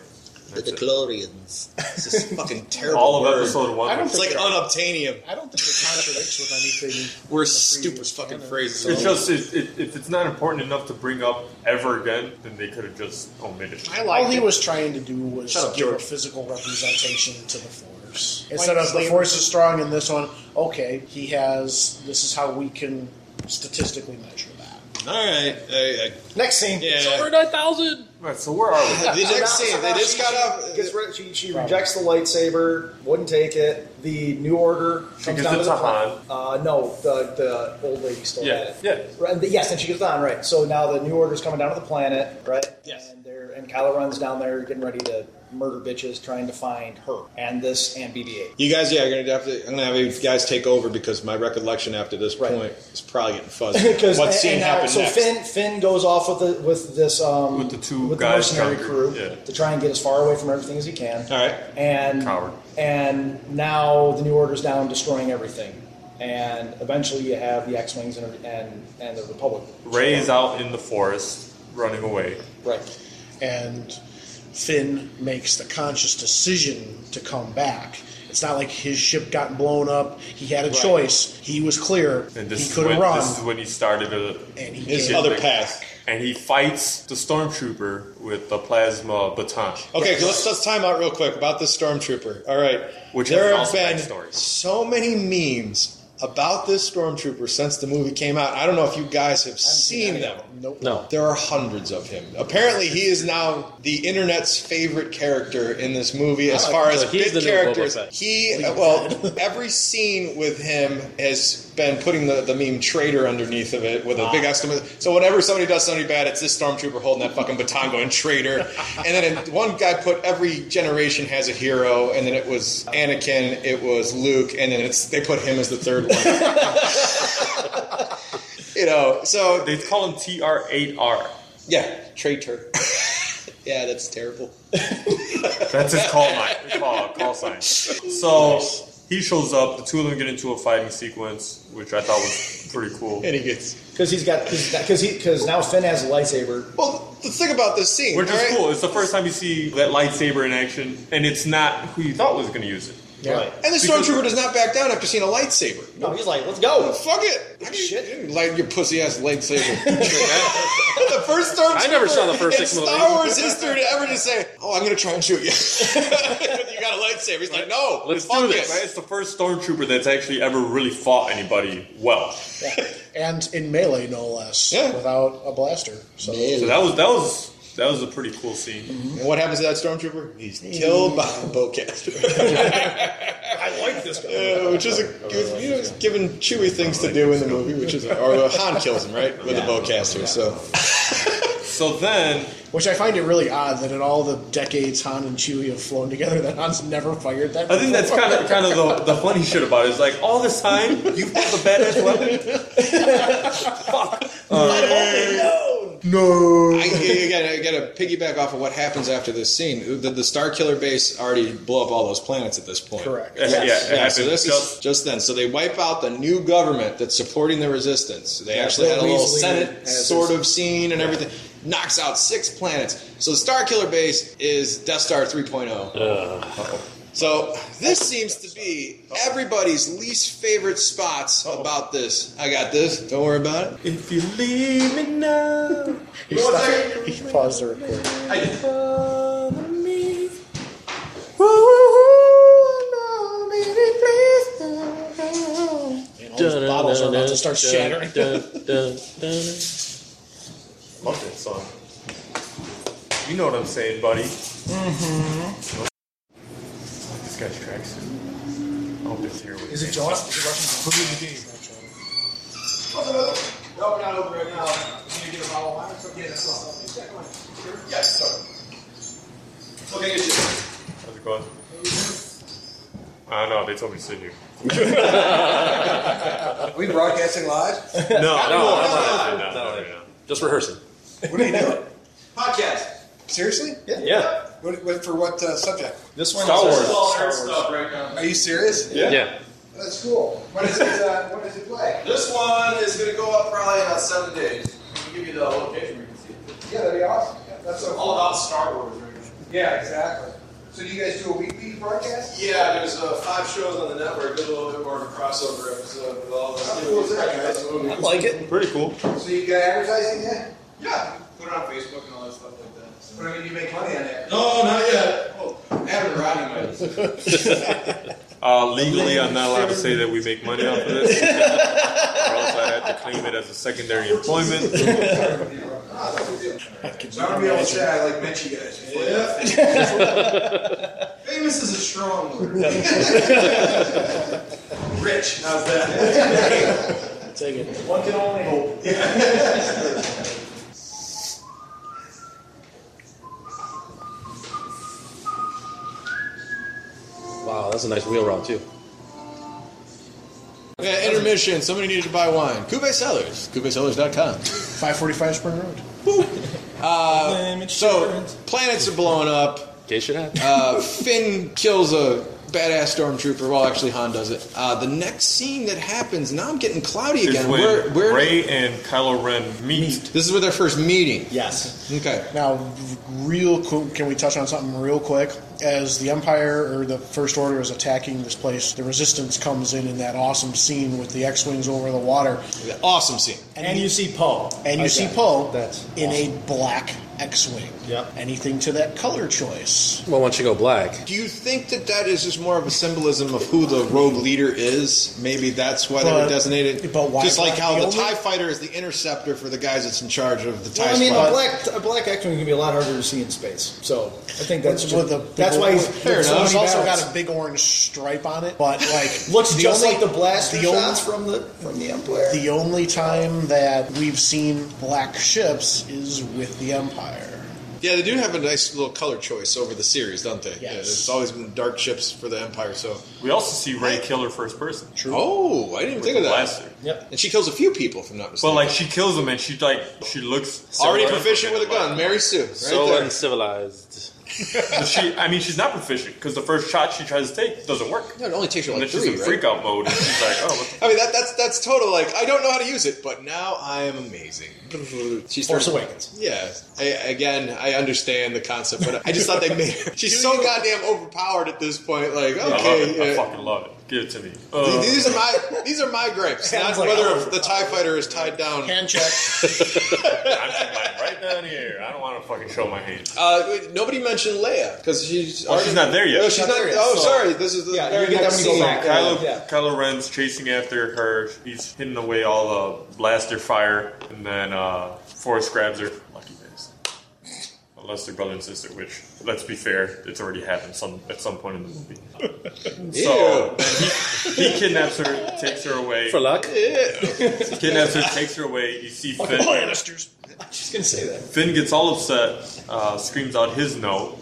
M: The DeLoreans. It's this
A: [laughs]
M: fucking terrible
D: All of
M: word.
D: episode one.
E: I don't
D: was-
E: think
M: It's like
E: it-
M: unobtainium.
E: I don't think it contradicts with anything.
M: We're
E: in the
M: stupid
E: previous
M: fucking
E: canon.
M: phrases.
D: It's just it, it, if it's not important enough to bring up ever again, then they could have just omitted it.
K: All he was trying to do was
M: Shut up,
K: give a
M: George.
K: physical representation to the Force. Instead of the Force is strong in this one, okay, he has, this is how we can statistically measure that.
M: All right. I, I,
E: Next scene.
M: yeah.
C: 9,000!
D: Right, so where are we?
A: [laughs]
M: The next scene, they just
E: she,
M: got
E: She,
M: up.
E: gets rid- she, she rejects the lightsaber. Wouldn't take it. The new order comes
D: gives
E: down
D: it
E: to the
D: to
E: front. Uh, no, the the old lady still
D: Yeah,
E: had it.
D: yeah.
E: Right, and the- yes, and she goes down. Right. So now the new order's coming down to the planet. Right.
M: Yes.
E: And they're and Kylo runs down there, getting ready to murder bitches, trying to find her and this and BB-8.
A: You guys, yeah, you're gonna have to. I'm gonna have you guys take over because my recollection after this
E: Right.
A: point is probably getting fuzzy.
M: [laughs]
E: because
A: what scene
E: and
M: uh,
E: now-
A: happened
E: so
A: next?
E: Finn Finn goes off with the with this um
D: With the two
E: with
D: guys
E: the mercenary
D: covered,
E: crew
D: yeah.
E: to try and get as far away from everything as he can.
A: All right.
E: and
D: Coward.
E: and now the new order's down destroying everything, and eventually you have the X wings and and and the Republic.
D: Ray is out in the forest running away.
E: right.
K: And Finn makes the conscious decision to come back. It's not like his ship got blown up. He had a choice. He was clear.
D: And
K: He
D: this, is
K: could
D: when,
K: have run.
D: this is when he started the
K: and he
A: His
K: came
A: other
K: back.
A: path.
D: and he fights the stormtrooper with the plasma baton.
A: Okay, so let's let's time out real quick about this stormtrooper. All right,
D: Which has
A: there
D: an
A: have
D: awesome
A: been
D: backstory.
A: so many memes about this stormtrooper since the movie came out. I don't know if you guys have seen them.
K: Nope.
C: No.
A: There are hundreds of him. Apparently, he is now the internet's favorite character in this movie, as far as
C: So he's the
A: big
C: new Boba
A: characters.
C: Fett.
A: He
C: [laughs]
A: well, every scene with him has been putting the, the meme "traitor" underneath of it with a
C: Ah.
A: big exclamation. So whenever somebody does something bad, it's this stormtrooper holding that fucking baton going "traitor," and then it- one guy put every generation has a hero, and then it was Anakin, it was Luke, and then it's they put him as the third one.
C: [laughs]
A: you know, so
D: They call him TR8R.
A: yeah, traitor. [laughs] yeah, that's terrible.
D: That's his call line, call, call sign. So he shows up. The two of them get into a fighting sequence, which I thought was pretty cool.
A: And he gets.
E: Because he's got because he because now Finn has a lightsaber.
A: Well, the thing about this scene,
D: Which is
A: alright?
D: cool. It's the first time you see that lightsaber in action, and it's not who you thought was going to use it.
A: And the stormtrooper does not back down after seeing a lightsaber.
E: No, he's like, let's go.
A: Fuck it! I mean,
E: Shit.
A: light your pussy ass
C: [laughs]
A: lightsaber. [laughs] the first stormtrooper.
C: I never saw the first
A: in
C: six
A: Star Wars
C: movies.
A: history to ever just say, "Oh, I'm gonna try and shoot you." [laughs] you got a lightsaber. He's like, "No,
D: Let's
A: fuck
D: do this.
A: it."
D: Right? It's the first stormtrooper that's actually ever really fought anybody well.
K: [laughs] And in melee, no less,
A: Yeah.
K: without a blaster. So
D: So that was that was that was a pretty cool scene.
A: And what happens to that stormtrooper? He's killed by a bowcaster, [laughs]
E: I like this guy.
A: Uh, which is a you know, it's given Chewie things to do in the movie, which is or uh, Han kills him right with a bowcaster. So
D: So then
K: Which I find it really odd that in all the decades Han and Chewie have flown together, that Han's never fired that.
D: I think that's kind of kind of the, the funny shit about it is like all this time you've had the
A: [laughs]
D: badass weapon. Fuck.
A: I, you gotta, you gotta piggyback off of what happens after this scene. The, the Star Killer base already blew up all those planets at this point.
K: Correct.
D: Yeah, yeah, it
A: Yeah, so
D: happened
A: this
D: just
A: is just then. So they wipe out the new government that's supporting the resistance. They actually had a little
E: Weasley
A: Senate
E: has
A: sort of scene and everything. Knocks out six planets. So the Star Killer base is Death Star 3.0. So this seems to be everybody's least favorite spots about this. I got this. Don't worry about it.
D: if you leave me now,
K: he, stopped, he paused the recording.
D: follow me.
K: And all these bottles are about to start shattering.
D: Love that song. You know what I'm saying, buddy. Mm-hmm. This guy's tracks. I hope it's here.
E: Is it John? Is it Russian?
A: No, we're not over right now. Can you get a bottle of wine? Yeah, that's Yeah, Okay,
D: How's it going? I don't know. They told me to sit here.
M: Are we broadcasting live?
D: No, no, no,
A: no,
D: no, no, no, no,
C: Just rehearsing.
M: What are you doing?
A: Podcast.
M: Seriously?
C: Yeah.
M: What, what, for what uh, subject?
E: This one.
C: Star Wars.
M: Are you serious?
C: Yeah.
M: That's cool. What is it, uh, what does it play?
O: This one is going to go up probably in about seven days. I'll give you the location where you can see it.
M: Yeah, that'd be awesome. Yeah, that's so
O: All about Star Wars right now.
M: Yeah, exactly.
P: So do you guys do a weekly broadcast?
M: Yeah, there's uh, five shows on the network. Did a little bit more of a crossover episode with all the
P: How cool is that, guys?
M: movies.
B: like it.
D: Pretty cool.
P: So you got advertising yet?
M: Yeah, put it on Facebook and all that stuff like that.
P: But I mean, you make money on that.
M: No, not yet. Oh, Adam Roddy might.
D: Uh, legally, I'm not allowed to say that we make money off of this. or else I'd have to claim it as a secondary employment.
P: So I'm gonna be able to say I like met you guys. before. [laughs]
M: Famous is a strong word.
P: [laughs]
M: Rich, how's that?
B: Take it.
E: One can only hope.
C: Wow, that's a nice wheel roll too.
A: Yeah, intermission. Somebody needed to buy wine. Kube Sellers. KubeSellers.com.
K: 545 Spring Road.
A: So, planets are blowing up.
C: In case you have.
A: Uh, Finn kills a badass stormtrooper. Well, actually, Han does it. Uh, the next scene that happens, now I'm getting cloudy
D: Is
A: again.
D: when
A: Where, where,
D: Ray and Kylo Ren meet.
A: this is where their first meeting.
B: Yes.
A: Okay.
K: Now, real quick, can we touch on something real quick? As the Empire or the First Order is attacking this place, the Resistance comes in in that awesome scene with the X-wings over the water,
A: Awesome scene.
B: And you see Poe.
K: and you
B: Again.
K: see Poe
B: That's
K: in
B: awesome.
K: a black X-wing.
B: Yep.
K: Anything to that color choice?
C: Well, once you go black,
A: Do you think that that is just more of a symbolism of who the rogue leader is? Maybe that's why they
K: But-
A: were designated.
K: but why
A: Just like
K: black?
A: how
K: The
A: the,
K: only-
A: TIE fighter is the interceptor for the guys that's in charge of the TIE
B: Well, I mean,
A: squad.
B: a black a black X wing can be a lot harder to see in space. So I think that's
K: With
B: ju-
K: a big
B: that's why
K: old-
B: he's
K: Fair
B: so
K: enough. It's
B: many
K: also
B: battles.
K: got a big orange stripe on it, but like
B: [laughs] looks just
K: only-
B: like the blaster
K: the only-
B: shots from the from the Empire.
K: The only time that we've seen black ships is with the Empire.
A: Yeah, they do have a nice little color choice over the series, don't they? Yeah, it's always been dark ships for the Empire. So,
D: We also see Ray kill her first person. True.
A: oh, I didn't
D: With
A: think of
D: the
A: that.
D: blaster.
B: yep.
A: And she kills a few people, if I'm not
D: But
A: mistaken.
D: like she kills him and she like she looks
A: already
D: similar.
A: proficient with a gun, Mary Sue. Right
C: so
A: there.
C: uncivilized.
D: But she, I mean, she's not proficient because the first shot she tries to take doesn't work.
A: Yeah, it only takes her
D: And
A: like
D: then she's
A: three,
D: in
A: right?
D: freak out mode and she's like, oh, what
A: I mean, that, that's that's total. Like, I don't know how to use it, but now I am
B: [laughs]
A: amazing. She's
B: Force Awakens.
A: Yeah. I, again, I understand the concept, but I just thought they made
D: [laughs]
A: her. She's so goddamn overpowered at this point. Like,
D: the- I love it.
A: okay,
D: I
A: yeah.
D: fucking love it. Give it
A: [laughs]
D: to me.
A: Th-
D: Uh,
A: These are my these are my gripes. Not
B: Sounds like-
A: whether the Tie Fighter is tied down.
K: Hand check.
D: I'm just like right down here. I don't want to fucking show my hand.
A: Uh, wait, nobody mentioned Leia because she's
D: Oh, she's not there yet.
A: No, she's not.
B: there yet,
A: oh,
B: so-
A: sorry. This is the
B: Yeah, you
A: very
B: get that
A: next
B: when you go
A: scene.
B: back.
A: Yeah.
D: Kylo,
B: Yeah.
D: Kylo Ren's chasing after her. He's hidden away all the blaster fire, and then uh, Forrest grabs her. Lucky bastard. Unless they're brother and sister, which, let's be fair, it's already happened some at some point in the movie. so then he, he kidnaps her, takes her away.
C: For luck,
D: He kidnaps her, takes her away. You see Finn.
B: [laughs]
K: Lannisters.
B: She's gonna say that.
D: Finn gets all upset, uh, screams out his no,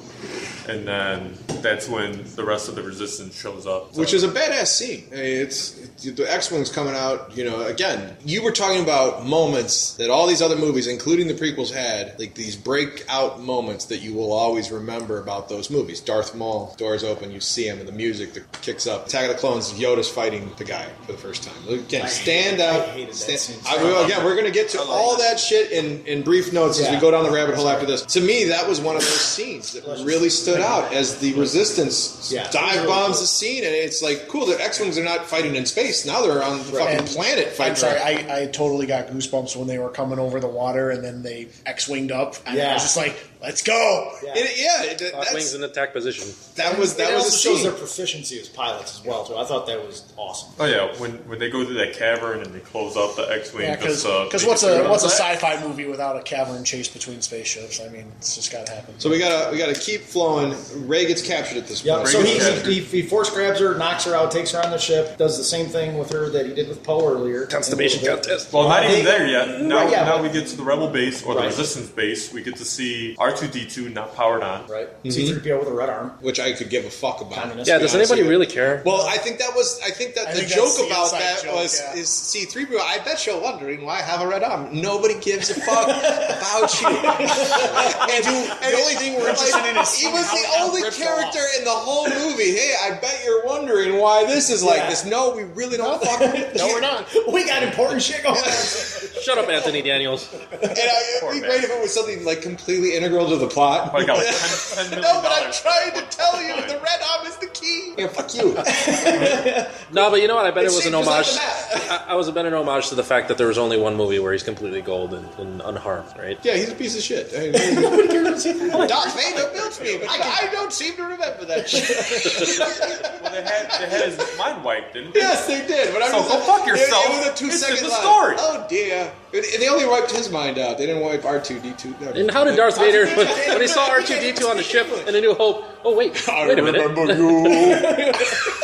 D: and then that's when the rest of the resistance shows up.
A: Which is a badass scene. I mean, it's, it's the X Wing's coming out. You know, again, you were talking about moments that all these other movies, including the prequels, had like these breakout moments that you will always remember about those movies. Darth Maul, doors open, you see him, and the music that kicks up. Attack of the Clones, Yoda's fighting the guy for the first time. Again, stand out.
B: I hated that
A: stand-
B: scene.
A: I will- again, we're gonna get to all that shit in, in brief notes as we go down the rabbit hole after this. To me, that was one of those scenes that really stood out as the resistance
B: Yeah.
A: dive bombs the scene, and it's like cool. The X wings are not fighting in space now; they're on the fucking
K: [laughs] And-
A: planet fighting.
K: I'm sorry, I, I totally got goosebumps when they were coming over the water and then they X winged up. And I
B: Yeah.
K: was just like, let's go.
B: Yeah.
A: It- yeah, it- that's-
C: wings in attack position.
A: that was that
B: it
A: was
B: also
A: the
B: shows
A: scene.
B: their proficiency as pilots as well. Too. I thought that was awesome.
D: Oh yeah, when when they go through that cavern and they close up the X-wing.
K: Yeah, because
D: uh, they
K: what's
D: get
K: a
D: through
K: what's a
D: that.
K: sci-fi movie without a cavern chase between spaceships? I mean, it's just got to happen.
B: [laughs]
A: so we gotta we gotta keep flowing. Ray gets captured at this
B: Yeah.
A: point.
B: So he,
D: Great
B: he, he, he force grabs her, knocks her out, takes her on the ship, does the same thing with her that he did with Poe earlier.
C: Constipation contest.
D: Well, not
B: Well,
D: even
B: they-
D: there yet. Now,
B: Right, yeah,
D: now
B: but-
D: we get to the rebel base or the
B: Right.
D: resistance base. We get to see R two D two not powered on.
B: Right. C-3PO
E: Mm-hmm.
B: with a red arm.
A: which I could give a fuck about.
B: Communist.
C: Yeah, does anybody really care?
A: Well, I think that was. I think that
K: I
A: the
K: think
A: joke
K: that's the
A: about
K: inside
A: that
K: joke,
A: was
K: yeah.
A: is C three PO. I bet you're wondering why I have a red arm. Nobody gives a fuck about
K: [laughs]
A: you. and, and the only thing we're
K: interested in is
A: he
K: seeing
A: was
K: how
A: the
K: it got
A: only
K: ripped
A: character in the whole movie. Hey, I bet you're wondering why this is like
B: Yeah.
K: [laughs]
A: this. No, we really don't fucking.
K: no, we're not.
B: We got important shit going on.
C: Shut up, Anthony Daniels.
A: And I, it'd be great if it was something like completely integral to the plot.
D: Probably got like 10, 10 million
A: no, but I'm
D: dollars.
A: trying to tell you, the red arm is the key. Yeah, fuck you.
C: No, but you know what? I bet it, was an
A: seemed just like
C: homage. I, I was a bet an homage to the fact that there was only one movie where he's completely gold and, and unharmed, right?
A: yeah, he's a piece of shit. I mean, Doc Vader built me, but I, don't seem to remember that shit.
D: Well, they had, they had his mind wiped, didn't they?
A: yes, they did. But I'm
D: So
A: just
D: go
A: like-
D: fuck
A: it-
D: yourself.
A: It, was a two
D: It's in
A: second
D: the
A: line.
D: story.
A: Oh dear. And they only wiped his mind out. They didn't wipe R two D two.
C: And how did Darth Vader, when, when he saw R2D2 on the ship in A New Hope, oh, wait, wait a minute.
A: you.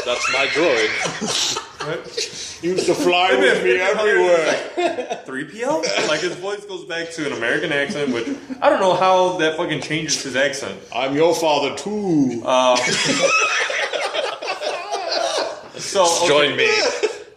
C: That's my droid.
A: You
D: [laughs]
A: used to fly with me everywhere.
D: 3PL? Like his voice goes back to an American accent, which I don't know how that fucking changes his accent.
A: I'm your father too.
D: [laughs] So okay,
C: Join me.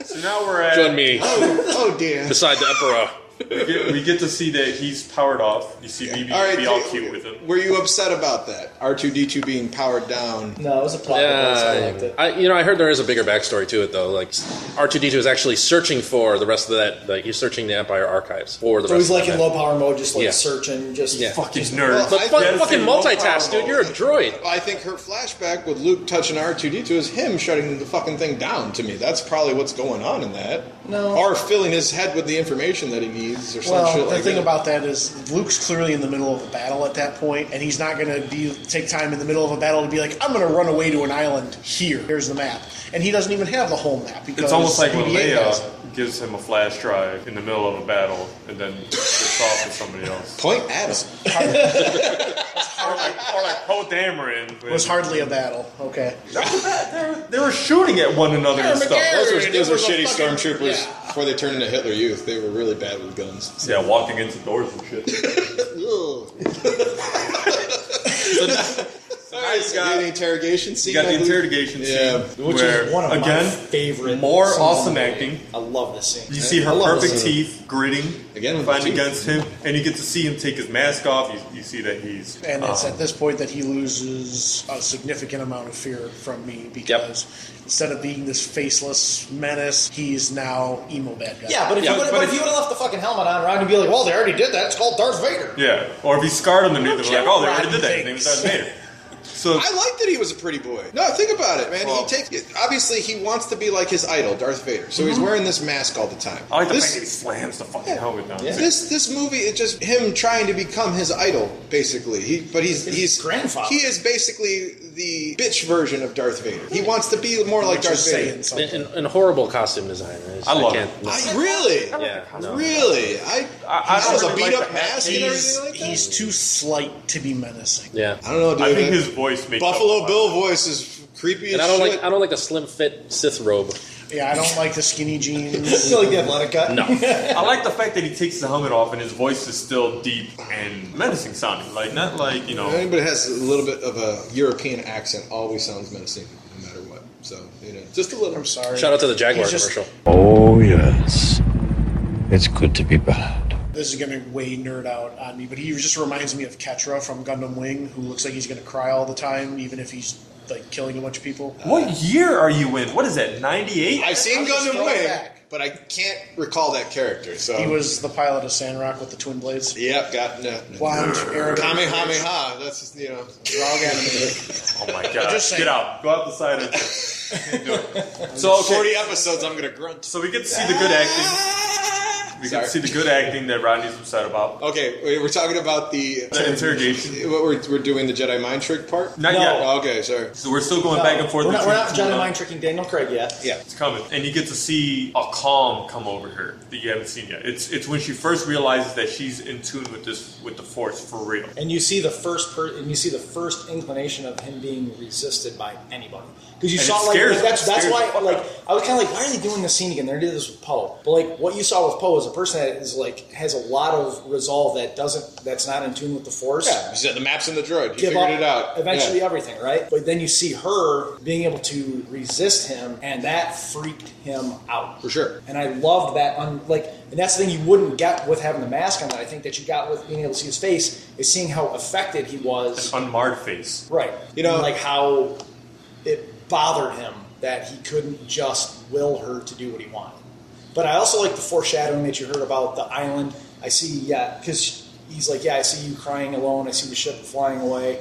D: So now we're at
C: Join me
A: oh dear.
C: beside the Emperor.
D: We, get, we get to see that he's powered off. You see BB
A: All right,
D: be all
A: so-
D: cute with him.
A: Were you upset about that? R two D two being powered down.
E: No, it was a plot. device. I liked
C: Yeah,
E: it.
C: Uh, I, you know, I heard there is a bigger backstory to it, though. Like, R2D2 is actually searching for the rest of that. Like, he's searching the Empire archives for the
E: So
C: rest.
E: he's like
C: of
E: in
C: that.
E: low power mode, just like
C: Yeah.
E: searching, just
C: Yeah.
D: Fucking nerd.
C: But
A: I
C: fuck-
A: think-
C: fucking multitask,
D: Power
C: dude. You're a droid.
A: I think her flashback with Luke touching R two D two is him shutting the fucking thing down. To me, that's probably what's going on in that.
E: No.
A: or filling his head with the information that he needs, or some
K: Well,
A: shit
K: the
A: like
K: thing
A: that.
K: about that is Luke's clearly in the middle of a battle at that point, and he's not going to be take time in the middle of a battle to be like, "I'm going to run away to an island here. Here's the map," and he doesn't even have the whole map because
D: It's almost like when
K: BB-8 has it.
D: Leia gives him a flash drive in the middle of a battle and then gets off with somebody else.
A: point at him.
D: Or like, or like Poe Dameron.
K: It was hardly a battle. Okay,
D: They were shooting at one another and stuff.
A: Those were,
K: it
A: those were
K: was a
A: shitty
K: fucking-
A: stormtroopers before they turned into Hitler Youth. They were really bad with guns.
D: Yeah, walking into doors and [laughs] shit.
A: Ugh.
D: So now you
A: You had the
D: got,
A: interrogation scene.
D: you got
A: I
D: the
A: believe?
D: interrogation scene.
A: Yeah.
E: which
D: where,
E: is one of
D: again,
E: my favorite.
D: more
E: scenes in
D: awesome
E: the movie.
D: acting.
E: I love this scene.
D: You see her
E: I love this
D: perfect
E: scene.
D: teeth gritting
A: Again with the
D: fighting
A: teeth.
D: against him, and you get to see him take his mask off. You, you see that he's
K: and
A: Uh-huh.
K: it's
D: um,
K: at this point that he loses a significant amount of fear from me because instead of being this faceless menace, he's now emo bad guy.
E: Yeah, but if
D: Yeah,
E: you would
D: but
E: but if
D: if-
E: you would have left the fucking helmet on, Rod would be like, "Well, they already did that. It's called Darth Vader."
D: yeah. Or if he's scarred underneath, they're like, oh, they already did that. His name is Darth
K: Thanks.
D: Vader. So
A: I like that he was a pretty boy. No, think about it, man.
D: Well-
A: he takes it. Obviously, he wants to be like his idol, Darth Vader. So
K: Mm-hmm.
A: he's wearing this mask all the time.
D: I like the fact that he
A: this,
D: slams the fucking helmet down. too.
A: this this movie is just him trying to become his idol, basically. He, but he's he's
E: grandfather.
A: He is basically the bitch version of Darth Vader. He wants to be more like
K: Which is
A: Darth Vader.
K: saying something.
C: And, and, and horrible costume design. I, just-
D: I love
C: can't- no.
A: I really.
C: Yeah, no.
A: Really, I,
D: I- I
A: that was a
D: really
A: beat
D: like
A: up
D: the hat
A: mask and
K: He's,
A: everything like that.
K: he's too slight to be menacing.
C: Yeah.
A: I don't know, dude.
D: I think
A: that
D: his voice makes
A: Buffalo
D: up
A: Bill voice is creepy
C: And I
A: as
C: don't
A: shit.
C: like I don't like the slim fit Sith robe.
K: Yeah, I don't like the skinny jeans.
E: It's like the athletic cut.
C: No.
D: I like the fact that he takes the helmet off and his voice is still deep and menacing sounding. Like not like you know.
A: Anybody has a little bit of a European accent always sounds menacing, no matter what. So you know, just a little.
K: I'm sorry.
C: Shout out to the Jaguar
K: He's just-
C: commercial.
J: Oh, yes. It's good to be bad.
K: This is going to way nerd out on me, but he just reminds me of Ketra from Gundam Wing, who looks like he's going to cry all the time, even if he's like killing a bunch of people.
D: What year are you in? What is that? Ninety
A: I've
D: eight.
A: seen
K: just
A: Gundam
K: throwing it
A: Wing,
K: back.
A: but I can't recall that character. So
K: He was the pilot of Sandrock with the twin blades.
A: Yep, got no. no.
K: Blonde, arrogant.
A: Kamehameha. That's just, you know.
K: Wrong animated.
D: Oh my god!
K: Just saying.
D: Get out! Go out the side. And Can't do it. So
A: [laughs]
D: okay.
A: Forty episodes. I'm gonna grunt.
D: So we get to see the good acting. We get
A: Sorry. Oh,
D: to see the good acting that Rodney's upset about.
A: Okay, we- we're talking about the. uh,
D: The interrogation.
A: What we're, we're doing the Jedi mind trick part.
D: Not
E: No.
D: yet.
A: Oh, okay, sorry.
D: So we're still going back and forth.
E: We're not, we're not
D: between-
E: Johnny Mind tricking Daniel Craig yet.
A: Yeah.
D: It's coming, and you get to see a calm come over her that you haven't seen yet. It's it's when she first realizes that she's in tune with this with the Force for real.
E: And you see the first per- and you see the first inclination of him being resisted by anybody because you
D: And
E: saw
D: it
E: like
D: scares him.
E: that's
D: It
E: that's
D: scares
E: why
D: the fuck
E: like
D: out of
E: I was kind of like why are they doing this scene again? They did this with Poe, but like what you saw with Poe is a person that is like has a lot of resolve that doesn't that's not in tune with the Force.
A: Yeah, he said the maps in the droid. He
E: give
A: figured
E: up
A: it out.
E: eventually
A: Yeah.
E: everything, right? But then you see her being able to resist him, and that freaked him out
A: For sure.
E: And I loved that. Un- like, and that's the thing you wouldn't get with having the mask on. That I think that you got with being able to see his face is seeing how affected he was,
D: Unmarred face.
E: right?
A: You know-
E: And, like how it bothered him that he couldn't just will her to do what he wanted. But I also like the foreshadowing that you heard about the island. I see, yeah, because he's like, yeah, I see you crying alone. I see the ship flying away,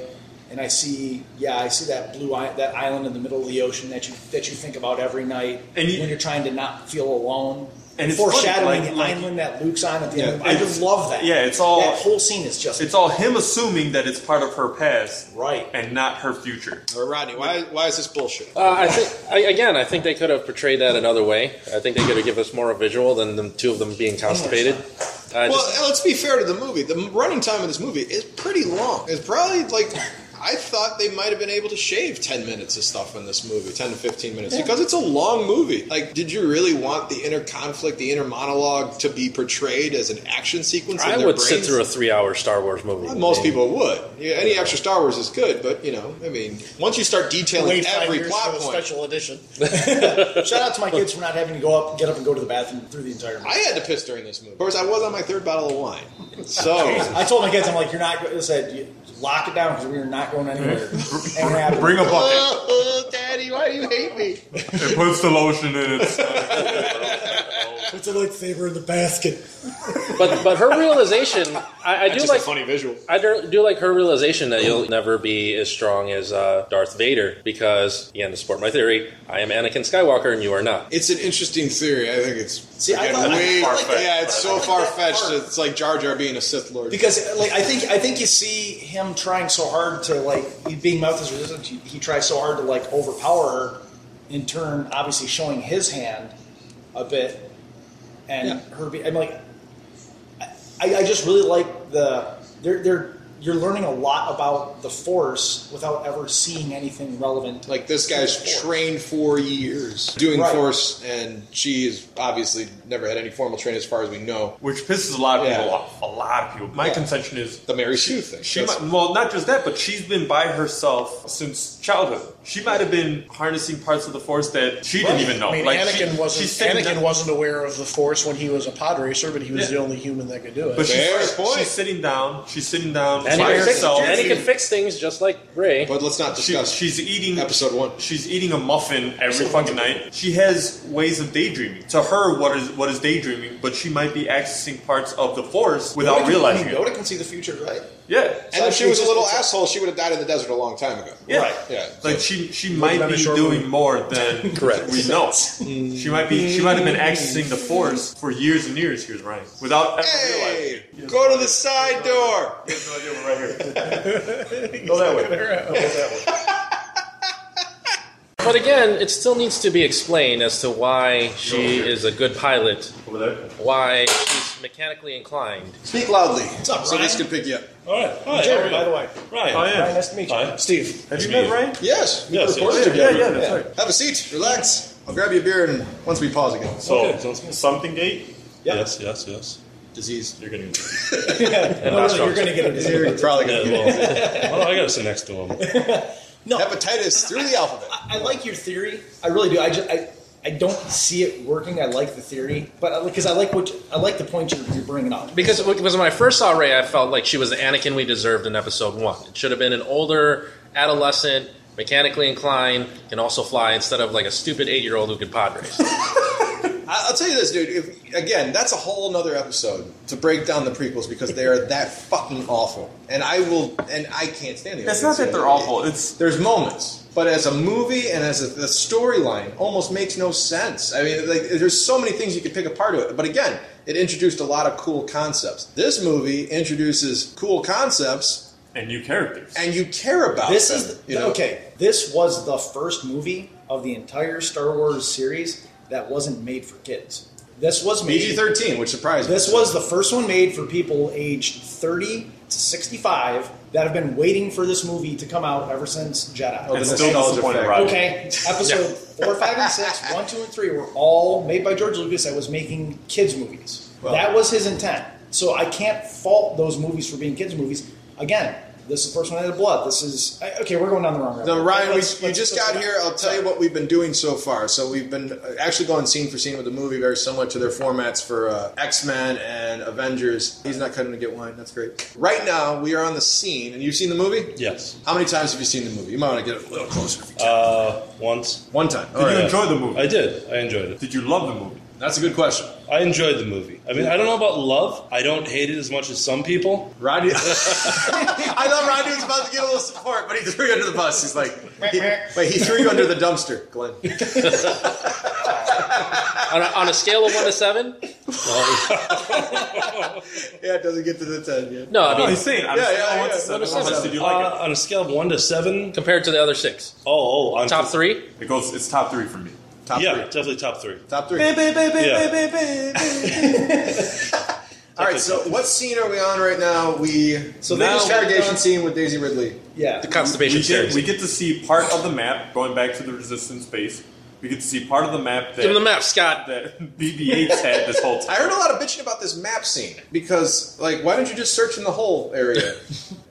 E: and I see, yeah, I see that blue i- that island in the middle of the ocean that you that you think about every night
D: And you-
E: when you're trying to not feel alone.
D: And it's
E: foreshadowing
D: funny, like-
E: the
D: like-
E: island that Luke's on at the end.
D: Yeah,
E: Of, I
D: it's-
E: just love that.
D: yeah, it's all-
E: that whole scene is just
D: It's all him assuming that it's part of her past
E: right.
D: and not her future.
A: Or Rodney, why, why is this bullshit?
C: Uh, I think I, again, I think they could have portrayed that another way. I think they could have given us more of a visual than the two of them being constipated. I
A: Oh, Well,
C: just,
A: and let's be fair to the movie. The running time of this movie is pretty long. It's probably like I thought they might have been able to shave ten minutes of stuff in this movie, ten to fifteen minutes, because it's a long movie. Like, did you really want the inner conflict, the inner monologue, to be portrayed as an action sequence? in
C: I
A: their
C: would sit
A: brains?
C: through a three-hour Star Wars movie.
A: Most people would. Yeah, any extra Star Wars is good, but you know, I mean, once you start detailing
K: Wait five
A: every
K: years
A: plot
K: for the
A: point,
K: special edition.
E: Shout out to my kids for not having to go up, get up, and go to the bathroom through the entire. Movie.
A: I had to piss during this movie. Of course, I was on my third bottle of
K: [laughs]
A: wine, so.
E: I told my kids, I'm like, you're not. go-" I said, "You- lock it down because we are not going anywhere. and it happened.
D: [laughs] Bring a bucket.
A: Oh, Daddy, why do you hate me?
D: It puts the lotion in it.
E: It's a lightsaber in the basket.
C: but but her realization, I, I do like.
A: visual.
C: I do, do like her realization that you'll never be as strong as uh, Darth Vader because, again, to support my theory, I am Anakin Skywalker and you are not.
A: It's an interesting theory. I think it's
E: See, I
A: again,
E: thought- I
A: way,
D: thought, like,
A: yeah, it's so
D: that
A: far fetched. It's like Jar Jar being a Sith Lord.
E: Because like I think I think you see him trying so hard to like he- being mouth is resistant. He, he tries so hard to like overpower her, in turn obviously showing his hand a bit, and her. Be, I'm like, I, I just really like the they're they're you're learning a lot about the force without ever seeing anything relevant.
A: like this guy's trained for years doing
E: Right.
A: force, and she is obviously never had any formal training, as far as we know.
D: Which pisses a lot of people
A: Yeah.
D: off. A lot of people. My contention is
A: The Mary Sue thing.
D: She
A: That's-
D: might, well, not just that, but she's been by herself since childhood. She might have been harnessing parts of the force that she didn't even know.
K: I mean,
D: like she-
K: Anakin wasn't.
D: she's sitting
K: Anakin
D: down-
K: wasn't aware of the Force when he was a pod racer, but he was
D: Yeah.
K: the only human that could do it.
D: But
A: Fair
D: she's,
A: point.
D: she's sitting down. She's sitting down
C: And he,
D: by
C: can fix,
D: herself.
C: and he can fix things just like Ray.
A: but let's not
D: She,
A: discuss.
D: she's eating
A: episode one.
D: She's eating a muffin every fucking night. She has ways of daydreaming. To her, what is what is daydreaming? But she might be accessing parts of the force without realizing it.
E: can see the future, right?
D: Yeah,
A: and if she was a little asshole, she would have died in the desert a long time ago.
D: Yeah.
E: Right.
A: Yeah.
D: Like she she might
E: about
D: be
E: a short
D: doing
E: movie?
D: more than
C: Correct.
D: we know. she might be she might have been accessing the force for years and years, he was right. Without ever
A: Hey,
D: realizing.
A: go to the side door.
D: You have no idea we're right here. go that way.
C: But again, it still needs to be explained as to why she
D: Sure.
C: is a good pilot,
D: Over there.
C: why she's mechanically inclined.
A: Speak loudly. What's
E: up,
A: so this
E: Ryan?
A: can pick you up.
M: All right. Hi, how are
E: Jerry,
M: you?
E: by the way,
M: Ryan.
D: Oh yeah.
E: Ryan, nice to meet you.
M: Hi.
E: Steve.
D: Have you met Ryan?
A: Yes. we
M: Yes,
A: recorded
M: yes.
D: Yeah,
A: together.
D: yeah, that's right.
A: Have a seat. Relax. I'll grab you a beer, and once we pause again,
M: So, something date?
E: Yeah.
M: Yes, yes, yes.
A: disease.
M: You're getting.
E: No, really, you're going to get a disease.
A: You're probably gonna
M: Yeah, well, oh, I gotta sit next to him.
A: hepatitis through the alphabet.
E: I like your theory. I really do. I just I, I don't see it working. I like the theory, but because I like what I like the point you're, you're bringing up.
C: Because, because when I first saw Ray, I felt like she was the Anakin we deserved in episode one. It should have been an older, adolescent, mechanically inclined, can also fly instead of like a stupid eight year old who could pod race. [laughs]
A: I- I'll tell you this, dude. If, again, that's a whole nother episode to break down the prequels because they are that fucking awful, and I will, and I can't stand it.
D: It's not that they're awful. It's
A: There's moments, but as a movie and as a, the storyline, almost makes no sense. I mean, like there's so many things you could pick apart of it. But again, it introduced a lot of cool concepts. This movie introduces cool concepts,
D: and new characters.
A: and you care about
E: This
A: them,
E: is the,
A: you know?
E: okay. This was the first movie of the entire Star Wars series that wasn't made for kids. This was made
A: PG-13, which surprised me.
E: This was the first one made for people aged 30 to 65 that have been waiting for this movie to come out ever since Jedi.
A: Oh, the
D: And still
A: nostalgia
D: disappointed,
A: factor.
D: Roger.
E: Okay, episode four, five,
A: [laughs]
E: and six, one, two, and three were all made by George Lucas that was making kids' movies.
A: Well-
E: that was his intent. So I can't fault those movies for being kids' movies. Again, this is the first one out of blood. This is I- okay. We're going down the wrong road.
A: No, Ryan, we,
E: Let's-
A: you
E: let's-
A: just
E: let's
A: got
E: go back.
A: here. I'll tell you what we've been doing so far. So we've been uh, actually going scene for scene with the movie, very similar to their formats for uh, X Men and Avengers. He's not cutting to get wine. That's great. Right now, we are on the scene, and you've seen the movie.
M: Yes.
A: How many times have you seen the movie? You might want to get a little closer. If you can.
M: Uh, once.
A: One time. All
D: Did you
A: right.
D: enjoy the movie?
M: I did. I enjoyed it.
D: Did you love the movie?
Q: That's a good question.
R: I enjoyed the movie. I mean, I don't know about love. I don't hate it as much as some people.
A: [laughs]
Q: Rodney. I thought Rodney was about to get a little support, but he threw you under the bus. He's like, he, wait, he threw you under the dumpster, Glenn.
C: on, a, on a scale of one to seven.
Q: yeah, it doesn't get to the ten yet.
C: No, I
D: Oh,
C: mean,
Q: yeah, yeah, yeah.
R: Uh, on a scale of one to seven,
C: compared to the other six.
R: Oh, oh on
C: top three.
D: It goes. It's top three for me.
Q: Top
R: yeah,
Q: three.
R: definitely top three.
Q: Top three.
R: Yeah.
A: All right, so what scene are we on right now? We
Q: So
A: now
Q: the interrogation
A: we're-
Q: scene with Daisy Ridley.
K: Yeah.
C: The constipation
D: we get,
C: series.
D: we get to see part of the map going back to the resistance base. We get to see part of the map that
C: Give him the map, Scott.
D: that BB-8's had this whole
A: I
D: time.
A: heard a lot of bitching about this map scene because, like, why don't you just search in the whole
K: [laughs]
A: area?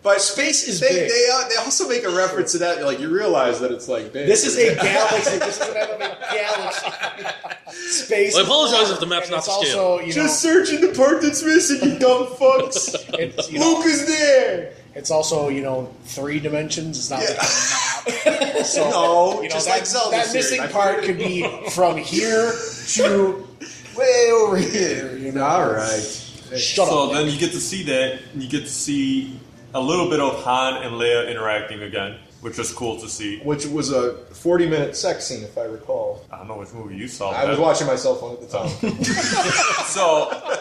A: But space is they,
K: big.
A: They, uh, they also make a reference to that. Like, you realize that it's like big.
K: This is
A: [laughs]
K: a [laughs] galaxy. this is an MMA galaxy. Space.
C: I apologize if the map's
K: and
C: not
K: it's
C: to scale.
K: also, you know,
A: just search in the part that's missing, you dumb fucks.
K: it's, [laughs] you know,
A: Luke is there.
K: it's also you know three dimensions. It's not
A: [laughs]
K: like a map. So,
A: No,
K: you know,
A: just
K: that,
A: like Zelda
K: that
A: series.
K: missing
A: I
K: part could be from here
A: [laughs]
K: to way over here. You know,
A: All right.
K: shut
D: so
K: up.
D: then you get to see that, and you get to see a little bit of Han and Leia interacting again, which is cool to see.
A: Which was a 40 minute sex scene, if I recall.
D: I don't know which movie you saw.
A: I was
D: but-
A: watching my cell phone at the time.
D: So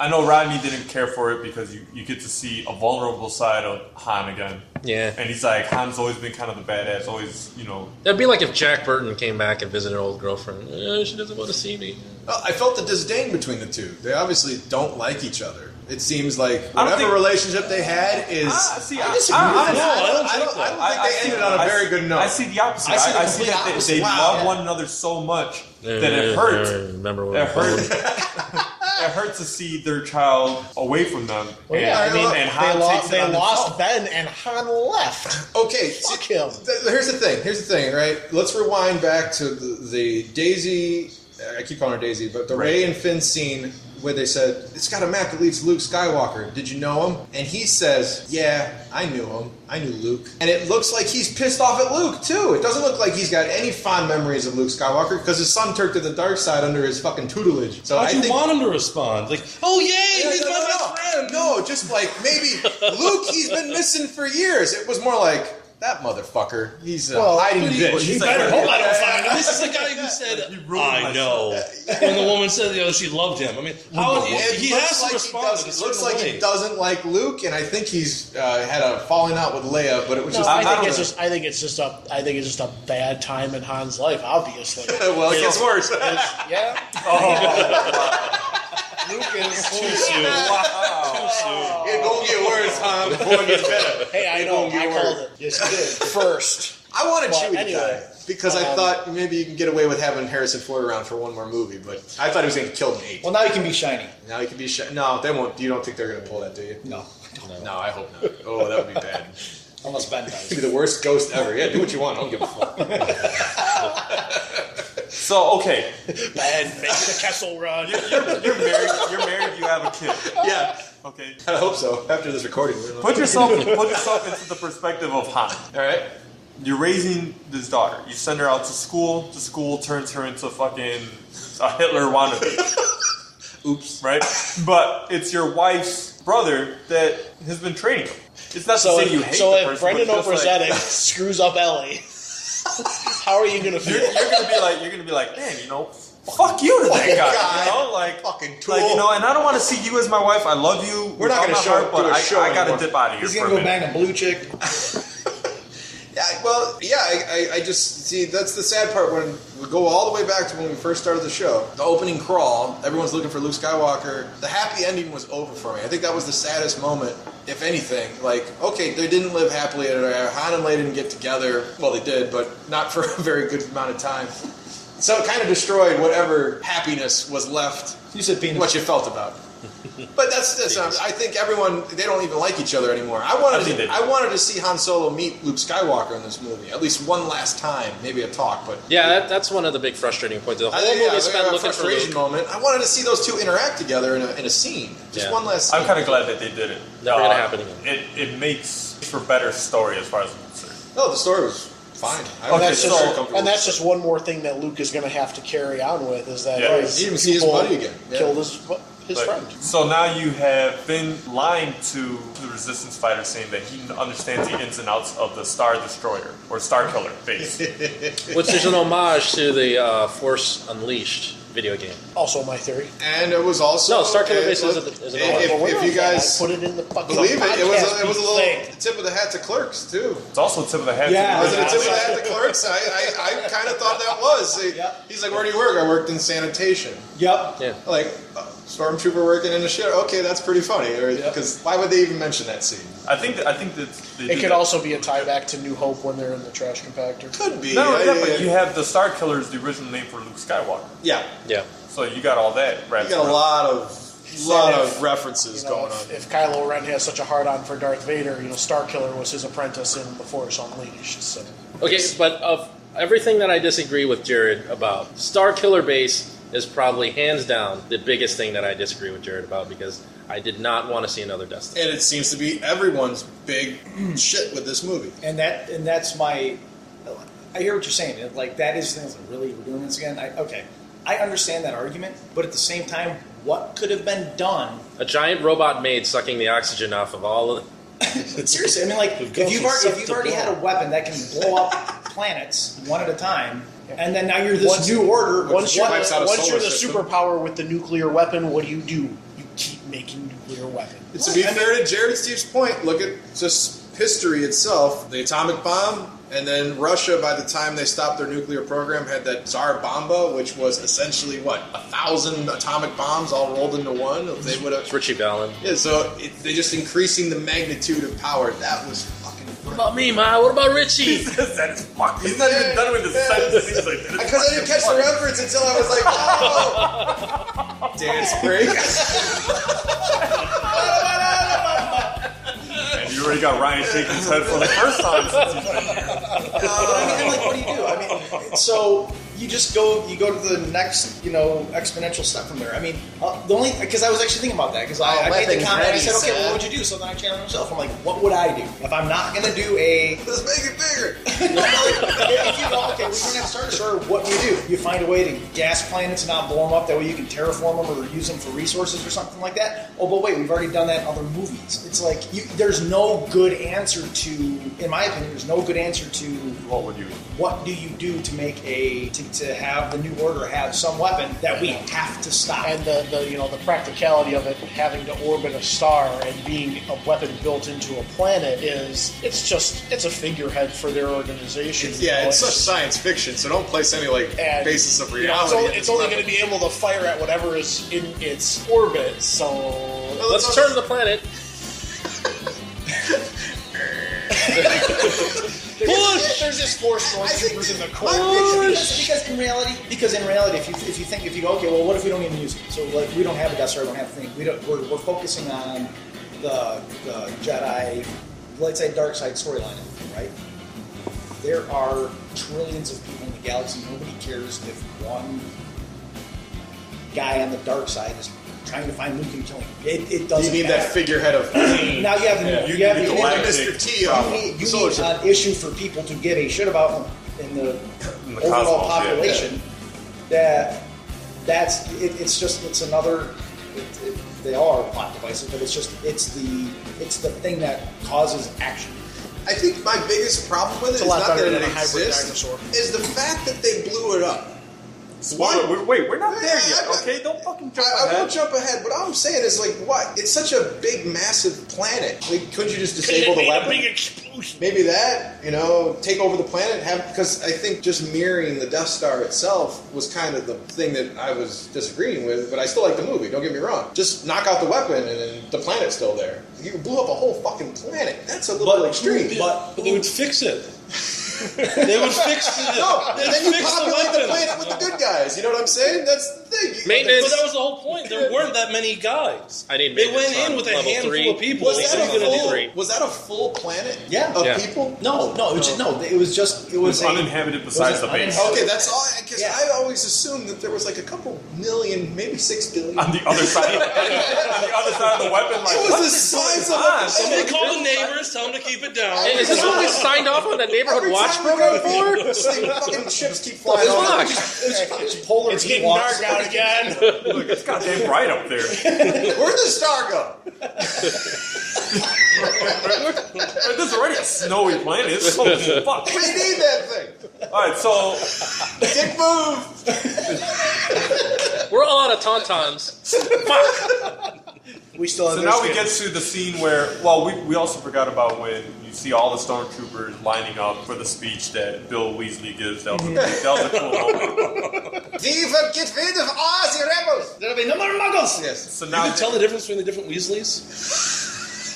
D: I know Rodney didn't care for it because you, you get to see a vulnerable side of Han again.
C: Yeah.
D: And he's like, Han's always been kind of the badass, always, you know.
C: That'd be like if Jack Burton came back and visited an old girlfriend. Eh, she doesn't want to see me.
A: Well, Uh, I felt the disdain between the two. They obviously don't like each other. It seems like
D: I don't
A: whatever
D: think-
A: relationship they had is.
D: Ah, see, I-
A: disagree
D: I-
A: with
D: I-
A: that.
D: no, I
A: I
D: don't
A: don't, I don't, I
D: think so.
A: don't think
D: I-
A: they
D: I
A: ended
D: see-
A: on a
D: I
A: very
D: see-
A: good note.
D: I see the opposite.
A: I
D: I
A: see the
D: I see
A: complete
D: that they,
A: opposite.
D: they
A: Wow.
D: love one another so much that
C: Eh,
D: it hurts.
C: I remember what
D: It
C: I
D: hurt. it hurts to see their child away from them.
K: Well, yeah,
A: I mean,
D: and
K: they
D: Han
K: lost,
D: takes it
K: they
D: on
K: lost
D: himself.
K: Ben and Han left.
A: Okay,
K: Fuck
A: see,
K: him.
A: th- here's the thing. Here's the thing, right? Let's rewind back to the, the Daisy. I keep calling her Daisy, but the Ray and Finn scene where they said it's got a map that leads Luke Skywalker. Did you know him? And he says, "Yeah, I knew him. I knew Luke." And it looks like he's pissed off at Luke too. It doesn't look like he's got any fond memories of Luke Skywalker because his son turned to the dark side under his fucking tutelage. So
R: How'd
A: I
R: you
A: think.
R: want him to respond? Like, oh yay,
A: Yeah,
R: he's
A: no,
R: my
A: no,
R: best
A: no.
R: friend.
A: No, just like maybe Luke, he's been missing for years. It was more like that motherfucker. He's a
K: Well,
A: hiding
K: but he-
A: bitch.
K: well,
A: He's
K: you
A: like,
K: better hope I don't find him.
R: This is the guy who said,
D: You ruined
R: "I
D: my
R: know." When the woman said, "You know, she loved him." I mean, how he,
A: It
R: he
A: looks
R: has
A: like
R: to
A: he
R: respond.
A: doesn't-
R: in a
A: It looks
R: certain
A: like
R: way.
A: he doesn't like Luke, and I think he's uh, had a falling out with Leia. But it was
K: No,
A: just
K: I
D: I
K: think
D: don't
K: it's
D: know.
K: just I think it's just a I think it's just a bad time in Han's life.
A: [laughs]
K: Obviously,
A: well, it gets worse.
K: yeah. Luke is too soon.
A: It won't get worse, huh? [laughs] Before it gets better.
K: Hey, I know.
A: won't
K: I
A: get
K: called it. Yes, you
A: [laughs]
K: did. First.
A: I wanted
K: Well,
A: Chewie to
K: anyway,
A: die because I
K: um,
A: thought maybe you can get away with having Harrison Ford around for one more movie, but I thought he was going to kill Nate.
K: Well, now you can be shiny.
A: Now he could be shot. No, they won't. You don't think they're going to pull that, do you?
E: [laughs]
K: No,
A: No, I hope not. Oh, that would be [laughs] bad.
K: unless Ben dies.
A: It'd be the worst ghost ever. Yeah, do what you want. I don't give a fuck.
D: So
K: [laughs]
D: okay,
K: Ben makes the Kessel Run.
D: you're married. You're married. You have a kid.
A: yeah,
D: Okay.
A: I hope so. After this recording, we're
D: Put yourself put yourself into the perspective of Han.
A: all right.
D: You're raising this daughter. You send her out to school. The school turns her into fucking a Hitler
K: [laughs]
D: wannabe,
A: Oops.
D: right? But it's your wife's brother that has been training him. It's not
K: So,
D: to say you
K: if,
D: hate
K: so
D: the
K: if
D: person,
K: Brendan
D: but it's just like-
K: Obrazetic screws up
A: [laughs]
K: Ellie, how are you gonna
D: you're,
K: feel?
D: you're gonna be like you're gonna be like, man, you know, fuck you to that
A: Fucking
D: guy,
A: guy.
D: you know, like
A: Fucking
D: like you
A: tool.
D: know, and I don't want to see you as my wife. I love you.
A: We're not
D: with
A: gonna
D: all my
A: show
D: heart,
A: up
D: but
A: to a
D: I,
A: show
D: I gotta
A: anymore.
D: dip out of here
K: He's
D: for
K: gonna
D: a
K: go
D: minute.
K: bang a blue chick.
A: Yeah, I- well, yeah, I, I, I just see that's the sad part when we go all the way back to when we first started the show. The opening crawl, everyone's looking for Luke Skywalker. The happy ending was over for me. I think that was the saddest moment, if anything. Like, okay, they didn't live happily ever. Han and Leia didn't get together. Well, they did, but not for [laughs] a very good amount of time. So it kind of destroyed whatever happiness was left,
K: You said penis.
A: what you felt about. it. But that's that's. I think everyone they don't even like each other anymore. I
D: I
A: wanted
D: think they
A: to,
D: do.
A: I wanted to see Han Solo meet Luke Skywalker in this movie at least one last time, maybe a talk. But
C: Yeah, that, that's one of the big frustrating points. The
A: I
C: whole
A: think, yeah,
C: movie
A: I
C: spent
A: got a
C: looking for
A: frustration
C: Luke.
A: moment. I wanted to see those two interact together in a, in a scene, just
C: Yeah.
A: one last. Scene.
D: I'm kind of glad that they did it.
C: Never gonna happen again.
D: It it makes for better story as far as I'm concerned.
A: no, the story was Fine. I
K: And
A: don't
K: Oh, that's,
A: feel so
K: just,
A: comfortable.
K: and that's just one more thing that Luke is going to have to carry on with is that
D: Yeah.
K: his
D: He didn't see his
K: people
D: buddy again. Yeah.
K: Killed his bu- his
D: But-
K: friend.
D: So now you have been lying to the resistance fighter saying that he understands the ins and outs of the Star Destroyer or Star Killer
A: [laughs]
D: base.
C: [laughs] Which is an homage to the uh, Force Unleashed video game.
K: Also, my theory.
M: And it was also
C: No, Star Killer
M: it
C: Base
M: was-
C: is a- is a-
M: if,
C: Well,
M: if,
C: we're
M: you
C: okay.
M: guys
K: I put it in the fucking
M: believe it, it was a, it was a
K: podcast
M: little
K: thing.
M: tip of the hat to clerks too.
D: It's also tip of the hat.
M: Yeah,
D: to
M: was it a tip of the hat to clerks? I, I, I kind of thought that was. He- He's like, where do you work? I worked in sanitation.
E: Yep.
C: Yeah.
M: Like, uh, stormtrooper working in a shit. Okay, that's pretty funny. Because why would they even mention that scene?
D: I think that, I think that they
K: It
D: do
K: could
D: that.
K: also be a tie back to New Hope when they're in the trash compactor.
M: Could be.
D: No, yeah, but you have the Star Killer is the original name for Luke Skywalker.
M: Yeah.
C: Yeah.
D: So you got all that wrapped.
M: You got a
D: around.
M: lot of lot of references
K: You know,
M: going on.
K: if, if Kylo Ren has such a hard on for Darth Vader, you know, Star Killer was his apprentice in The Force Unleashed. So.
C: Okay, but of everything that I disagree with Jared about, Star Killer Base is probably hands down the biggest thing that I disagree with Jared about because I did not want to see another Destiny.
M: And it seems to be everyone's big [clears throat] shit with this movie.
E: And that and that's my. I hear what you're saying. It- Like that is things like really we're doing this again. I, okay, I understand that argument, but at the same time, what could have been done?
C: A giant robot maid sucking the oxygen off of all of
E: Seriously, I mean, like if
C: girls
E: you've
C: who
E: already, if
C: suck
E: you've
C: the
E: already had a weapon that can blow up [laughs] planets one at a time, and then now you're this
K: Once-
E: new order. which
K: Once you're,
E: what-
K: the, once you're the superpower with the nuclear weapon, what do you do? You keep making nuclear weapons.
M: To be fair to Jared and Steve's point, look at just history itself. The atomic bomb, and then Russia, by the time they stopped their nuclear program, had that Tsar Bomba, which was essentially what a thousand atomic bombs all rolled into one. If they would have,
C: It's Richie Vallen.
M: yeah. So it, they're just increasing the magnitude of power. That was fucking. What
C: about me, Ma? What about Richie?
D: [laughs] that is fucking. He's not even done with the sentence. He's like, that is
M: Because I didn't catch the reference until I was like, oh, dance break.
D: And you already got Ryan shaking his head for the first time since he's been here.
E: so you just go you go to the next you know exponential step from there. I mean, uh, the only because I was actually thinking about that because I,
B: Oh,
E: I made the
B: weapons
E: comment. I
B: ready,
E: said, okay,
B: Sam.
E: well, what would you do? So then I challenged myself. I'm like, what would I do if I'm not gonna do a?
M: [laughs] Let's make it
E: [laughs]
M: bigger.
E: if you go, okay, we're gonna have Star Destroyer. What do you do? You find a way to gas planets and not blow them up. That way you can terraform them or use them for resources or something like that. Oh, but wait, we've already done that in other movies. It's like you, there's no good answer to, in my opinion, there's no good answer to
D: What would you?
E: what do you do to make a to, to have the new order have some weapon that we have to stop?
K: And the, the you know the practicality of it having to orbit a star and being a weapon built into a planet is it's just it's a figurehead for their organization. you
M: Yeah,
K: know,
M: it's such science fiction, so don't place any like
K: and,
M: basis of
K: you know, it's
M: reality.
K: only, it's only going to be able to fire at whatever is in its orbit. So
C: Let's turn the planet.
K: There's, there's just four stormtroopers in the corner.
E: Because, because in reality, because in reality, if you if you think if you go, okay, well, what if we don't even use it? So like, we don't have a Death Star, we don't have a thing. We don't. We're, we're focusing on the, the Jedi, let's say dark side storyline, right? There are trillions of people in the galaxy. Nobody cares if one guy on the dark side is trying to find Luke and kill him. It, it doesn't.
M: you need
E: matter.
M: that figurehead of pain.
E: Now you have the
M: Yeah.
E: you, have the,
M: Like Mr. T
E: you
M: on
E: need, you
M: Solar
E: need uh,
M: System.
E: an issue for people to give a shit about in the,
D: In the
E: overall
D: cosmos, yeah.
E: population. That that's it, it's just it's another. It, it, they are plot devices, but it's just it's the it's the thing that causes action.
M: I think my biggest problem with it
K: It's
M: is
K: a lot
M: not
K: better
M: that it
K: than a hybrid
M: exists,
K: dinosaur.
M: is the fact that they blew it up.
D: Why? Wait, wait, we're not there
M: Yeah,
D: yet.
M: I'm not-
D: Okay, don't fucking jump
M: I, I
D: ahead.
M: won't jump ahead, but all I'm saying is like, what? It's such a big, massive planet. Like, could you just disable the weapon? Maybe that, you know, take over the planet. Have because I think just mirroring the Death Star itself was kind of the thing that I was disagreeing with. But I still like the movie. Don't get me wrong. Just knock out the weapon, and then the planet's still there. You blew up a whole fucking planet. That's a little extreme.
R: but, they would fix it. [laughs] they would fix it.
M: no,
A: [laughs]
R: They'd
M: then you
R: fix the
M: populate the,
R: weapon.
M: planet with the good guys. You know what I'm saying? That's the
R: But that was the whole point. There weren't that many guys.
C: I need
R: They went
C: maintenance on
R: in with a
C: level
R: handful
C: three.
R: of people.
C: Was
R: What
C: that
R: are
C: a
R: you gonna
C: full-
R: do?
M: Was that a full planet?
E: Yeah.
M: Of
R: Yeah.
M: people?
E: Uh, No, no, it was just, no. It was just it was,
D: was
E: a-
D: uninhabited
E: it was
D: besides
E: an
D: the base.
E: uninhabited-
M: Okay, that's all. Because I always assumed that there was like a couple million, maybe six
D: [laughs]
M: billion.
D: On the other side, on the other side of the weapon, like
M: it
D: what
M: was
D: is
M: the size
D: going
M: of a
D: on?
R: Somebody call the neighbors, tell them to keep it down.
C: Hey, is this what we signed off on the neighborhood
M: Every
C: watch
M: time we
C: program for?
M: go to- Fucking chips keep flying
C: Fuck.
M: off.
E: It's polar
K: It's
E: heat
K: getting
E: walks.
K: dark out again.
D: Look, it's goddamn bright up there.
M: Where'd the star go?
D: This is already a snowy planet.
E: [laughs]
D: It's so fuck.
M: We need that thing.
D: All right, so
M: Dick move.
C: We're all out of tauntauns.
K: We still have
D: so now we get to the scene where well, we, we also forgot about when you see all the stormtroopers lining up for the speech that Bill Weasley gives. That was a, that was a
E: [laughs]
D: cool moment.
M: We will get rid of all the rebels. There'll be no more muggles. Yes.
D: So
R: You
D: now
R: can tell the difference between the different Weasleys?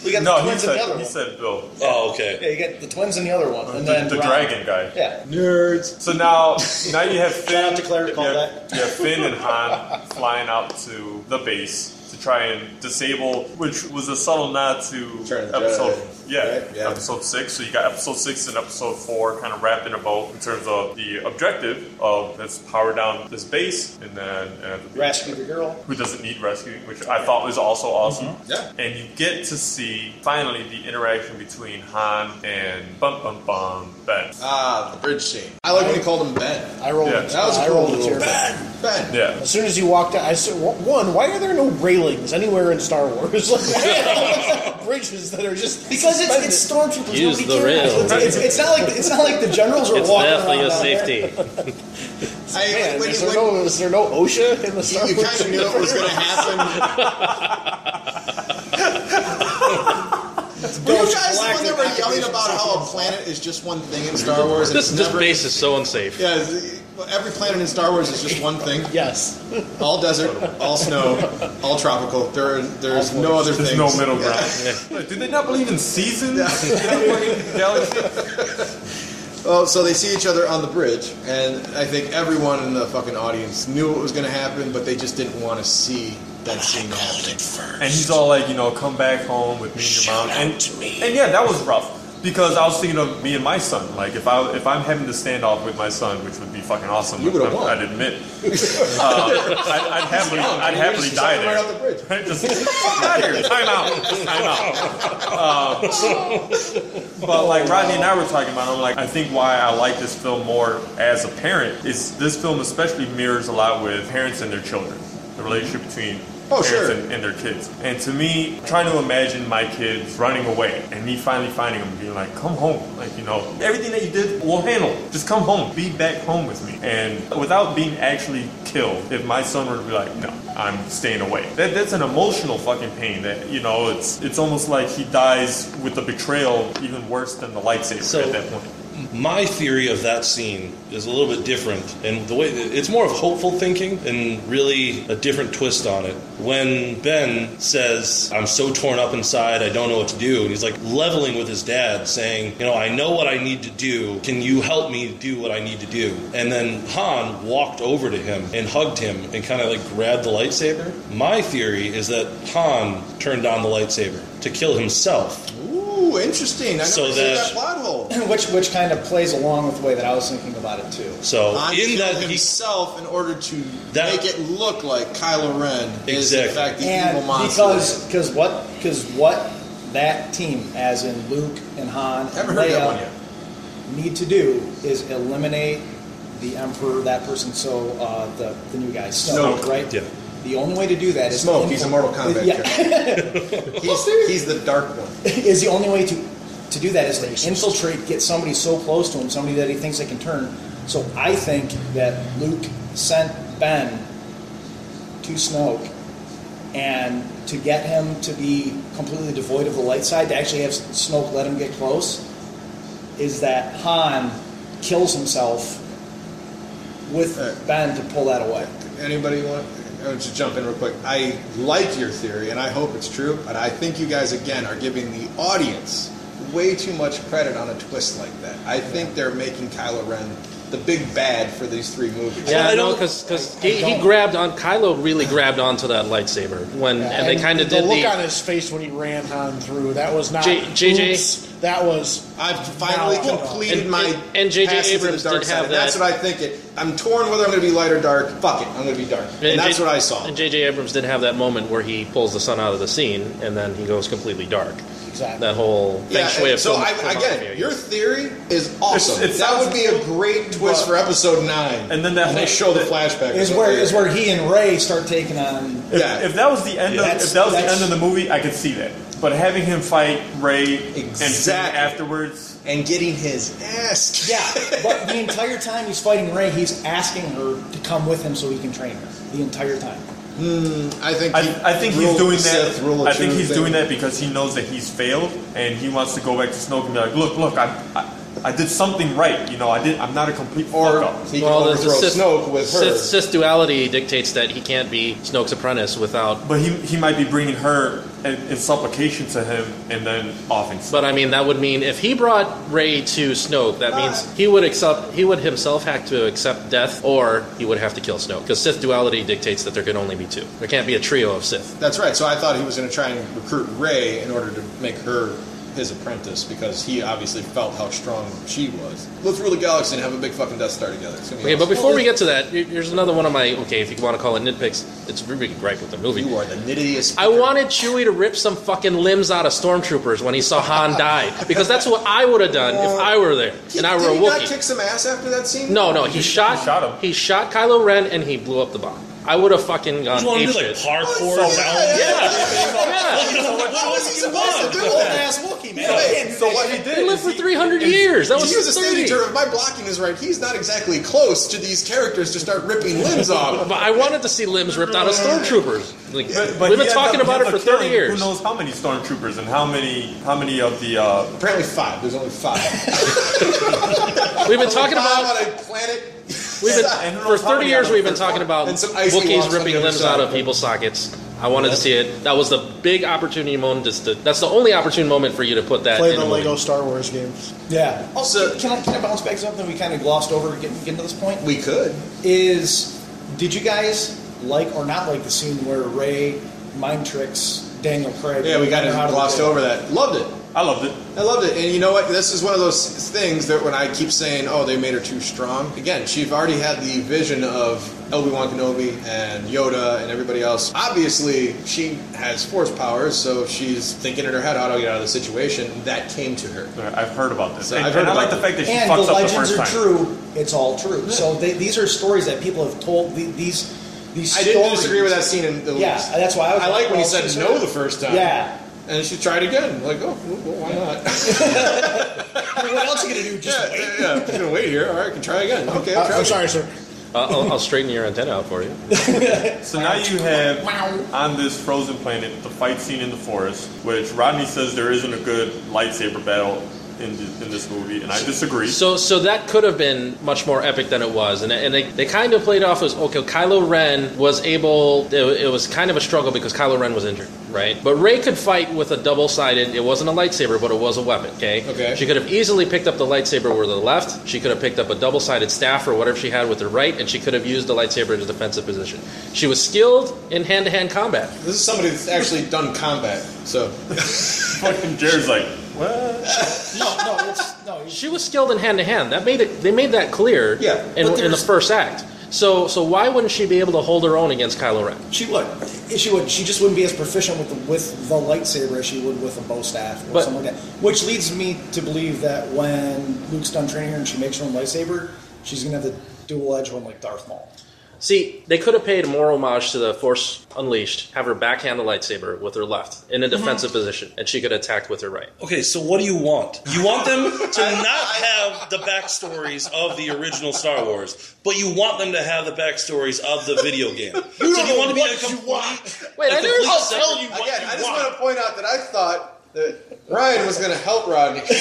E: We got the
D: no, he
E: twins in the other
D: said
E: one.
D: he said Bill,
R: Oh,
E: Yeah,
R: okay.
E: you got the twins in the other one, and
D: the,
E: then
D: the
E: Ron.
D: dragon guy.
E: Yeah,
M: Nerds.
D: So now, now you have Finn.
B: out to Claire,
D: you
B: call
D: have, you have Finn and Han flying out to the base to try and disable, which was a subtle nod to
M: Return of the
D: episode,
M: Jedi,
D: yeah,
M: right? Yeah.
D: episode six. So you got episode six and episode four kind of wrapped in a bow in terms of the objective of let's power down this base and then uh, the
B: Rescue the girl.
D: who doesn't need rescuing, which I thought was also awesome.
M: Yeah.
D: And you get to see finally the interaction between Han and Bum Bum Bum Ben.
M: Ah, the bridge scene. I like when you called him Ben.
K: I rolled.
D: Yeah.
M: That was a
K: I
M: cool
K: rolled a
M: little
K: tear.
M: Ben. Ben.
D: yeah.
K: As soon as he walked out, I said, "One, why are there no railings anywhere in Star Wars? [laughs]
M: [laughs]
K: Like, bridges that are just
E: because it's
K: suspended.
E: it's stormtroopers.
C: Use
E: nobody
C: the
E: cares.
C: rail.
E: It's, it's, it's not like it's not like the generals are
C: It's
E: walking
C: there for
E: around
C: your
E: down there.
C: safety.
M: I,
K: Man,
M: when,
K: is,
M: when,
K: there no, is there no OSHA in the Star
M: you
K: Wars?
M: kind of knew it was going to happen. were you guys the one that were yelling about how a planet is just one thing in Star Wars? and
C: This,
M: it's
C: this
M: never-
C: base is so unsafe.
M: Yeah, it's- every planet in Star Wars is just one thing.
K: Yes.
M: All desert, all snow, all tropical. There, are- there's no other
D: There's
M: things.
D: no middle ground. [laughs] Like, Do they not believe in
M: [laughs]
D: seasons? [laughs] Galaxy?
M: Oh, so they see each other on the bridge, and I think everyone in the fucking audience knew what was going to happen, but they just didn't want to see that scene happen.
D: and he's all like, you know, come back home with me and your mom. and and yeah, that was rough because I was thinking of me and my son. Like if I if I'm having to stand off with my son, which would be fucking awesome.
M: You would've
D: I'm-
M: won.
D: I'd
M: [laughs]
D: admit. um, I'd, I'd happily I'd happily
M: Just
D: die
M: right
D: there.
M: off the bridge.
D: Right? [laughs] Just fuck out here. Time out. Time out. Um, but like Rodney and I were talking about, it, I'm like, I think why I like this film more as a parent is this film especially mirrors a lot with parents and their children, the relationship between.
M: Oh,
D: parents
M: sure.
D: and, and their kids. And to me, trying to imagine my kids running away and me finally finding them, being like, come home. Like, you know, everything that you did, we'll handle. Just come home. Be back home with me. And without being actually killed, if my son were to be like, no, I'm staying away. That, that's an emotional fucking pain that, you know, it's, it's almost like he dies with the betrayal even worse than the lightsaber
R: So-
D: at that point.
R: My theory of that scene is a little bit different, and the way it's more of hopeful thinking and really a different twist on it. When Ben says, "I'm so torn up inside, I don't know what to do," and he's like leveling with his dad, saying, "You know, I know what I need to do. Can you help me do what I need to do?" And then Han walked over to him and hugged him and kind of like grabbed the lightsaber. My theory is that Han turned on the lightsaber to kill himself.
M: Ooh, interesting. I never
R: So
M: see
R: that-
M: that plot hole.
B: [clears throat] which which kind of plays along with the way that I was thinking about it too.
R: So
M: Han
R: in
M: killed
R: that he
M: himself in order to
R: That-
M: make it look like Kylo Ren is in
R: Exactly.
M: fact the
B: and
M: evil monster.
B: because because what because what that team, as in Luke and Han, and
M: Haven't heard that one
B: Leia, need to do is eliminate the Emperor, that person. So uh, the the new guy, Snoke,
M: Snoke.
B: right?
R: Yeah.
B: The only way to do that is
M: Smoke, he's a Mortal Kombat
B: Yeah.
M: he's, he's the dark one.
B: is the only way to to do that is to infiltrate, get somebody so close to him, somebody that he thinks they can turn. So I think that Luke sent Ben to Snoke and to get him to be completely devoid of the light side, to actually have Snoke let him get close, is that Han kills himself with
M: Uh,
B: Ben to pull that away.
M: Anybody want? I'll just jump in real quick. I like your theory, and I hope it's true. But I think you guys again are giving the audience way too much credit on a twist like that. I think they're making Kylo Ren the big bad for these three movies.
C: Yeah, I know because he, he grabbed on Kylo really grabbed onto that lightsaber when and they kind of
K: the
C: did
K: look
C: the
K: on his face when he ran Han through. That was not
C: J- JJ
K: "Oops," That was
M: I've finally
K: now-
M: completed
K: And-
M: my
K: and- and J.J.
M: passage to the
K: Abrams
M: dark
K: did
M: side.
K: have
M: And That's
K: that.
M: what I think. It. I'm torn whether I'm going to be light or dark. Fuck it, I'm going to be dark. And, that's
C: J-
M: what I saw.
C: And J.J. Abrams did have that moment where he pulls the sun out of the scene, and then he goes completely dark.
K: Exactly.
C: That whole feng shui
M: and
C: of
M: so
C: film-
M: I,
C: filmography, I
M: again,
C: guess.
M: your theory is awesome.
C: It's- it
M: that would be a great twist for episode nine. And then that they show the flashback.
E: Is where is where he and Ray start taking on.
D: If, if that was the end, of,
E: That's-
D: if that was the
E: that's-
D: end of the movie, I could see that. But having him fight Ray and Finn
E: Exactly.
D: afterwards
M: and getting his ass.
E: Yeah, but the entire time he's fighting Ray, he's asking her to come with him so he can train her. The entire time.
M: I think
D: I, I think he's doing that. I think he's doing that because he knows that he's failed, and he wants to go back to Snoke and be like, "Look, look, I, I, I did something right. You know, I did. I'm not a complete fuck up."
C: well, the- the Sith, Sith, Sith duality dictates that he can't be Snoke's apprentice without.
D: But he, he might be bringing her in, in supplication to him, and then off. And
C: But I mean, that would mean if he brought Ray to Snoke, that
M: Uh.
C: means he would accept. He would himself have to accept death, or he would have to kill Snoke. Because Sith duality dictates that there can only be two. There can't be a trio of Sith.
M: That's right. So I thought he was going to try and recruit Ray in order to make her his apprentice because he obviously felt how strong she was. Let's rule the galaxy and have a big fucking Death Star together. It's gonna be
C: Okay, but
M: awesome.
C: before we get to that, here- here's another one of my okay, if you want to call it nitpicks. It's really gripe with the movie. You
M: are the nittiest.
C: I wanted Chewie to rip some fucking limbs out of stormtroopers when he saw Han die, because that's what I would have done if I were there and I were
M: Uh, Did
C: a
M: he not
C: Wookiee.
M: kick some ass after that scene?
C: No, no, he shot. He shot, him. he shot Kylo Ren and he blew up the bomb. I would have fucking gone
R: You want to do like
C: apeshit.
M: Oh,
R: parkour down?
M: was he supposed to do? Old ass Wookiee, man. so what he did?
C: He lived for 300 years. That was
M: he was a stage
C: 30.
M: actor. If my blocking is right, he's not exactly close to these characters to start ripping limbs
C: [laughs]
M: off.
C: But I wanted to see limbs ripped out of stormtroopers. Like, we've
D: he
C: been
D: ends
C: talking
D: up- he
C: about it
D: ends
C: for
D: up
C: 30
D: killing
C: years.
D: Who knows how many stormtroopers and how many how many of the uh,
M: apparently five. There's only five.
C: We've been [laughs] talking
M: Five
C: about
M: on a planet.
C: We've been,
M: And [laughs] who
C: for
M: knows how
C: 30
M: many
C: years
M: on
C: we've been
M: Earth.
C: talking about
M: And some icy
C: Wookiees
M: walks on
C: ripping
M: the other
C: limbs out
M: side.
C: of people's sockets. I wanted to see it. That was the big opportunity moment. Just to, that's the only opportune moment for you to put that.
K: Play
C: in
K: the
C: a movie.
K: Lego Star Wars games.
E: Yeah. Also,
C: [laughs]
E: can I can I bounce back to something we kind of glossed over getting getting to this point?
M: We could.
E: Is did you guys like or not like the scene where Ray mind tricks Daniel Craig?
M: Yeah, we got
E: Out of
M: it
E: the
M: glossed
E: jail?
M: over that. Loved it.
D: I loved it.
M: I loved it. And you know what? This is one of those things that when I keep saying, oh, they made her too strong. Again, she've already had the vision of Obi-Wan Kenobi and Yoda and everybody else. Obviously, she has force powers, so she's thinking in her head, how do I get out of the situation? That came to her.
D: I've heard about this.
M: So
D: and
M: I've heard
D: and I like
M: about
D: the fact that she
E: and
D: fucks
E: the
D: up the
E: legends are
D: first time.
E: true. It's all true. So they, these are stories that people have told. the- These these.
M: I didn't
E: stories-
M: disagree with that scene in the
E: Yeah,
M: least.
E: that's why I was.
M: I like when he
E: well,
M: said
E: she's
M: no
E: right.
M: the first time.
E: Yeah.
M: And then she tried again. Like, oh, well, why not? [laughs]
E: what else are you gonna do? Just
M: wait. Yeah, I'm gonna wait here. All right, I can try again. Okay, I'll
K: Uh,
M: try
K: I'm sorry,
M: again.
K: sir.
C: Uh, I'll, I'll straighten your antenna out for you.
D: So now you have on this frozen planet the fight scene in the forest, which Rodney says there isn't a good lightsaber battle in, th- in this movie, and I disagree.
C: So, so that could have been much more epic than it was, and, and they, they kind of played off as okay. Kylo Ren was able. It, wa- it was kind of a struggle because Kylo Ren was injured, right? But Ray could fight with a double sided. It wasn't a lightsaber, but it was a weapon. Okay.
M: Okay.
C: She could have easily picked up the lightsaber with her left. She could have picked up a double sided staff or whatever she had with her right, and she could have used the lightsaber in a defensive position. She was skilled in hand to hand combat.
M: This is somebody that's actually done combat. So
D: [laughs] fucking Jared's like, what?
E: No, no, it's, no.
C: She was skilled in hand to hand. That made it. They made that clear.
M: Yeah,
C: In,
E: but
C: in the
E: there's-
C: first act. So, so why wouldn't she be able to hold her own against Kylo Ren?
E: She would. She would. She just wouldn't be as proficient with the, with the lightsaber as she would with a bow staff or
C: But-
E: something like that. Which leads me to believe that when Luke's done training her and she makes her own lightsaber, she's gonna have the dual edge one like Darth Maul.
C: See, they could have paid more homage to the Force Unleashed, have her backhand the lightsaber with her left in a defensive position, and she could attack with her right.
R: Okay, so what do you want? You want them to not have the backstories of the original Star Wars, but you want them to have the backstories of the video game. so do you want to be a complete?
M: want.
C: Wait,
R: [laughs] a
C: I never-
R: complete
C: I'll
R: separate-
C: tell you
M: Again, I just want to point out that I thought that Ryan was going to help Rodney. [laughs]
D: He's the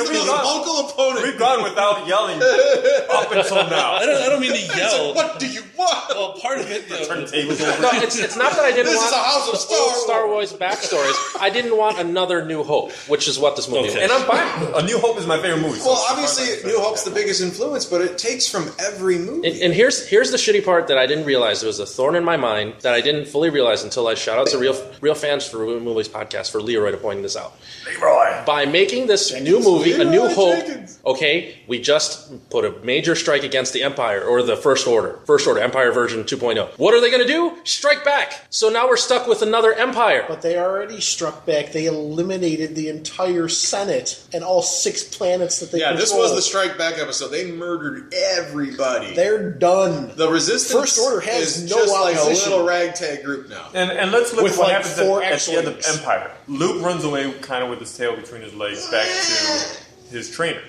D: most vocal opponent. We've gone without [laughs] yelling up until now.
R: I don't, I don't mean to yell.
M: what do you want?
R: Well, part of it, though.
D: Turn tables over.
C: No, it's, it's not that I didn't
M: This
C: want
M: is a house of Star
C: old
M: Wars.
C: Star Wars backstories. I didn't want another New Hope, which is what this movie is.
R: Okay.
C: And I'm fine.
D: [laughs] A New Hope is my favorite movie. so
M: Well,
D: it's
M: obviously,
D: fine.
M: New Hope's the biggest influence, but it takes from every movie.
C: And, and here's here's the shitty part that I didn't realize. It was a thorn in my mind that I didn't fully realize until I shout out to real real fans for Ruin Movies podcast for Leroy to pointing this out. Leroy. By making this new movie, a new hope. Okay, we just put a major strike against the Empire or the First Order. First Order Empire version 2.0. What are they going to do? Strike back. So now we're stuck with another empire.
K: But they already struck back. They eliminated the entire Senate and all six planets that they
M: yeah, this
K: control.
M: was the Strike Back episode. They murdered everybody.
K: They're done.
M: the Resistance
K: First Order has
M: is
K: no
M: just like a
K: opposition.
M: little ragtag group now.
D: And, and let's look
K: With,
D: at what
K: like,
D: happens
K: four
D: at, at the end of
K: X-Wings.
D: Empire. Luke runs away kind of with his tail between his legs back to his trainer.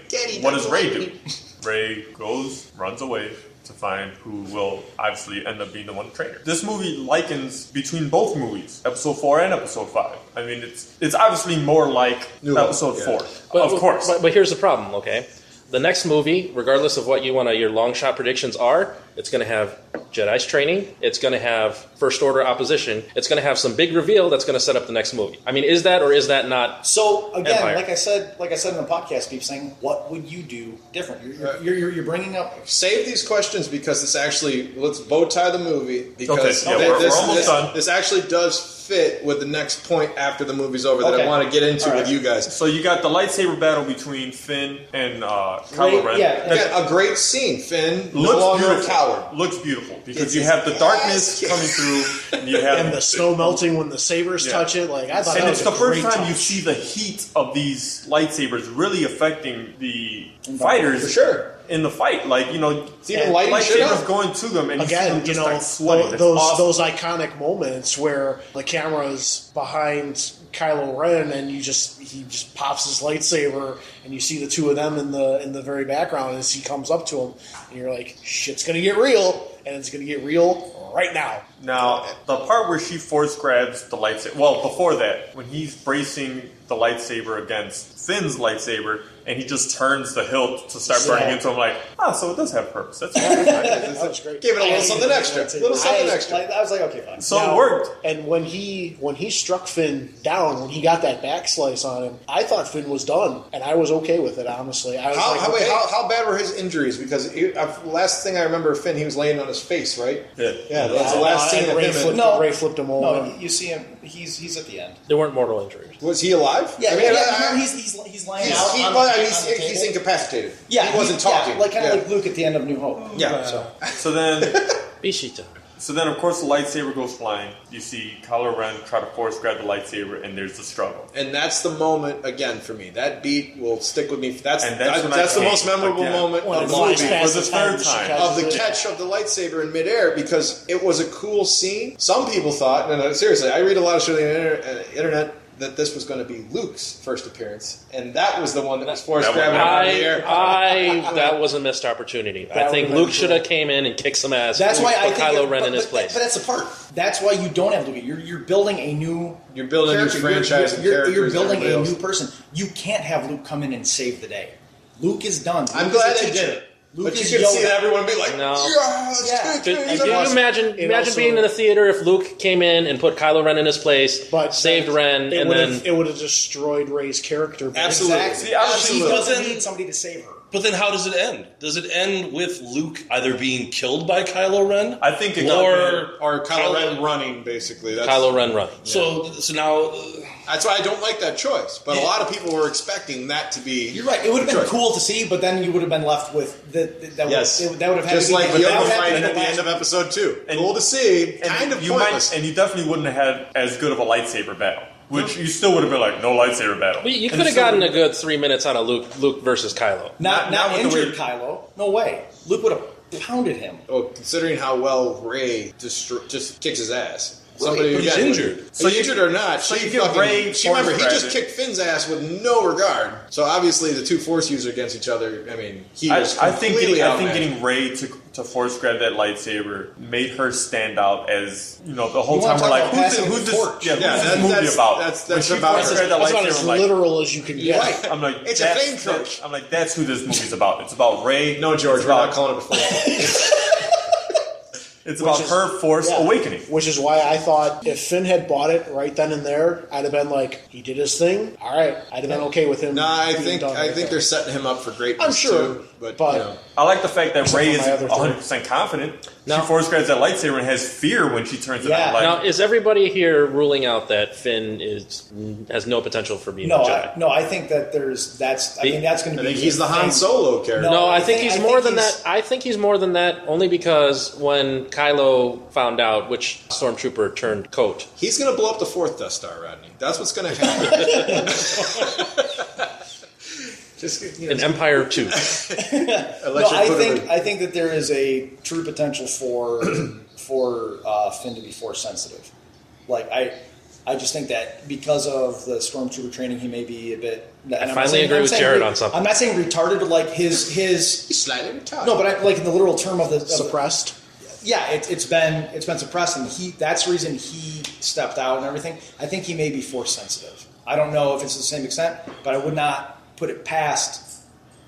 D: what does Ray do? [laughs] Ray goes, runs away to find who will obviously end up being the one trainer. This movie likens between both movies, episode 4 and episode 5. I mean, it's it's obviously more like episode 4.
C: But,
D: of course.
C: But, but here's the problem, okay? The next movie, regardless of what you want to, your long shot predictions are, it's going to have Jedi's training. It's going to have First Order opposition. It's going to have some big reveal that's going to set up the next movie. I mean, is that or is that not?
E: So again,
C: Empire.
E: like I said, like I said in the podcast, keep saying, "What would you do different?" You're, you're,
M: Right.
E: you're, you're, you're bringing up
M: Save these questions because this actually let's bow tie the movie because
D: Okay, yeah,
M: thi-
D: we're-
M: this,
D: we're almost
M: this,
D: done.
M: this actually does fit with the next point after the movie's over that I
E: Okay.
M: want to get into
E: All
M: with
E: right.
M: you guys.
D: so you got the lightsaber battle between Finn and uh, Kylo
E: Ray-
D: Ren.
E: yeah,
D: That-
M: Yeah, a great scene. Finn no
D: looks
M: longer
D: beautiful.
M: a coward.
D: Looks beautiful
M: It's-
D: because you have the
M: it's-
D: darkness
M: yes.
D: coming through, and you have
K: and the snow melting when the sabers
D: Yeah.
K: touch it. Like I thought,
D: And
K: that
D: it's the
K: was a
D: first
K: great
D: time you
K: touch.
D: see the heat of these lightsabers really affecting the fighters.
M: For sure.
D: In the fight, like you know,
M: even
D: and
M: lighting shit up.
D: lightsabers going to them, and you see them
K: again, you
D: just
K: know,
D: like sweating.
K: tho-
D: That's
K: those
D: awesome.
K: those iconic moments where the camera's behind Kylo Ren and you just he just pops his lightsaber and you see the two of them in the in the very background as he comes up to him and you're like, shit's gonna get real and it's gonna get real right now.
D: Now, the part where she force grabs the lightsaber, well, before that, when he's bracing the lightsaber against Finn's lightsaber, and he just turns the hilt to start burning
K: Yeah.
D: into him, like, ah, so it does have purpose. That's
M: [laughs]
D: fine.
K: That was great.
M: Give it a little
K: And-
M: something extra.
K: That's it.
M: Little something
K: I-
M: extra.
E: Like, I was like, okay, fine.
D: so it
K: Now,
D: worked.
K: And when he when he struck Finn down, when he got that back slice on him, I thought Finn was done, and I was okay with it. Honestly, I was
M: How,
K: like,
M: how, wait,
K: okay.
M: how, how bad were his injuries? Because he, uh, last thing I remember, of Finn, he was laying on his face, right?
D: Yeah.
M: Yeah, that's the last
K: Uh,
M: scene of
K: Ray
M: him.
K: flipped,
M: and-
E: No.
K: Ray flipped
M: Uh,
K: him over.
E: No, oh, you see him. He's he's at the end.
C: There weren't mortal injuries.
M: Was he alive?
E: Yeah,
M: I mean,
E: yeah,
M: I- I-
E: remember he's, he's he's lying
M: he's,
E: out.
M: he-
E: on the-
M: well,
E: on
M: he's,
E: the table.
M: he's incapacitated.
E: Yeah,
M: he wasn't talking.
E: Yeah, like kind
M: Yeah.
E: of like Luke at the end of New Hope.
M: Yeah.
E: So
D: So then, [laughs]
C: Bishita.
D: so then, of course, the lightsaber goes flying. You see Kylo Ren try to force grab the lightsaber, and there's the struggle.
M: And that's the moment again for me. That beat will stick with me. That's
D: And that's
M: that-
D: when I
M: that's the
D: came
M: most memorable
D: again.
M: moment
K: Well,
M: of,
K: it
M: the,
K: flies
M: movie,
K: past
D: was the
K: time
D: third
K: that she
D: time.
K: catches
M: of the
K: it.
M: catch of the lightsaber in midair because it was a cool scene. Some people thought, and uh, seriously, I read a lot of shit on the inter- uh, internet that this was going to be Luke's first appearance, and that was the one that was forced
D: That one-
M: grabbing him out of the
C: I,
M: air.
C: I that was a missed opportunity. I
K: That
C: think
K: would've been
C: Luke should have came in and kicked some ass.
E: that's why
C: put
E: I think
C: Kylo
E: it-
C: Ren
E: but,
C: in his
E: but-
C: place.
E: But that's the part. That's why you don't have Luke. You're you're building a new.
M: You're building a new
E: character. You're- You're,
M: franchise and
E: you're- you're
M: characters and
E: building a
M: everybody
E: new
M: else.
E: person. You can't have Luke come in and save the day. Luke is done.
M: I'm
E: Luke
M: glad
E: is a
M: they
E: teacher.
M: did it.
E: Luke
M: but
E: is
M: you could see
E: yelled at.
M: everyone be like,
C: No.
M: "Yes,
E: Yeah.
M: kick,
C: Could,
M: kick,
C: could
M: kick."
C: you imagine
K: it
C: imagine
K: also-
C: being in the theater if Luke came in and put Kylo Ren in his place,
K: but
C: saved Ren,
K: it
C: and
K: would've-
C: then
K: it would have destroyed Ray's character. but-
M: Absolutely.
E: Exactly.
D: See, I was
E: She
D: thinking-
E: doesn't need somebody to save her.
R: But then how does it end? Does it end with Luke either being killed by Kylo Ren?
D: I think it
R: or
M: or Kylo Ren running basically. That's,
C: Kylo Ren run.
R: So so now uh,
M: that's why I don't like that choice. But a lot of people were expecting that to be.
E: You're right. It would have been
M: Sure.
E: cool to see, but then you would have been left with the, the- that.
M: Yes,
E: would, it, that would have had
M: just
E: to be
M: like
E: that
M: the
E: would
M: other
E: have
M: fight
E: been
M: at the
E: last
M: end of episode two.
D: And-
M: cool to see,
D: and
M: kind of
D: you
M: pointless.
D: might, and you definitely wouldn't have had as good of a lightsaber battle, which you still would have been like, no lightsaber battle.
C: You- You
D: And
C: could have
D: so-
C: gotten a good three minutes out of Luke Luke versus Kylo.
E: Not, not,
D: Not- not with the
E: injured Kylo. No way. Luke would have pounded him.
M: oh, considering how well Ray destro- just kicks his ass. Somebody
R: but
M: who
R: he's
M: got-
R: injured.
M: So you injured or not?
D: so
M: she
D: you give
M: fucking.
D: Rey
M: she remember he
D: force
M: just
D: gravity.
M: kicked Finn's ass with no regard. So obviously the two force users against each other. I mean, he
D: I,
M: was
D: I think
M: completely
D: getting, I think
M: outmatched.
D: getting Ray to to force grab that lightsaber made her stand out as you know the whole
B: You
D: time
B: wanna
D: we're
B: talk
D: like
B: about
D: who's,
B: passing
D: thi- who's
B: the
D: this
B: torch.
D: yeah,
B: Yeah,
D: who's
B: that's-
D: this movie
B: that's-
D: about
B: that's-
D: When
B: that's
D: she
B: about
D: force
B: as-
D: grabbed that
B: that's about
D: lightsaber,
B: as
D: I'm like,
K: literal as you can get.
D: Right. I'm like,
S: It's a
D: that's-
S: flamethrower.
D: that- I'm like, that's who this movie's about. It's about Ray. No,
S: George,
D: it's
S: we're
D: about,
S: not calling it before.
M: [laughs]
D: It's about her force
K: yeah.
D: awakening.
K: Which is why I thought if Finn had bought it right then and there, I'd have been like, he did his thing. All right, I'd have been okay with him.
M: No, I
K: being
M: think
K: done
M: I
K: right
M: think
K: there.
M: they're setting him up for great.
K: I'm sure,
M: too, but,
K: but-
M: you know.
D: I like the fact that
K: Except
D: Ray
K: for
D: is
K: my other
D: 100 percent confident. She force grabs that lightsaber and has fear when she turns it on. Like,
C: Now, is everybody here ruling out that Finn is has no potential for being
E: No,
C: a Jedi?
E: I, Uh, no, I think that there's that's. I mean, that's going to be. thing.
C: No, I, think, he's
E: I
C: more than
E: he's-
C: that. I think he's more than that only because when Kylo found out which stormtrooper turned coat,
M: he's going to blow up the fourth Death Star, Rodney. That's what's going to happen. [laughs] Just you know,
C: an Empire two.
E: No, I think I think that there is a true potential for [clears throat] for uh, Finn to be force sensitive. Like I, I just think that because of the stormtrooper training, he may be a bit. and I'm not
C: finally
E: saying-
C: agree
E: I'm
C: with
E: saying
C: Jared
E: re-
C: on something.
E: I'm not saying retarded, but like his his
M: He's slightly retarded.
E: No, but I, like in the literal term of the of the-
K: suppressed.
E: yeah, it, it's been it's been suppressed, and he that's the reason he stepped out and everything. I think he may be force sensitive. I don't know if it's to the same extent, but I would not put it past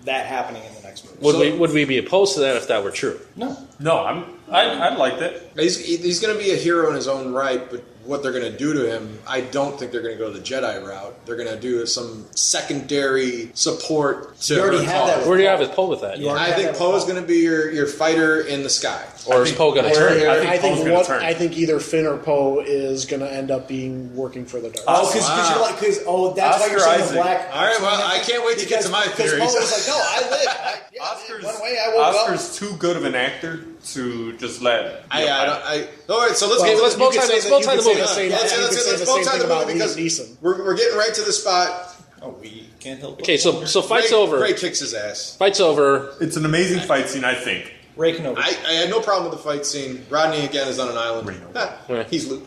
E: that happening in the next movie.
C: Would we would we be opposed to that if that were true?
E: No.
D: No, I'm. I, I liked it.
M: He's, he's going to be a hero in his own right, but what they're going to do to him, I don't think they're going to go the Jedi route. They're going to do some secondary support to.
E: You already
M: her
E: have that
M: cause.
C: Where do you have his poll with that?
M: Yeah, I think Poe's going to be your, your fighter in the sky.
C: Or is Poe gonna turn?
K: I think,
M: Poe's gonna
K: what
M: turn.
K: I think either Finn or Poe is going to end up being working for the dark.
M: Uh,
E: Oh, because you're like, because oh, that's why you're
K: Oscar
E: saying the
K: Isaac.
E: black.
M: All right, well, I can't wait to get to my
E: Because
M: theories.
E: Paul was like, no, I live. I, yeah, Oscar's, one way I woke up.
D: Oscar's too good of an actor to just let.
M: [laughs] I, I, don't, I, all right, so let's
K: Well,
M: get, let's
K: you
M: bow
K: could
M: tie,
K: say
M: let's
K: that-
M: bow
K: you
M: tie
K: could
M: the
K: say
M: movie.
K: the
M: Let's
K: same-
M: let's-
K: you could
M: let's-
K: say
M: let's
K: the
M: bow
K: same
M: tie
K: thing
M: the
K: about
M: movie because
K: Liam Neeson.
M: we're, we're getting right to the spot.
E: Oh, we can't help.
C: Okay, so so fight's
M: Ray,
C: over.
M: Ray kicks his ass.
C: Fight's over.
D: It's an amazing fight scene, I think.
E: Ray Kenobi.
M: I, I had no problem with the fight scene. Rodney again is on an island.
C: Yeah.
M: He's Luke.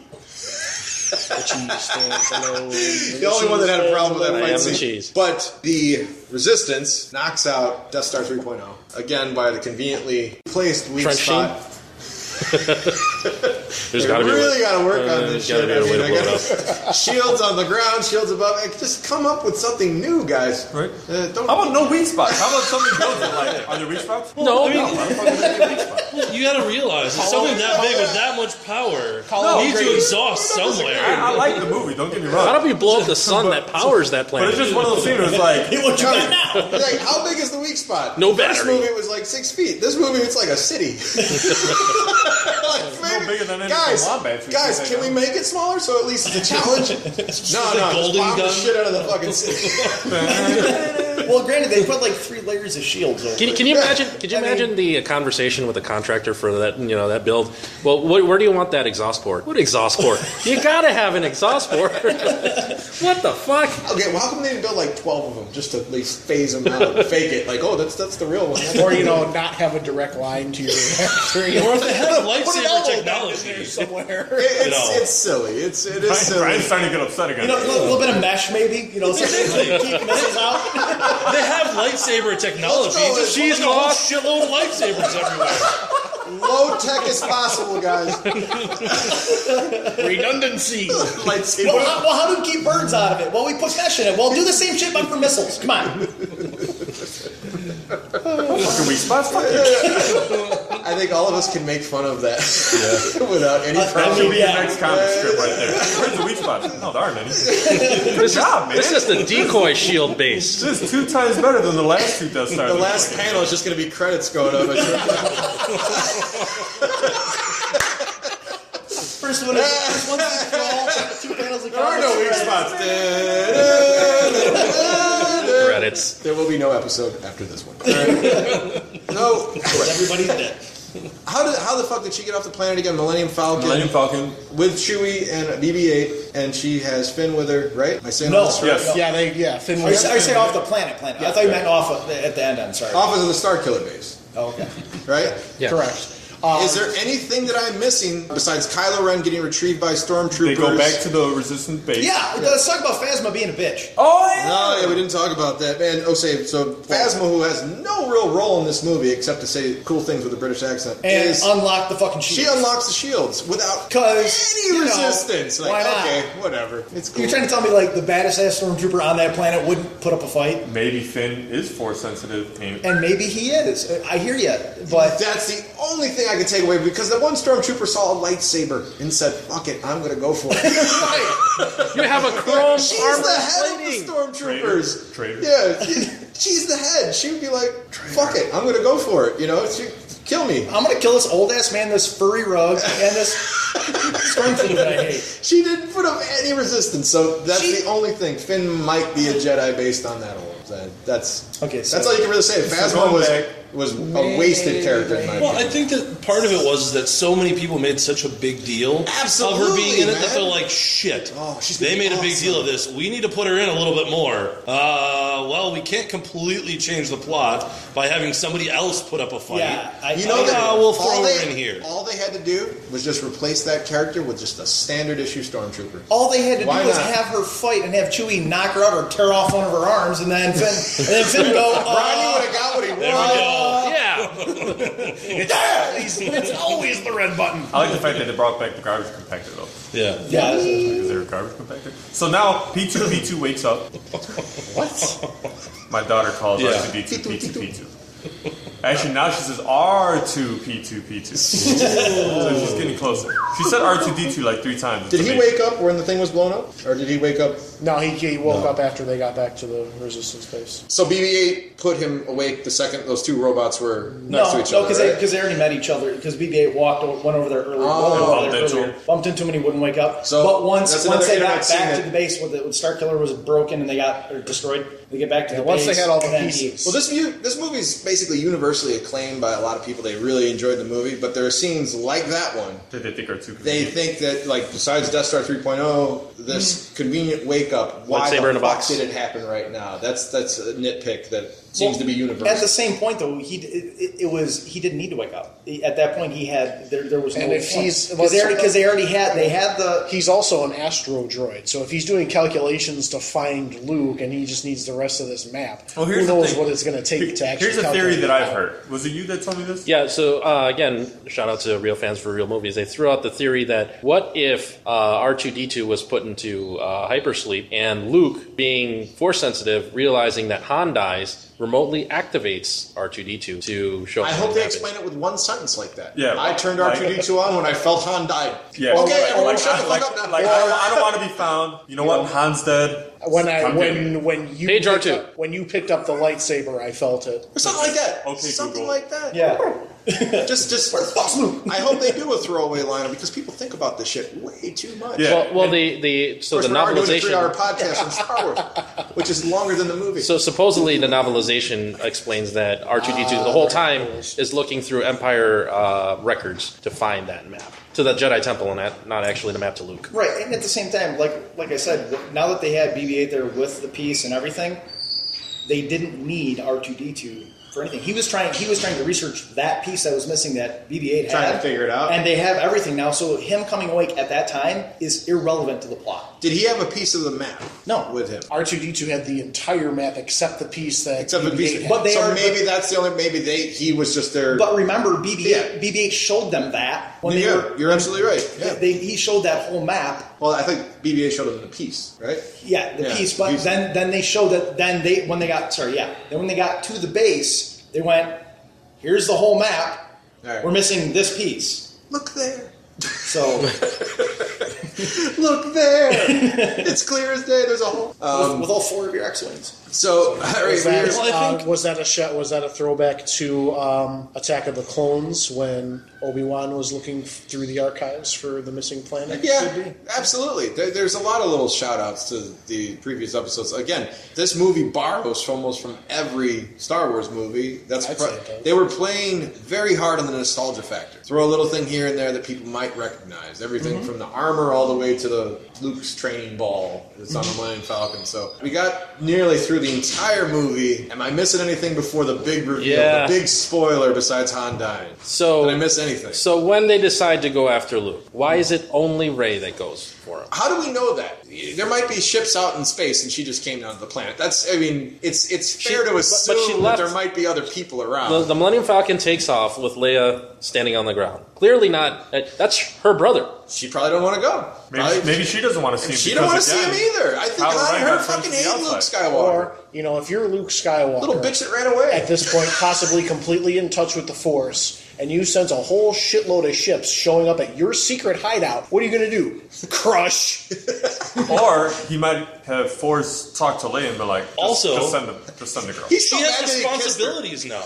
K: the
M: [laughs] the only one that had a problem with that
C: I
M: fight
C: am
M: scene.
C: the cheese.
M: But the Resistance knocks out Death Star 3.0 again by the conveniently placed weak
C: Trenching?
M: spot.
C: There's
M: They
C: gotta be a way-
M: really got to work
C: uh,
M: on this
C: there's gotta be a
M: shit.
C: way to
M: I
C: blow it
M: gotta- [laughs] shields on the ground, shields above. Like, just come up with something new, guys. Right? Uh, don't.
D: How about no weak spots? How about something built like? Are there weak spots?
C: No,
D: I mean, why the fuck would there be a weak spot?
R: You gotta realize it's something that big with that much power
D: No,
R: needs
D: great.
R: to exhaust somewhere.
D: I, I like the movie. Don't get me
C: How
D: wrong.
C: do we blow up the sun that powers that
D: [laughs] But
C: planet?
D: it's just one of those scenes. Where it's like
M: [laughs] Like, how big is the weak spot?
C: No
M: This
C: battery.
M: movie was like six feet. This movie was like
C: [laughs]
M: a city. [laughs] like, maybe-
D: bigger than any
M: guys,
D: wombats we
M: guys,
D: can
M: can
D: take
M: we
D: on.
M: make it smaller so at least it's a
C: [laughs]
M: challenge? no, no, just
R: golden
M: bomb the
R: gun?
M: shit out of the fucking city.
E: Well, granted, they put like three layers of shields over.
C: Can,
E: it.
C: can you imagine? Could you imagine the uh, conversation with the contractor for that? You know that build. Well, wh- where do you want that exhaust port? What exhaust
D: [laughs]
C: port? you gotta have an exhaust port. [laughs] what the fuck?
M: okay, well, how come they didn't build like twelve of them just to at least phase them out, and fake it? Like, oh, that's that's the real one.
K: or you know, not have a direct line to your [laughs] factory
R: Or if they had
K: Put an
R: lightsaber
K: elbow down in there
R: technology,
K: somewhere.
M: It-
R: You know.
M: it's, it's silly. It's it is
D: Brian,
M: silly.
D: Brian's starting to get upset again.
E: You know, a little, little bit of mesh, maybe. You know, something to keep missiles out.
R: they have lightsaber technology.
M: Let's go.
R: Just
M: She's
R: fucking a whole shitload of lightsabers everywhere.
M: Low tech as possible, guys.
E: [laughs]
K: Redundancy.
M: [laughs]
E: Well,
M: Lightsaber.
E: how, well, how do we keep birds out of it? Well, we put mesh in it. Well, do the same shit, but for missiles. Come on.
D: fucking weak spots. Fuck you.
M: I think all of us can make fun of that [laughs] without any
D: That
M: problem.
D: should be the next comic strip right there. Where's the weak spots? No, there aren't any. Good job, man.
C: This is the decoy shield base.
D: This is two times better than the last two Death Stars.
M: The last panel is just going to be credits going up.
E: [laughs] First one is first one's a crawl, two panels of
M: there are no weak spots. Da-da-da-da-da.
C: Credits.
M: [laughs] There will be no episode after this one. [laughs] Alright. no.
E: Everybody's dead.
M: How did how the fuck did she get off the planet again? Millennium Falcon.
D: Millennium Falcon.
M: with Chewie and BB-8, and she has Finn with her, right? Am I saying all
E: No.
M: this right?
D: Yes.
K: Yeah, they yeah. Finn
E: Are you,
K: was
E: are you saying off the planet? Planet. I thought you meant off of, at the end. I'm sorry.
M: Office of the Star Killer base,
E: Oh, okay.
M: right?
C: Yeah.
K: correct.
M: Is there anything that I'm missing besides Kylo Ren getting retrieved by stormtroopers?
D: They go back to the resistance base.
E: Yeah, let's talk about Phasma being a bitch.
M: Oh yeah. No, yeah, we didn't talk about that, man. Oh, save so Phasma, who has no real role in this movie except to say cool things with a British accent,
E: And uh,
M: is-
E: unlock the fucking shield.
M: she unlocks the shields without
E: 'Cause,
M: any
E: you know,
M: resistance. like,
E: why not?
M: okay, whatever. It's cool.
E: You're trying to tell me like the baddest ass stormtrooper on that planet wouldn't put up a fight,
D: Maybe Finn is force sensitive. And
E: and maybe he is. I hear you, but
M: That's the only thing I can take away because the one stormtrooper saw a lightsaber and said, "Fuck it, I'm gonna go for it."
E: [laughs]
C: You have a chrome
M: She's
C: armor
M: the head
C: plating.
M: of the stormtroopers.
D: Traitor.
M: Yeah, she- she's the head. She would be like, "Fuck it, I'm gonna go for it." You know, she, kill me.
E: I'm gonna kill this old ass man, this furry rug, and this stormtrooper that I hate.
M: She didn't put up any resistance, so that's
E: She-
M: the only thing. Finn might be a Jedi based on that alone. That- That's
E: Okay, so-
M: that's all you can really say. Phasma
D: going
M: was
D: back-
M: was a wasted character in my
R: Well,
M: opinion.
R: I think that part of it was that so many people made such a big deal of her being in it that they're like, shit.
M: Oh, she's gonna
R: they
M: be
R: made a big
M: awesome.
R: deal of this. We need to put her in a little bit more. Uh, well, we can't completely change the plot by having somebody else put up a fight.
E: Yeah, I-
M: You
E: I
M: know
R: Oh,
M: that
R: yeah, we'll throw
M: all
R: her
M: they-
R: in here.
M: All they had to do was just replace that character with just a standard issue stormtrooper.
R: Oh,
E: All they had to
M: Why
E: do was
M: not?
E: have her fight and have Chewie knock her out or tear off one of her arms, and then Finn, and then Finn go,
M: [laughs] Rodney would
E: uh,
M: have got what he
R: oh. There
M: wanted.
R: we go.
C: Yeah.
E: it's, [laughs] it's always the red button.
D: I like the fact that they brought back the garbage compactor though.
R: Yeah.
E: Yeah,
D: Is there a garbage compactor? So now P2 P2 wakes
M: [laughs]
D: up.
E: what?
D: My daughter calls
R: Yeah.
D: R2D2 P2 P2. Actually, now she says R2 P2 P2. so she's getting closer. She said R2D2 like three times. It's
M: Did he
D: amazing.
M: wake up when the thing was blown up, or did he wake up?
K: [laughs] No, he, he woke up after they got back to the resistance base.
M: So BB-8 put him awake the second those two robots were next
E: No,
M: to
E: uh, no,
M: each other.
E: because they,
M: right?
E: 'cause they already met each other. Because BB-8 walked o- went over there earlier,
M: Oh.
E: walked over
D: Bumped
E: there
D: into
E: earlier,
D: him.
E: bumped into him, and he wouldn't wake up.
M: So,
E: but
M: that's
E: once
M: another
E: once they
M: internet
E: got
M: scene
E: back
M: that-
E: to the base, when the Star Killer was broken and they got or destroyed, they get back to the
K: once they
E: base.
K: had all the
E: and then
K: pieces.
E: he-
M: Well, this mu- this movie is basically universally acclaimed by a lot of people. They really enjoyed the movie, but there are scenes like that one.
D: Did they think R2
M: They think that, like, besides Death Star 3.0, this convenient wake up. Why
C: Lightsaber
M: the
C: in a
M: fuck
C: box.
M: did it happen right now? That's that's a nitpick that seems to be universal.
E: At the same point, though, he d- it, it was he didn't need to wake up. He- At that point, he had there, there was no
K: And if he's-
E: because they, already- 'cause they already had they had the
K: He's also an astro droid, so if he's doing calculations to find Luke and he just needs the rest of this map,
D: Well, here's
K: who
D: the
K: knows
D: thing.
K: what it's going to take to actually
D: Here's a theory
K: calculate
D: that
K: it
D: I've
K: out.
D: heard. Was it you that told me this?
C: Yeah, so uh, again, shout out to real fans for real movies. They threw out the theory that what if uh, R2D2 was put into uh, hypersleep and Luke, being force sensitive, realizing that Han dies, remotely activates R2D2 to show
M: I
C: him
M: hope
C: what
M: they
C: happened.
M: explain it with one sentence like that.
D: Yeah.
M: I turned
D: Like-
M: R2D2 on when I felt Han died.
D: Yeah.
M: Okay,
D: Like,
M: everyone
D: like,
M: shut the
D: I- like,
M: fuck up now.
D: like, I, don't, I don't want to be found. You know what? Han's dead.
K: When I
D: Come get me.
K: when when you
C: Page
K: picked
C: R2.
K: up, when you picked up the lightsaber, I felt it.
M: Or something like that.
D: Okay,
M: something
D: Google.
M: like that.
E: yeah.
M: Just, just. I hope they do a throwaway line because people think about this shit way too much.
D: Yeah.
C: Well, well, the the so
M: Of
C: the
M: course, we're doing a
C: novelization.
M: three-hour podcast on Star Wars, which is longer than the movie.
C: So supposedly the novelization explains that R2D2 the whole time is looking through Empire uh, records to find that map to the Jedi Temple and that, not actually the map to Luke.
E: Right, and at the same time, like like I said, now that they had BB-8 there with the piece and everything, they didn't need R2D2 for anything. He was trying he was trying to research that piece that was missing that BB-8 had,
M: Trying to figure it out.
E: and they have everything now. So him coming awake at that time is irrelevant to the plot.
M: Did he have a piece of the map?
E: No.
M: with him.
K: R two D two had the entire map except the piece that
M: Except the
K: BB-8
M: piece.
K: had.
E: But they
M: so
E: are-
M: maybe that's the only. Maybe they. He was just there.
E: But remember, BB-8
M: Yeah.
E: BB-8 showed them that when they
M: yeah,
E: were.
M: you're absolutely right. Yeah.
E: They, he showed that whole map,
M: well, I think BBA showed him the piece, right?
E: yeah, the
M: Yeah,
E: piece. But
M: he's-
E: then, then they showed that. Then they, when they got, sorry, yeah, then when they got to the base, they went, "Here's the whole map.
M: All right.
E: We're missing this piece."
M: Look there.
E: So with,
M: Look
E: [laughs]
M: there. it's clear as day. There's a hole. [laughs] Um,
E: with all four of your X-wings,
M: so, [laughs] all right,
K: Was that,
M: here's-
K: uh, was that a shot? Was that a throwback to um, Attack of the Clones when Obi Wan was looking f- through the archives for the missing planet?
M: Yeah, absolutely. There, there's a lot of little shout outs to the previous episodes. Again, this movie borrows from almost from every Star Wars movie. That's
K: I'd
M: pro-
K: say it does.
M: they were playing very hard on the nostalgia factor. Throw a little thing here and there that people might recognize. Everything from the armor all the way to the Luke's training ball that's on the Millennium Falcon. So we got nearly through through the entire movie. Am I missing anything before the big reveal?
C: Yeah.
M: The big spoiler besides Han dying.
C: So
M: did I miss anything?
C: So when they decide to go after Luke, why is it only Ray that goes for him?
M: How do we know that? There might be ships out in space, and she just came down to the planet. That's, I mean, it's it's fair to
C: but- but
M: assume
C: she
M: that
C: left-
M: there might be other people around.
C: The, the Millennium Falcon takes off with Leia standing on the ground. Clearly not. that- That's her brother.
M: She probably don't want to go.
D: Maybe- maybe she doesn't want to see him
M: She don't want to
D: because,
M: see him
D: again,
M: either. I think
D: Kylo
M: Han
D: Ren
M: and her
D: got friends
M: fucking
D: to the
M: hate Luke
D: outside.
M: Skywalker.
K: Or, you know, if you're Luke Skywalker,
M: Little bitch that ran away
K: at this point, possibly completely in touch with the Force, and you sense a whole shitload of ships showing up at your secret hideout, what are you going to do? [laughs] Crush.
D: or he might have forced talk to Leia and be like, just,
R: Also-
D: just send the just send the girl.
R: she has responsibilities now.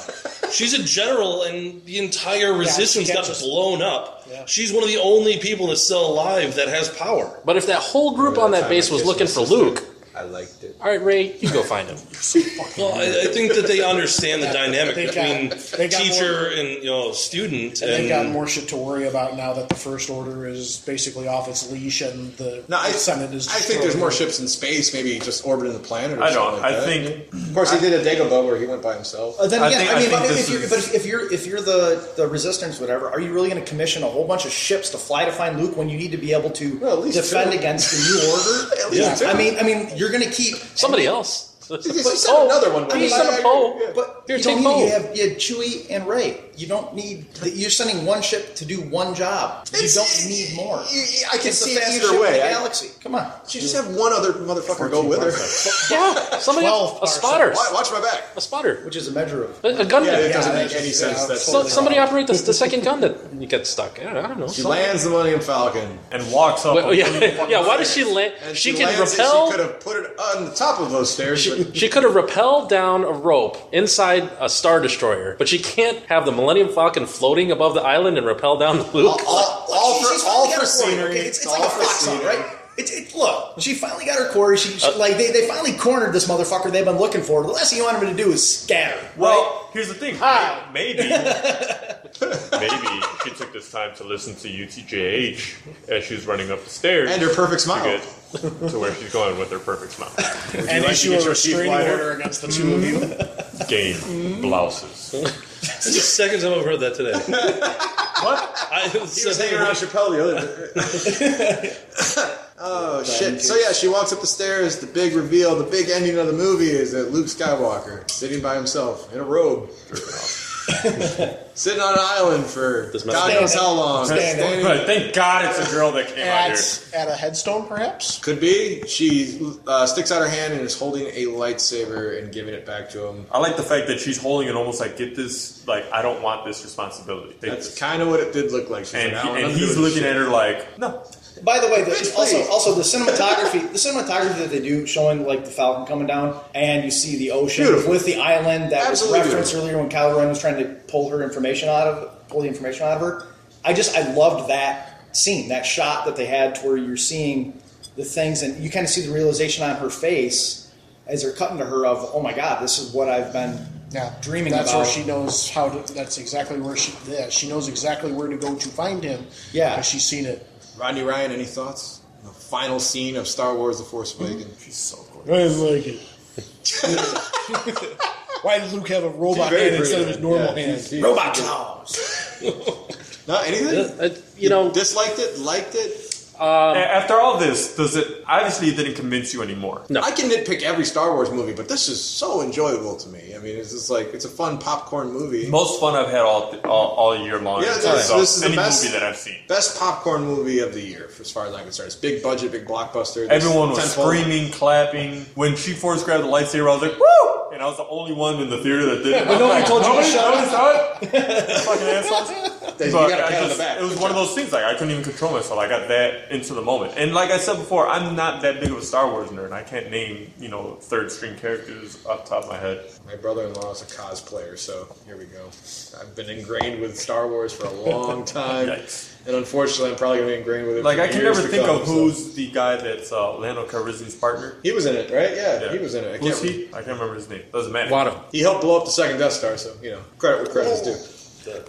R: She's a general, and the entire resistance
C: can't
R: got
C: just-
R: blown up. She's one of the only people that's still alive that has power.
C: But if that whole group on that base was looking for Luke,
R: I liked it.
C: all right, Ray, you go find him.
R: Well, I, I think that they understand
K: [laughs]
R: the dynamic
K: They got-
R: between
K: they got
R: teacher and you know student.
K: And
R: And,
K: they've got more shit to worry about now that the First Order is basically off its leash and the
M: No, I,
K: Senate is.
M: I think there's more ships in space, maybe just orbiting the planet. Or
D: I don't.
M: something like
D: I
M: that.
D: think-
M: Of course, he did a Dagobah where he went by himself.
E: Uh, then again, I, mean, but, if you're,
M: is-
E: but if you're if you're the the resistance, whatever, are you really going to commission a whole bunch of ships to fly to find Luke when you need to be able to
M: least
E: defend
M: two.
E: against the new
M: [laughs]
E: order?
M: At least two.
E: I mean, I mean, you're going to keep
C: somebody else. But, oh,
M: He sent another one.
E: I mean,
M: He sent a Poe.
E: But
M: Here,
E: you
M: take
E: don't need,
M: Poe.
E: you have you have Chewie and Ray. You don't need. You're sending one ship to do one job. You don't need more.
M: I
E: It's
M: can
E: the
M: see it
E: fastest
M: either
E: ship in
M: way.
E: the
M: I-
E: galaxy. Come on.
M: She just have one other motherfucker go with her.
C: yeah, somebody else, a spotter,
M: Wa- Watch my back.
C: a spotter,
E: which is a measure of
C: a, a gun.
M: Yeah, it
C: man.
M: doesn't make any sense. That's
C: So- somebody operate the, the second gun that you get stuck. I don't, I don't know.
M: She
C: somebody-
M: lands the Millennium Falcon
D: and walks up.
C: Wait, oh,
M: [laughs]
C: yeah, yeah. Why does she land?
M: And
C: She,
M: she
C: can
M: lands it, she
C: rappel.
M: could have put it on the top of those stairs. but-
C: She could have rappelled down a rope inside a star destroyer, but she can't have the Millennium Falcon floating above the island and rappel down to Luke.
M: all, all
E: She's
M: for
E: finally
M: all
E: got
M: for
E: her quarry.
M: scenery.
E: Okay, it's it's
M: all
E: like a
M: for
E: fox hunt,
M: scenery. Uh,
E: right? It's it, look, she finally got her quarry. She, she- like they, they finally cornered this motherfucker they've been looking for. The last thing you want him to do is scatter.
D: Well, here's the thing.
E: Hi.
D: Maybe,
M: [laughs]
D: maybe she took this time to listen to UTJH as she was running up the stairs
M: And her perfect smile.
D: to, get to where she's going with her perfect smile.
M: Would you
K: And
M: like to
K: issue
M: get
K: a
M: your
K: restraining
M: teeth
K: order against the two of
M: [laughs]
K: you.
D: Game blouses.
R: This is the second time I've heard that
K: [laughs]
R: today. what? I,
M: He was hanging around Chappelle the other [laughs] Oh shit! So yeah, she walks up the stairs. The big reveal, the big ending of the movie is that Luke Skywalker sitting by himself in a robe, sitting on an island for God
K: Standing.
M: knows how long.
K: Standing.
D: But thank God it's a girl that came out here.
K: At, at a headstone, perhaps?
M: Could be. She uh, sticks out her hand and is holding a lightsaber and giving it back to him.
D: I like the fact that she's holding it almost like get this like I don't want this responsibility. Take
M: That's
D: this.
M: kind of what it did look like. She's
D: and
M: like,
D: he-
M: "I don't
D: and
M: wanna do
D: he's
M: this
D: looking at
M: shit."
D: her like
E: No. By the way, the,
M: Bitch,
E: also
M: please.
E: also the cinematography, the cinematography that they do showing like the Falcon coming down, and you see the ocean
M: Beautiful.
E: with the island that
M: Absolutely
E: was referenced
M: beautiful.
E: earlier when Kylo Ren was trying to pull her information out of pull the information out of her. I just I loved that scene, that shot that they had to where you're seeing the things, and you kind of see the realization on her face as they're cutting to her of, oh my god, this is what I've been
K: Yeah,
E: dreaming
K: That's
E: about.
K: where she knows how to. That's exactly where she. Yeah, she knows exactly where to go to find him.
E: Yeah.
K: 'cause she's seen it.
M: Rodney Ryan, any thoughts? The final scene of Star Wars: The Force Awakens. Mm-hmm. She's so cool.
K: I like
M: [laughs]
K: it. Why did Luke have a robot hand instead of his normal hand?
E: robot claws.
M: No, anything.
C: Uh, you know,
M: Disliked it, liked it.
D: A- after all this, does it obviously it didn't convince you anymore.
C: No.
M: I can nitpick every Star Wars movie, but this is so enjoyable to me. I mean, it's just like it's a fun popcorn movie.
D: Most fun I've had all all, all year long.
M: Yeah,
D: in
M: this-
D: terms of
M: this is the
D: any
M: best-
D: movie that I've seen.
M: Best popcorn movie of the year, as far as I'm concerned. It's big budget, big blockbuster. This
D: Everyone was
M: tentpole-
D: screaming, clapping. When she force grabbed the lightsaber, I was like, "Woo!" And I was the only one in the theater that
M: [laughs]
D: did it. But nobody told you to shut up. Fucking assholes.
M: Then You
D: But
M: got a
D: I
M: pat on the
D: just-
M: back.
D: It was one of those things. Like I couldn't even control myself. I got that into the moment. And like I said before, I'm not that big of a Star Wars nerd. I can't name you know third string characters off the top of my head.
M: My brother-in-law is a cosplayer, so here we go. I've been ingrained with Star Wars for a
D: [laughs]
M: long time,
D: Yikes.
M: and unfortunately, I'm probably going to be ingrained with it.
D: Like
M: for
D: I can
M: years
D: never
M: to
D: think
M: come,
D: of
M: so.
D: who's the guy that's uh, Lando Calrissian's partner.
M: He was in it, right? Yeah, he was in it. I can't
D: Was he? I can't remember his name. Doesn't matter.
C: Watto.
D: Oh.
M: He helped blow up the second Death Star, so you know credit where credit is due.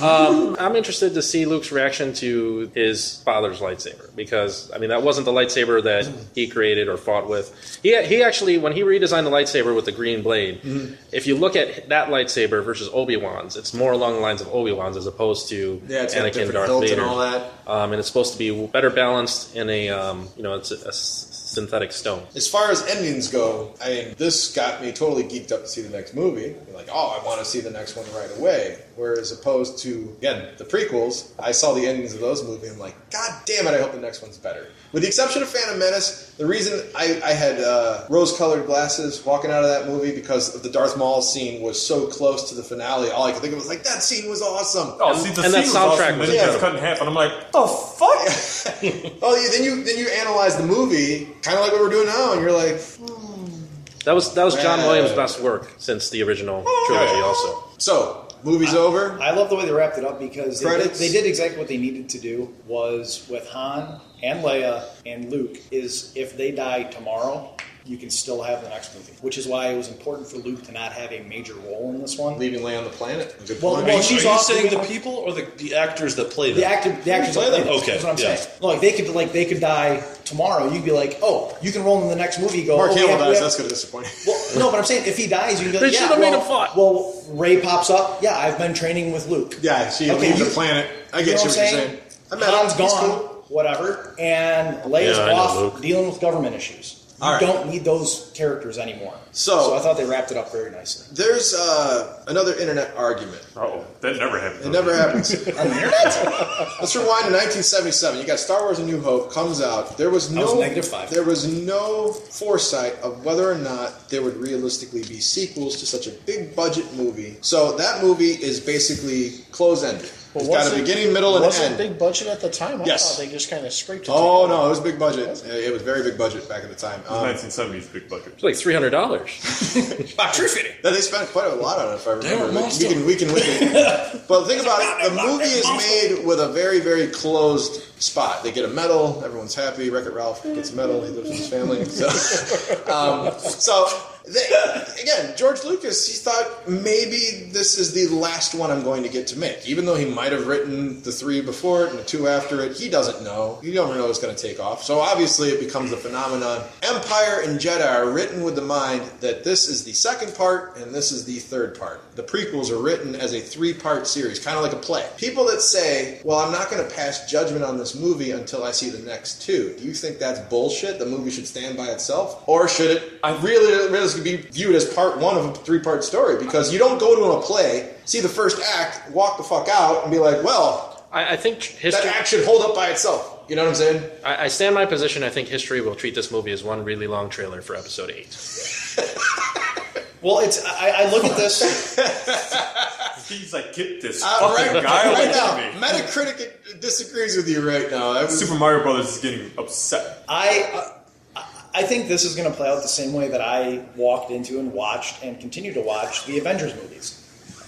C: Um, I'm interested to see Luke's reaction to his father's lightsaber because I mean that wasn't the lightsaber that he created or fought with. He he actually when he redesigned the lightsaber with the green blade,
S: Mhm.
C: if you look at that lightsaber versus Obi Wan's, it's more along the lines of Obi Wan's as opposed to
S: Yeah, it's got
C: Anakin
S: different
C: Darth
S: hilt and
C: Vader
S: all that.
C: Um, and it's supposed to be better balanced in a um, you know it's a, a s- synthetic stone.
M: As far as endings go, I mean, this got me totally geeked up to see the next movie. You're like, oh, I want to see the next one right away. Whereas opposed to again the prequels, I saw the endings of those movies. I'm like, god damn it, I hope the next one's better. With the exception of Phantom Menace, the reason I, I had uh, rose-colored glasses walking out of that movie because of the Darth Maul scene was so close to the finale. All I could think of was like, that scene was awesome.
D: Oh, see, the scene was awesome, then it gets cut in half, and I'm like, oh
M: [laughs] fuck. oh, yeah, then you then you analyze the movie kind of like what we're doing now, and you're like,
C: That was that was John
M: Right.
C: Williams' best work since the original trilogy. Also,
M: so movie's over.
E: I love the way they wrapped it up because they did,
M: Credits.
E: they did exactly what they needed to do. Was with Han and Leia and Luke is if they die tomorrow, you can still have the next movie, which is why it was important for Luke to not have a major role in this one.
M: Leaving Leia on the planet. Good
E: well,
R: Are
E: well,
R: you-
E: she's
R: are you
E: off-
R: saying the people or the, the actors that play them?
E: The actor, the actors
R: play them.
E: That's
R: Okay,
E: what I'm
R: yeah.
E: saying. Like they could, like they could die tomorrow. You'd be like, oh, you can roll in the next movie. and Go,
M: Mark
E: oh, we
M: Hamill
E: have- we
M: dies.
E: have-
M: That's going to disappoint. [laughs]
E: Well, no, but I'm saying if he dies, you can go.
M: They
E: yeah,
M: should've
E: well,
M: made him fought.
E: Well, Ray pops up. Yeah, I've been training with Luke.
M: Yeah, she leaves the planet. I
E: know what
M: get you what you're
E: I'm saying.
M: saying.
E: I'm
M: at
E: Han's
M: it.
E: gone,
M: He's
E: whatever, and Leia's
M: Yeah, I know,
E: off
M: Luke.
E: dealing with government issues. You
M: All right.
E: don't need those characters anymore.
M: So-
E: I thought they wrapped it up very nicely.
M: There's uh, another internet argument.
D: Oh, that never happens.
M: It never [laughs] happens. On the internet? [laughs] Let's rewind to 1977. You got Star Wars: A New Hope comes out. There was
E: That
M: no
E: was negative five.
M: There was no foresight of whether or not there would realistically be sequels to such a big budget movie. So that movie is basically close ended. it's got a beginning, middle, and
K: wasn't
M: end.
K: big budget at the time. I
M: Yes.
K: thought they just kind of scraped it.
M: Oh
K: together.
M: no, it was big budget. It was very big budget back at the time. Um,
D: 1970s
E: [laughs]
D: big budget.
C: It's like three hundred dollars.
M: True fitting. They spent quite a lot on it, if I
D: Damn,
M: remember. We-
D: monster.
M: we can, we can, we can. but think about it. The movie is made with a very, very closed spot. They get a medal. Everyone's happy. Wreck-It Ralph gets a medal. He lives with his family. So, um, so they, again, George Lucas, he thought maybe this is the last one I'm going to get to make. Even though he might have written the three before it and the two after it, he doesn't know. You never know it's going to take off. So obviously, it becomes a phenomenon. Empire and Jedi are written with the mind that this is the second part and this is the third part. The prequels are written as a three part series, kind of like a play. People that say, well, I'm not going to pass judgment on this movie until I see the next two, do you think that's bullshit? The movie should stand by itself? Or should it I really, really be viewed as part one of a three part story? Because you don't go to a play, see the first act, walk the fuck out, and be like, well,
C: I, I think history.
M: that act should hold up by itself. You know what I'm saying?
C: I, I stand my position. I think history will treat this movie as one really long trailer for Episode Eight.
E: Well, it's I, I look at this.
D: He's like, get this
M: Uh,
D: fucking
M: right
D: guy
M: right
D: away
M: now,
D: from me.
M: Metacritic disagrees with you right now. That was-
D: Super Mario Brothers is getting upset.
E: I uh, I- I think this is going to play out the same way that I walked into and watched and continue to watch the Avengers movies.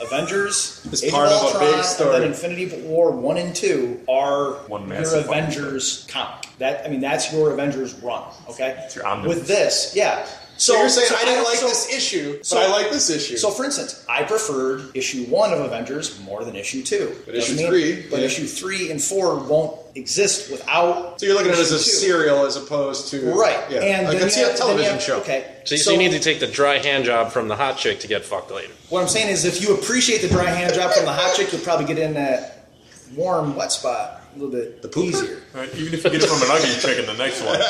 E: Avengers
M: It's
E: Age
M: part of a
E: Ultron,
M: big story.
E: And then Infinity War one and two are your
D: massive
E: Avengers comic. That I mean, that's your Avengers run. Okay,
D: omnibus.
E: with this, yeah.
M: So, you're saying I didn't
E: don't-
M: like
E: so-
M: this issue, but I like this issue.
E: So, for instance, I preferred issue one of Avengers more than issue two.
M: But
E: Doesn't
M: issue
E: mean-
M: three,
E: but
M: yeah.
E: issue three and four won't exist without.
M: So you're looking at it as a
E: issue two.
M: serial as opposed to
E: Right.
M: Yeah,
E: And
M: like
E: then
M: it's
E: you
M: a
E: have-
M: television
E: then you have-
M: show.
E: Okay.
C: So, you- so
E: So-
C: you need to take the dry hand job from the hot chick to get fucked later.
E: What I'm saying is, if you appreciate the dry hand job from the hot chick, you'll probably get in that warm wet spot a little bit the easier.
D: Right, even if you get it from an ugly chick in the next
E: [laughs]
D: one,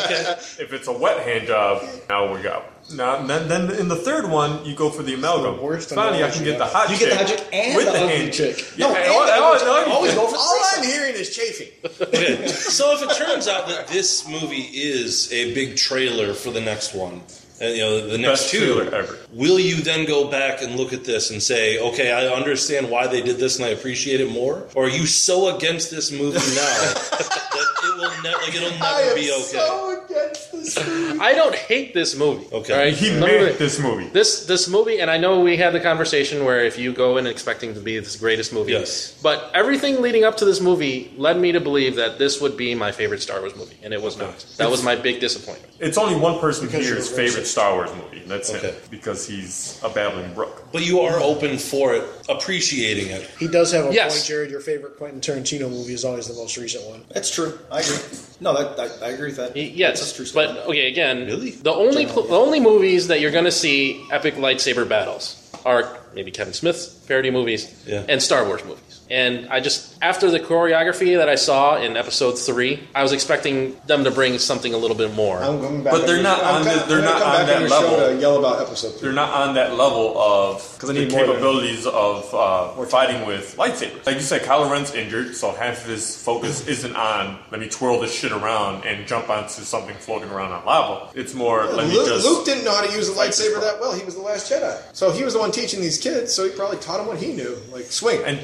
D: if it's a wet hand job, now we go. Now, and then, then in the third one, you go for the amalgam. Finally, I can get the hot
E: You
D: chick.
E: get the hot chick and
D: with
E: the,
D: the
E: ugly
D: hand
E: chick.
D: Yeah,
E: No,
D: and
E: and
D: all-
E: the
D: and all-
E: ugly chick.
D: and all you
E: always
D: get.
E: go for the
M: All
E: threesome.
M: I'm hearing is chafing.
K: [laughs]
R: Okay. So if it turns out that this movie is a big trailer for the next one, and you know the next
D: Best
R: two,
D: trailer ever.
R: will you then go back and look at this and say, okay, I understand why they did this and I appreciate it more, or are
C: [laughs]
R: you so against this movie now that it will never, like it'll never be okay?
M: so against this
C: I don't hate this movie. Okay.
D: He made this movie.
C: This this movie, and I know we had the conversation where if you go in expecting to be this greatest movie, yes. But everything leading up to this movie led me to believe that this would be my favorite Star Wars movie, and it was not. That was my big disappointment.
D: It's only one person
C: Because
D: here's
C: you're racist.
D: favorite Star Wars movie. and That's
R: Okay.
D: him because he's a babbling brook.
R: But you are open for it, appreciating it.
K: He does have a
R: Yes.
K: point, Jared. Your favorite Quentin Tarantino movie is always the most recent one.
E: That's true. I agree. No, that, I, I agree with that.
C: Yes, but okay. Again, the only pl- the only movies that you're going to see epic lightsaber battles are maybe Kevin Smith's parody movies and Star Wars movies. And I just after the choreography that I saw in Episode Three, I was expecting them to bring something a little bit more.
P: I'm going back on your- I'm
D: the-
P: kinda-
D: they're
P: I'm gonna
D: not
P: come
D: on
P: back
D: that
P: your
D: level.
P: Show to yell about episode three.
D: They're not on that level of
P: I
D: the
P: need more than-
D: capabilities of uh, fighting with lightsabers. Like you said, Kylo Ren's injured, so half of his focus isn't on let me twirl this shit around and jump onto something floating around on lava. It's more let me
M: Luke,
D: just
M: Luke didn't know how to use a lightsaber that well. He was the last Jedi, so he was the one teaching these kids. So he probably taught them what he knew, like swing.
D: And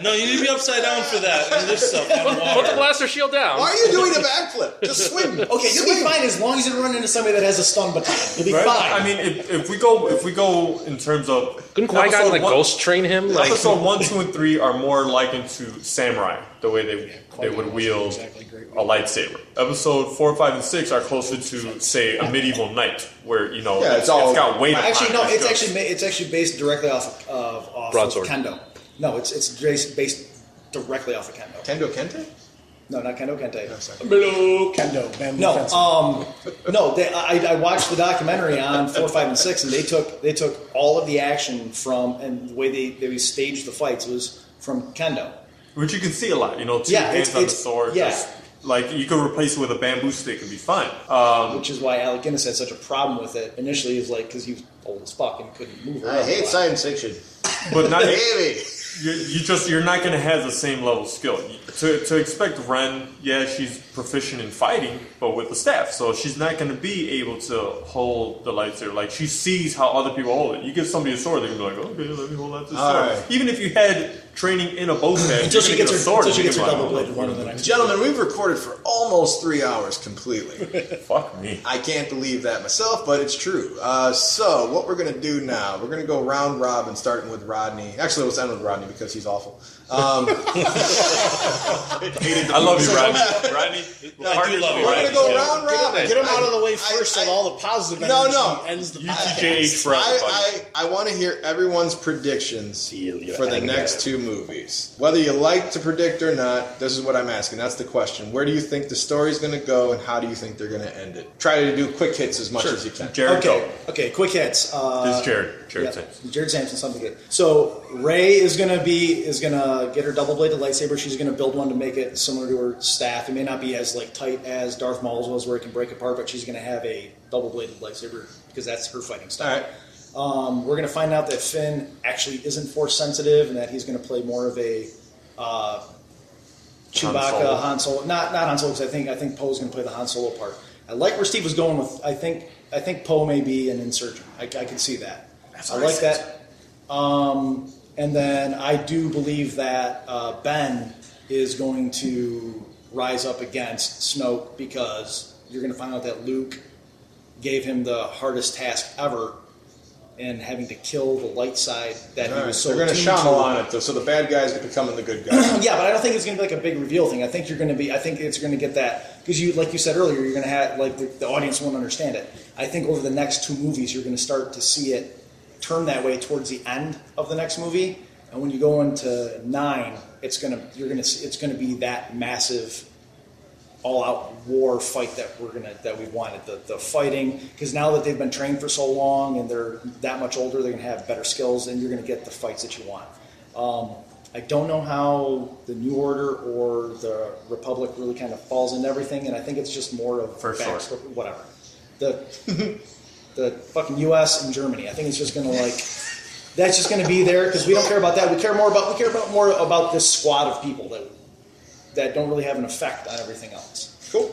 R: No, you need to be upside down for that and lift stuff on water.
D: [laughs]
C: Put the blaster shield down.
M: Why are you doing a backflip? Just swing.
E: Okay, you'll be fine as long as you don't run into somebody that has a stun baton. You'll be
D: Right?
E: fine.
D: I mean, if, if we go, if we go in terms of
C: Couldn't Qui-Gon,
D: episode
C: like, ghost train him? Like-
D: episode one, two, and three are more likened to samurai, the way they they would wield a lightsaber. Episode four, five, and six are closer to say a medieval knight, where you know
E: Yeah,
D: it's, it's got weight.
E: Actually,
D: upon
E: no,
D: it.
E: it's actually ma- it's actually based directly off of, of, off
D: Broadsword.
E: of kendo. No, it's it's based, based directly off of kendo.
M: Kendo kente?
E: No, not kendo kente.
K: Kendo, bamboo
E: No,
K: fencing.
M: uh,
E: um, no. They, I, I watched the documentary on four, five, and six, and they took they took all of the action from and the way they they staged the fights was from kendo.
D: which you can see a lot. You know, two
E: Yeah,
D: hands
E: it's-
D: on the
E: it's-
D: sword.
E: yeah.
D: Just, like you could replace it with a bamboo stick and be fine. Um,
E: which is why Alec Guinness had such a problem with it initially. Is like because he was old as fuck and couldn't move.
D: I
E: around a
D: hate
E: lot.
D: science fiction.
E: [laughs]
D: but not You, you just you're not going to have the same level of skill. You- To, to expect Ren, yeah, she's proficient in fighting, but with the staff, so she's not going to be able to hold the lightsaber. Like she sees how other people hold it. You give somebody a sword, they're going to be like, okay, let me hold out this
M: All
D: sword.
M: right.
D: Even if you had training in a
M: [clears throat]
D: bow staff,
M: Until
D: you're
M: she
D: gonna get
M: gets
D: a
M: her-
D: sword,
M: until she
D: you
M: gets
D: can
M: her
D: go,
M: double-bladed
D: "Oh,
M: Gentlemen, we've recorded for almost three hours completely.
D: Fuck
M: [laughs]
D: me.
M: I can't believe that myself, but it's true. Uh, so, what we're going to do now, we're going to go round robin, starting with Rodney. Actually, let's end with Rodney because he's awful. Um,
D: I love you, Rodney. Rodney,
M: I do love you, We're gonna Rodney. go Yeah. round robin.
K: Get him out of the way
M: I-
K: first of all the positive
M: No,
K: energy
M: no.
K: ends the
M: I,
K: podcast.
M: I, I want to hear everyone's predictions for the
K: anger.
M: next two movies. Whether you like to predict or not, this is what I'm asking. That's the question. Where do you think the story's going to go, and how do you think they're going to end it? Try to do quick hits as much as you can.
E: okay. Okay. Quick hits. Uh,
M: This is Jared. Jared
E: Samson. Jared Samson. Something good. So Ray is gonna be is gonna get her double bladed lightsaber. She's gonna build one to make it similar to her staff. It may not be as like tight as Darth Maul's was, where it can break apart, but she's gonna have a double bladed lightsaber because that's her fighting style. Um, we're gonna find out that Finn actually isn't force sensitive, and that he's gonna play more of a uh,
T: Han
E: Chewbacca,
T: Solo.
E: Han Solo. Not not Han Solo because I think I think Poe's going to play the Han Solo part. I like where Steve was going with. I think I think Poe may be an insurgent. I, I can see that. I
T: what I
E: like that. Um, and then I do believe that uh, Ben is going to rise up against Snoke because you're going to find out that Luke gave him the hardest task ever. And having to kill the light side that he
M: Alright,
E: was so
M: they're going to
E: attuned to.
M: Shyamalan it, though, so the bad guys are becoming the good guys.
E: yeah, but I don't think it's going to be like a big reveal thing. I think you're going to be. I think it's going to get that because you, like you said earlier, you're going to have like the, the audience won't understand it. I think over the next two movies, you're going to start to see it turn that way towards the end of the next movie, and when you go into nine, it's going to you're going to it's going to be that massive all-out war fight that we're gonna that we wanted the, the fighting because now that they've been trained for so long and they're that much older they're gonna have better skills and you're gonna get the fights that you want um, i don't know how the new order or the republic really kind of falls into everything and i think it's just more of
D: For sure.
E: backstory- whatever the [laughs] the fucking us and germany i think it's just gonna like that's just gonna be there because we don't care about that we care more about we care about more about this squad of people that that don't really have an effect on everything else
M: Cool.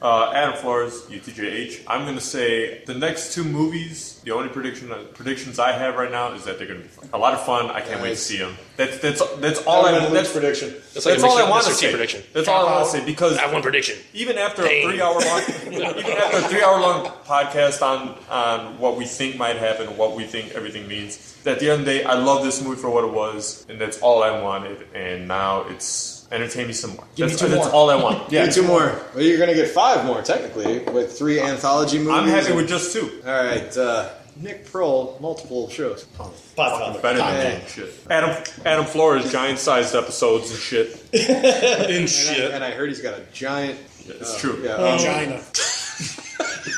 D: Uh, Adam Flores, UTJH. I'm gonna say the next two movies. The only prediction uh, predictions I have right now is that they're gonna be fun. a lot of fun. I can't wait to see them. That's that's that's all
S: That would've
D: I
S: been
D: that's
S: Luke's prediction.
D: That's,
S: That's like a
D: all I
S: Mr.
D: want to
S: Mr. T
D: say.
S: prediction.
D: That's all I want
S: Dropout.
D: to say because
S: I have one prediction.
D: Even after
S: Dang.
D: a three
S: [laughs]
D: hour long, even after a three hour long podcast on on what we think might happen, what we think everything means. At the end of the day, I love this movie for what it was, and that's all I wanted. And now it's entertain me some more.
M: Give me
D: that's
M: two
D: that's
M: more.
D: all I want.
M: [laughs] Yeah, two more. Well, you're gonna get five more technically with three anthology movies.
D: I'm happy with just two.
M: All right, uh, Nick Prohl, multiple shows.
D: Fucking better than me. Shit. Adam Adam Flores giant sized episodes and shit.
R: and shit.
M: and I heard he's got a giant.
D: It's
M: uh,
D: true.
M: Yeah.
K: Vagina.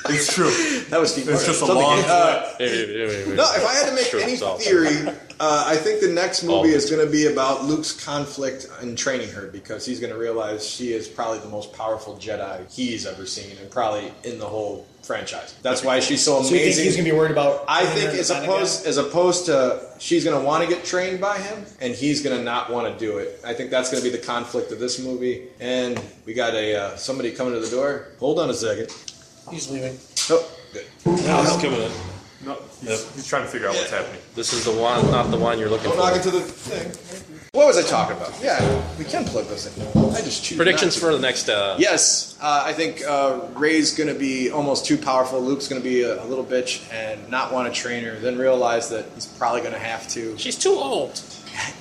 D: It's true.
M: That was Steve.
D: It's
M: Martin.
D: just a
M: Something-
D: long.
M: uh, No,
D: No,
M: if I had to make any
D: [laughs]
M: theory, uh, I think the next movie is going to be about Luke's conflict and training her because he's going to realize she is probably the most powerful Jedi he's ever seen and probably in the whole franchise. That's why she's
B: So
M: so
B: you think
M: amazing.
B: he's gonna be worried about?
M: I
B: her
M: think as
B: design
M: opposed as opposed to she's going to want to get trained by him and he's going to not want to do it. I think that's going to be the conflict of this movie. And we got a uh, somebody coming to the door. Hold on a second.
K: He's leaving.
M: Oh, good.
R: He's coming in.
D: No, he's, he's trying to figure out what's happening.
C: This is the one, not the one you're looking
M: Don't
C: for.
M: knock into the thing. What was I talking about? Yeah, we can plug this in. I just choose.
C: Predictions
M: not
C: for the next. Uh,
M: to. Yes, uh, I think uh, Ray's going to be almost too powerful. Luke's going to be a, a little bitch and not want to train her. Then realize that he's probably going to have to.
C: She's too old.
M: [laughs]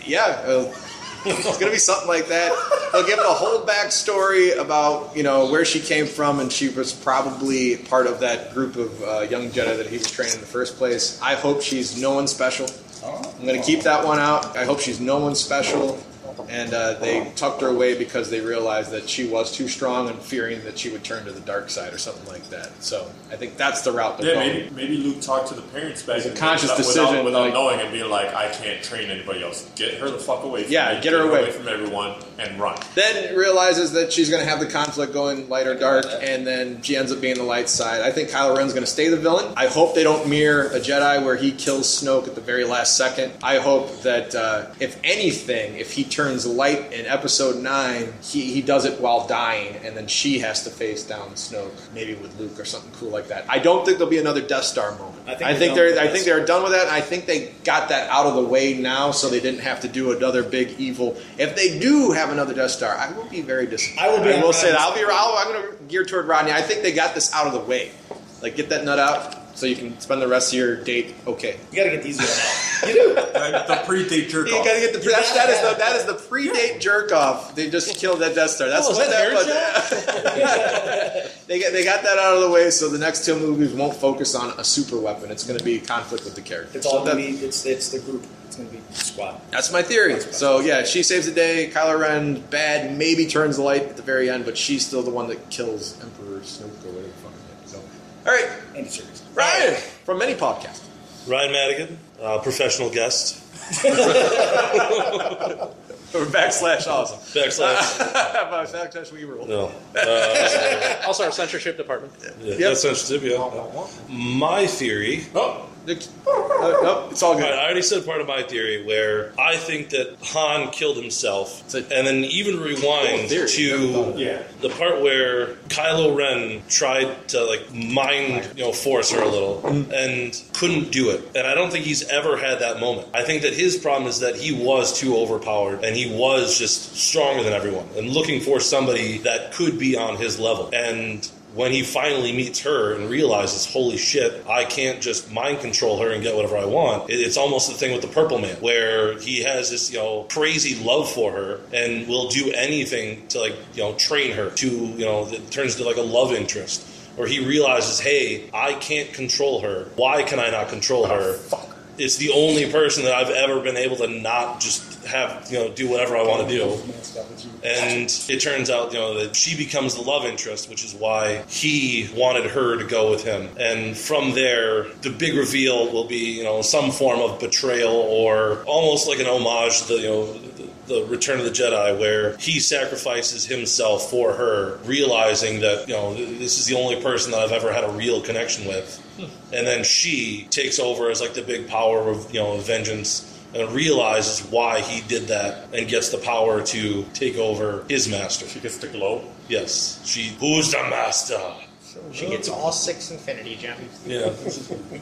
M: Yeah, uh, [laughs] it's going to be something like that. They'll give the whole backstory about you know where she came from, and she was probably part of that group of uh, young Jedi that he was training in the first place. I hope she's no one special. I'm going to keep that one out. I hope she's no one special. And uh, they tucked her away because they realized that she was too strong and fearing that she would turn to the dark side or something like that. So I think that's the route they're
D: Yeah,
M: going.
D: maybe maybe Luke talked to the parents back.
M: It's a
D: in the-
M: conscious
D: without,
M: decision,
D: without, without
M: like-
D: knowing and being like, I can't train anybody else. Get her the fuck away. From
M: Yeah,
D: me.
M: get her away.
D: from everyone and run.
M: Then realizes that she's going to have the conflict going light or dark, and then she ends up being the light side. I think Kylo Ren's going to stay the villain. I hope they don't mirror a Jedi where he kills Snoke at the very last second. I hope that uh, if anything, if he turns light in Episode Nine, he he does it while dying, and then she has to face down Snoke, maybe with Luke or something cool like that. I don't think there'll be another Death Star moment. I
B: I think
M: think,
B: they're
M: they're
B: done
M: I
B: with
M: think
B: that.
M: they're done with that. I think they got that out of the way now, so they didn't have to do another big evil. If they do have another Death Star, I will be very disappointed.
B: I will be
M: I will
B: on
M: say that. I'll
B: Rodney's-
M: be. I'll, I'm going to gear toward Rodney. I think they got this out of the way. Like get that nut out, so you can spend the rest of your date okay.
B: You gotta get these out.
M: [laughs]
D: the pre-date jerk
M: You
D: off.
M: got to get the
B: You
M: that's, that
B: gotta
M: is the
B: have
M: that is the pre-date jerk off. They just killed that Death Star. That's
K: Oh, is
M: what
K: that hair
M: but- [laughs] they got they got that out of the way, so the next two movies won't focus on a super weapon. It's going to be conflict with the characters.
B: It's
M: So
B: all
M: that-
B: gonna be. It's it's the group. It's gonna be squad.
M: That's my theory. So yeah, she saves the day. Kylo Ren bad, maybe turns the light at the very end, but she's still the one that kills Emperor Snoke or whatever the fuck. his name is. So, all right,
B: And series.
M: Ryan from many podcasts.
R: Ryan Madigan, uh, professional guest.
M: Or backslash awesome.
C: [laughs]
M: [laughs]
R: Backslash.
M: backslash we roll.
R: No. Uh,
C: also, our censorship department.
R: Yeah, That's sensitive, yeah. My theory.
M: Oh, the- oh, no, it's all
R: All
M: good.
R: right, I already said part of my theory where I think that Han killed himself, and then even rewind
M: theory. Never thought
R: to
M: of
D: Yeah.
R: the part where Kylo Ren tried to like mind, you know, force her a little and couldn't do it. And I don't think he's ever had that moment. I think that his problem is that he was too overpowered and he was just stronger than everyone and looking for somebody that could be on his level. And when he finally meets her and realizes, holy shit, I can't just mind control her and get whatever I want. It- It's almost the thing with the Purple Man, where he has this, you know, crazy love for her and will do anything to, like, you know, train her to, you know, it turns into like a love interest. Or he realizes, hey, I can't control her. Why can I not control her? It's the only person that I've ever been able to not just have, you know, do whatever I want to do. And it turns out, you know, that she becomes the love interest, which is why he wanted her to go with him. And from there, the big reveal will be, you know, some form of betrayal or almost like an homage to the, you know, the- the Return of the Jedi, where he sacrifices himself for her, realizing that, you know, th- this is the only person that I've ever had a real connection with. And then she takes over as like the big power of, you know, vengeance and realizes why he did that and gets the power to take over his master. She
D: gets the glow?
R: Yes. She, who's the master?
T: She gets all six Infinity Gems.
R: Yeah.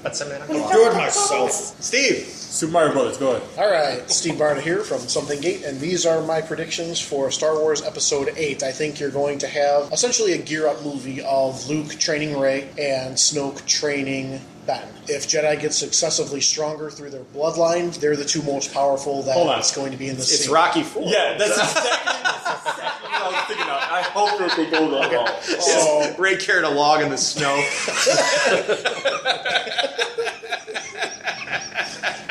T: Puts them in a
K: Enjoyed
T: glove.
K: myself.
M: Steve.
D: Super Mario Brothers. Go ahead.
K: All right, Steve Barta here from Something Gate, and these are my predictions for Star Wars Episode 8. I think you're going to have essentially a gear up movie of Luke training Rey and Snoke training Ben. If Jedi get successively stronger through their bloodline, they're the two most powerful that
S: Hold on.
K: it's going to be in this
S: It's
K: scene.
S: Rocky Four.
M: [laughs]
D: Yeah, [laughs] that's
S: I was thinking about. I hope that they go that long.
K: So-
S: Ray carried a log in the snow.
D: [laughs]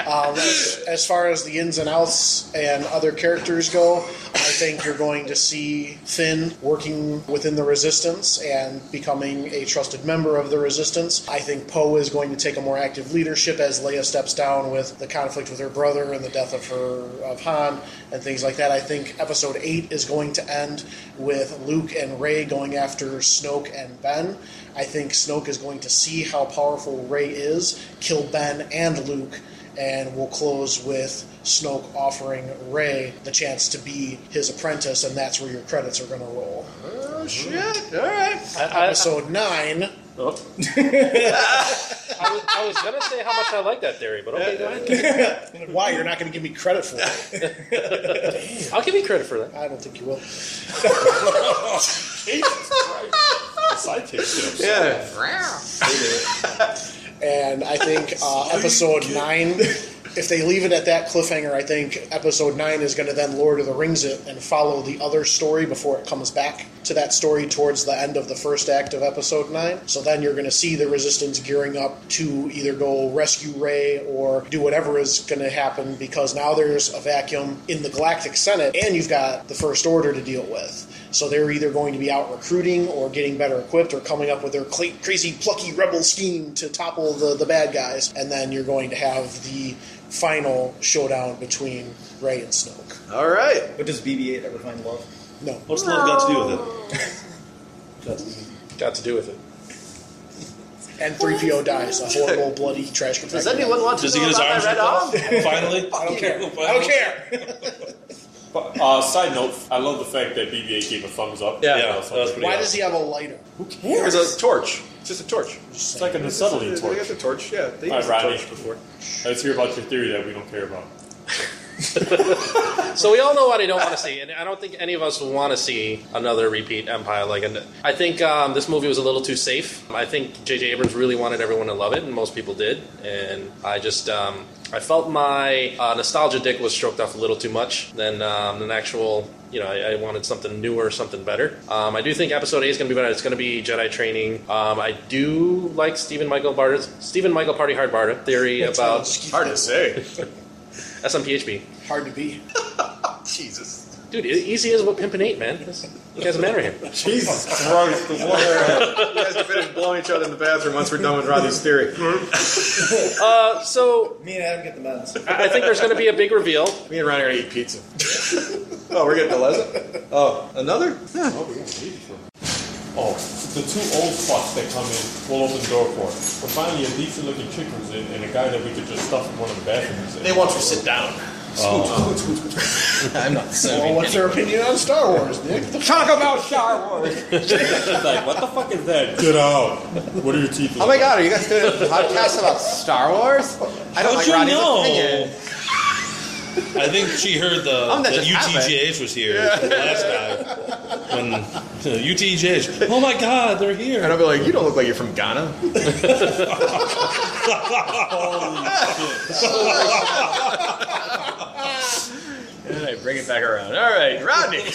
K: Um, as, as far as the ins and outs and other characters go, I think you're going to see Finn working within the Resistance and becoming a trusted member of the Resistance. I think Poe is going to take a more active leadership as Leia steps down with the conflict with her brother and the death of her of Han and things like that. I think Episode Eight is going to end with Luke and Ray going after Snoke and Ben. I think Snoke is going to see how powerful Ray is, kill Ben and Luke and we'll close with Snoke offering Ray the chance to be his apprentice, and that's where your credits are going to roll.
S: oh shit! All right.
K: Episode nine.
C: I was, I was gonna say how much I like that theory, but okay, go ahead.
K: Why you're not going to give me credit for it?
C: I'll give you credit for that.
K: I don't think you will.
D: Sidekick.
S: Yeah.
K: And I think uh, episode nine. If they leave it at that cliffhanger, I think episode nine is going to then Lord of the Rings it and follow the other story before it comes back to that story towards the end of the first act of episode nine. So then you're going to see the Resistance gearing up to either go rescue Rey or do whatever is going to happen because now there's a vacuum in the Galactic Senate and you've got the First Order to deal with. So they're either going to be out recruiting or getting better equipped or coming up with their cla crazy plucky rebel scheme to topple the, the bad guys. And then you're going to have the final showdown between Ray and Snoke.
M: All right.
E: But does BB-8 ever find love?
K: No.
R: What's love got to do with it?
C: Got to do with it.
K: And 3PO dies, a horrible, bloody trash compactor.
S: Does anyone want to
R: Does he
S: know
R: get his
S: about
R: arms
S: my red arm?
R: ripped off? Finally?
K: I don't care.
R: Finally?
K: I don't care.
D: But, uh, side note, I love the fact that BB-8 gave a thumbs up.
R: Yeah.
D: that was
R: That was pretty
K: Why does he have a lighter?
M: It was a torch. It's just a torch.
D: It's like an acetylene
M: They
D: torch.
M: got the torch. Yeah. They
D: All right,
M: used the
D: Rodney.
M: torch before.
D: Let's hear about your theory that we don't care about.
C: So we all know what I don't want to see, and I don't think any of us want to see another repeat Empire. Like, and I think um, this movie was a little too safe. I think J.J. Abrams really wanted everyone to love it, and most people did. And I just, um, I felt my uh, nostalgia dick was stroked off a little too much than um, an actual. You know, I, I wanted something newer, something better. Um, I do think Episode Eight is going to be better. It's going to be Jedi training. Um, I do like Stephen Michael Barta's Stephen Michael Party Hard Barta theory about
M: Hard
D: [laughs]
M: to say.
C: SMPHB.
K: Hard to be.
M: Jesus.
C: Dude, e- easy as what pimpin' eight, man. This- You guys matter here.
M: [laughs] Jesus Christ. The water. you guys can finish blowing each other in the bathroom once we're done with Rodney's theory.
C: Uh, so
E: Me and Adam get the meds.
C: I I think there's going to be a big reveal.
M: Me and Ronnie are gonna eat pizza. oh, we're getting to Leza? Oh, another?
D: Oh, the two old fucks that come in, we'll open the door for. But finally, a decent looking chick comes in, and a guy that we could just stuff in one of the bathrooms.
S: They want you to sit down.
R: Oh.
S: [laughs] I'm not
K: Well,
S: serving.
K: what's their opinion on Star Wars, Nick?
S: Talk about Star Wars.
D: It's like, what the fuck is that? Get out. What are your teeth?
S: Oh my God, are you guys doing a podcast about Star Wars? I don't
R: How'd
S: like
R: you
S: Rodney's
R: know?
S: opinion.
R: I think she heard the
S: I'm not
R: that
S: just
R: UTJH was here last time. When [laughs] UTJH, oh my God, they're
M: And
R: here.
M: I'll be like, you don't look like you're
S: [laughs]
M: from Ghana.
R: [laughs]
M: And I bring it back around. All right, Rodney.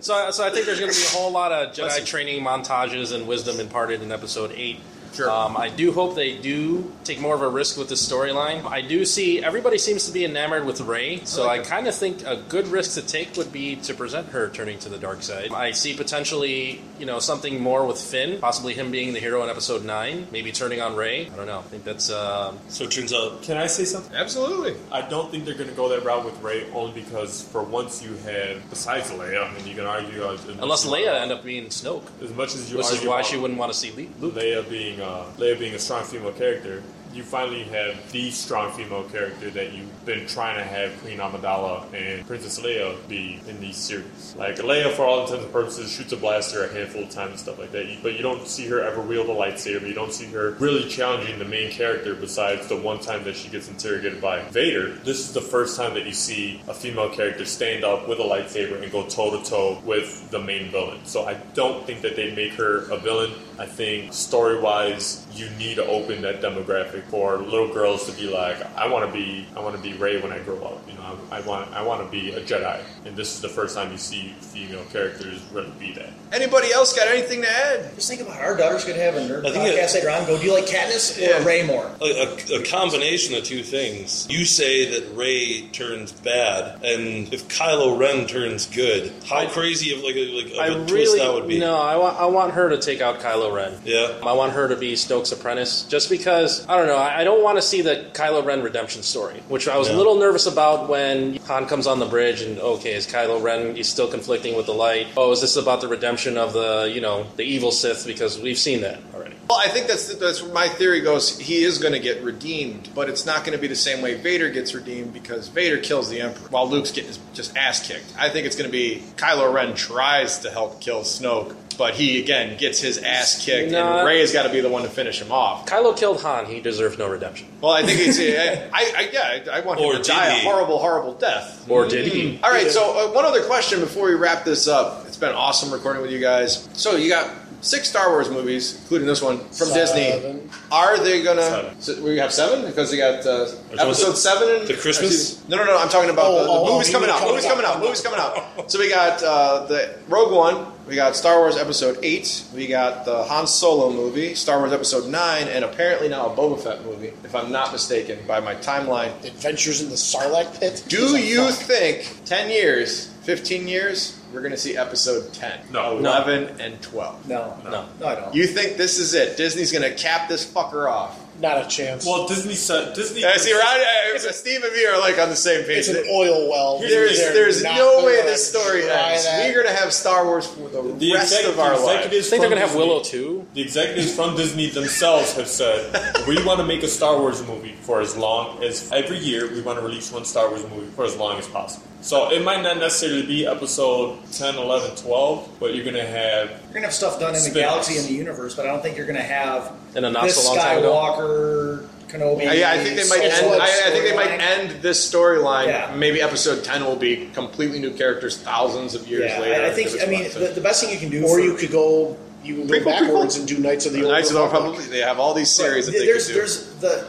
C: So, so I think there's going to be a whole lot of Jedi training montages and wisdom imparted in Episode Eight.
M: Sure.
C: Um, I do hope they do take more of a risk with the storyline. I do see everybody seems to be enamored with Rey, so I kind of think a good risk to take would be to present her turning to the dark side. I see potentially, you know, something more with Finn, possibly him being the hero in Episode Nine, maybe turning on Rey. I don't know. I think that's um,
R: So it turns out
D: Can I say something?
M: Absolutely.
D: I don't think they're going to go that route with Ray, only because for once you had, besides Leia, I mean, you can argue. uh, as much
C: unless
D: as-
C: Leia end up being Snoke.
D: As much as you
C: Which
D: argue.
C: is why
D: about
C: she wouldn't want to see Lee.
D: Leia being uh, Leia being a strong female character, you finally have the strong female character that you've been trying to have Queen Amidala and Princess Leia be in these series. Like Leia, for all intents and purposes, shoots a blaster a handful of times and stuff like that, You- but you don't see her ever wield a lightsaber. You don't see her really challenging the main character besides the one time that she gets interrogated by Vader. This is the first time that you see a female character stand up with a lightsaber and go toe to toe with the main villain. So I don't think that they make her a villain. I think story wise, you need to open that demographic for little girls to be like, I want to be, I want to be Ray when I grow up. You know, I, I want, I want to be a Jedi. And this is the first time you see female characters really be that.
M: Anybody else got anything to add?
E: Just think about it. our daughter's gonna have a nerd
R: I think it-
E: podcast later on. Go, do you like Katniss or Ray more?
R: A, a, a combination of two things. You say that Ray turns bad, and if Kylo Ren turns good, how crazy of like a, like of
C: I
R: a
C: really
R: twist that would be.
C: no. I want I want her to take out Kylo Ren.
R: Yeah.
C: I want her to be Snoke's apprentice, just because I don't know. I, I don't want to see the Kylo Ren redemption story, which I was a
R: Yeah.
C: little nervous about when Han comes on the bridge and okay, is Kylo Ren? He's still conflicting with the light. Oh, is this about the redemption of the you know the evil Sith? Because we've seen that already.
M: Well, I think that's that's where my theory goes. He is going to get redeemed, but it's not going to be the same way Vader gets redeemed because Vader kills the Emperor while Luke's getting his just ass kicked. I think it's going to be Kylo Ren tries to help kill Snoke, but he again gets his ass kicked,
C: Nah.
M: and Ray has got to be the one to finish him off.
C: Kylo killed Han. He deserves no redemption.
M: Well, I think it's I, I yeah, I, I want him
C: Or
M: to
C: did
M: die
C: he?
M: a horrible, horrible death.
C: Or did he?
R: Mm.
M: All right. So uh, one other question before we wrap this up. It's been awesome recording with you guys. So you got six Star Wars movies, including this one from Disney. Are they gonna? So we have seven because you got uh, episode seven. And,
R: The Christmas?
M: No, no, no. I'm talking about
R: Oh,
M: the, the
R: oh, oh,
M: movies
R: you
M: coming
R: mean
M: out. Movies coming out. Movies coming out. So we got uh, the Rogue One. We got Star Wars Episode Eight. We got the Han Solo movie, Star Wars Episode Nine, and apparently now a Boba Fett movie, if I'm not mistaken, by my timeline.
K: Adventures in the Sarlacc pit.
M: Do you think 10 years, 15 years, we're going to see episode 10?
D: No.
M: 11 and 12.
B: No.
D: No.
B: No, I don't.
M: You think this is it? Disney's going to cap this fucker off.
K: Not a chance.
D: Well, Disney said Disney.
M: I see, Ryan, uh, Steve and me are like on the same page.
K: It's an oil well.
M: There's,
K: They're
M: there's
K: not
M: no
K: gonna
M: way this story
K: try
M: ends.
K: that.
M: We're going to have Star Wars for the,
D: The
M: rest
D: exec-
M: of our
D: the
M: life.
D: executives from Disney-
C: too.
D: The executives from Disney themselves have said we want to make a Star Wars movie for as long as every year we want to release one Star Wars movie for as long as possible. So it might not necessarily be episode 10, 11, 12, but you're going to have
E: You're gonna have stuff done in the
D: Spin-offs.
E: galaxy and the universe, but I don't think you're gonna have
C: And a not
E: this
C: so long time ago.
E: Skywalker, Kenobi.
M: Uh, yeah, I think they might
E: Solo
M: end. I, I think they might
E: storyline.
M: end this storyline.
E: Yeah.
M: Maybe episode ten will be completely new characters, thousands of years
E: Yeah, I-
M: later.
E: I think- I mean, the- the best thing you can do
K: Or
E: for-
K: you could go. You can go
M: Prequel,
K: backwards
M: prequel.
K: and do Knights of the Old
M: Knights of the Old
K: Republic.
M: Republic. They have all these series that they
E: there's,
M: could do.
E: there's the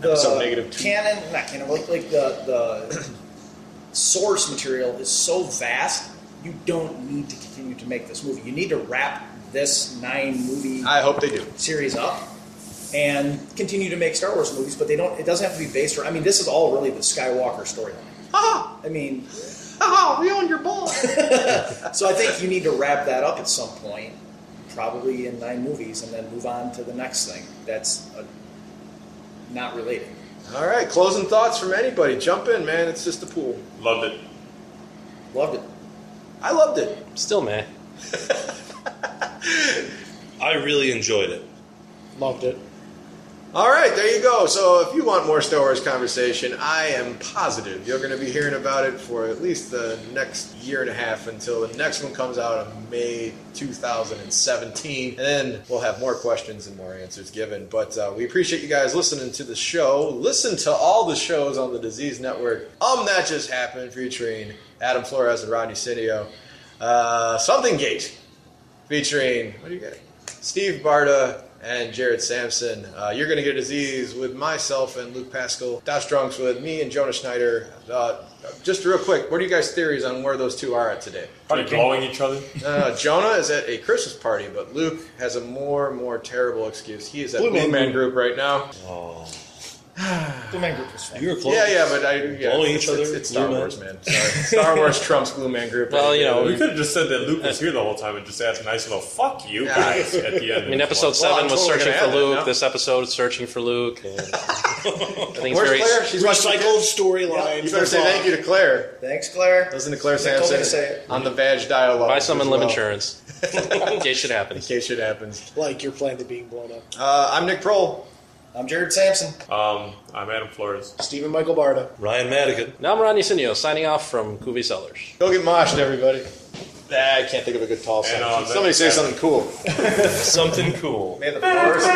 E: the
M: Episode negative two.
E: canon, not canon, like, like the the source material is so vast. You don't need to continue to make this movie. You need to wrap this nine movie.
M: I hope [laughs] they do.
E: series up and continue to make Star Wars movies, but they don't. It doesn't have to be based around. I mean, this is all really the Skywalker storyline. I mean,
M: Oh, we own your ball.
E: so I think you need to wrap that up at some point, probably in nine movies, and then move on to the next thing that's uh not related.
M: [laughs] All right, closing thoughts from anybody. Jump in, man. It's just a pool.
D: loved it.
E: Loved it.
M: I loved it.
C: Still, man.
R: I really enjoyed it.
K: Loved it.
M: All right, there you go. So if you want more Star Wars conversation, I am positive you're going to be hearing about it for at least the next year and a half until the next one comes out in May 2017. And then we'll have more questions and more answers given. But uh, we appreciate you guys listening to the show. Listen to all the shows on the Disease Network. Um, That Just Happened featuring Adam Flores and Rodney Cineo. Uh, Something Gate featuring what do you get? Steve Barta and Jared Sampson. Uh, You're gonna get a disease with myself and Luke Pascal. Dash drunks with me and Jonah Schneider. Uh, just real quick, what are you guys' theories on where those two are at today?
D: Are they blowing each other?
M: No, no, no, Jonah is at a Christmas party, but Luke has a more and more terrible excuse. He is at
K: Blue
M: Blue
K: Man
M: Man, Group right now.
R: Oh.
E: The man group was fun.
R: You were close.
M: Yeah, yeah, but I yeah,
R: Blowing
M: it's,
R: each other,
M: It's, it's Star
R: Blue Man.
M: Wars, man. Sorry. Star Wars trumps Blue Man Group.
C: Well, you know,
D: We could have just said that Luke was here the whole time and just asked a nice little "fuck you" guys at the end.
C: I mean, episode
M: Well,
C: seven
M: I'm
C: was
M: totally
C: searching
M: gonna
C: for
M: add that
C: Luke.
M: now.
C: This episode is searching for Luke. [laughs] I think it's
M: Where's
C: very.
M: Claire? She's watching the
K: Recycled storyline.
M: You better say thank you to Claire.
E: Thanks, Claire.
M: Listen to Claire
E: They told me
M: Sampson
E: to say it.
M: on the Vag Dialogue.
C: Buy some
M: as
C: and live
M: well, [laughs]
C: insurance in case shit
M: In
C: happens.
M: case shit happens.
K: Like your planet being blown up.
M: Uh, I'm Nick Prohl.
E: I'm Jared Sampson.
D: Um, I'm Adam Flores.
E: Stephen Michael Barda.
R: Ryan Madigan.
C: Now I'm Ronnie Sinio signing off from Cuvee Sellers.
M: Go get moshed, everybody. Ah, I can't think of a good tall
D: And,
M: sentence.
D: uh, that-
M: Somebody say
D: that-
M: something cool.
R: something cool.
M: May the forest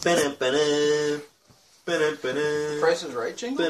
J: Price is right, Jingle?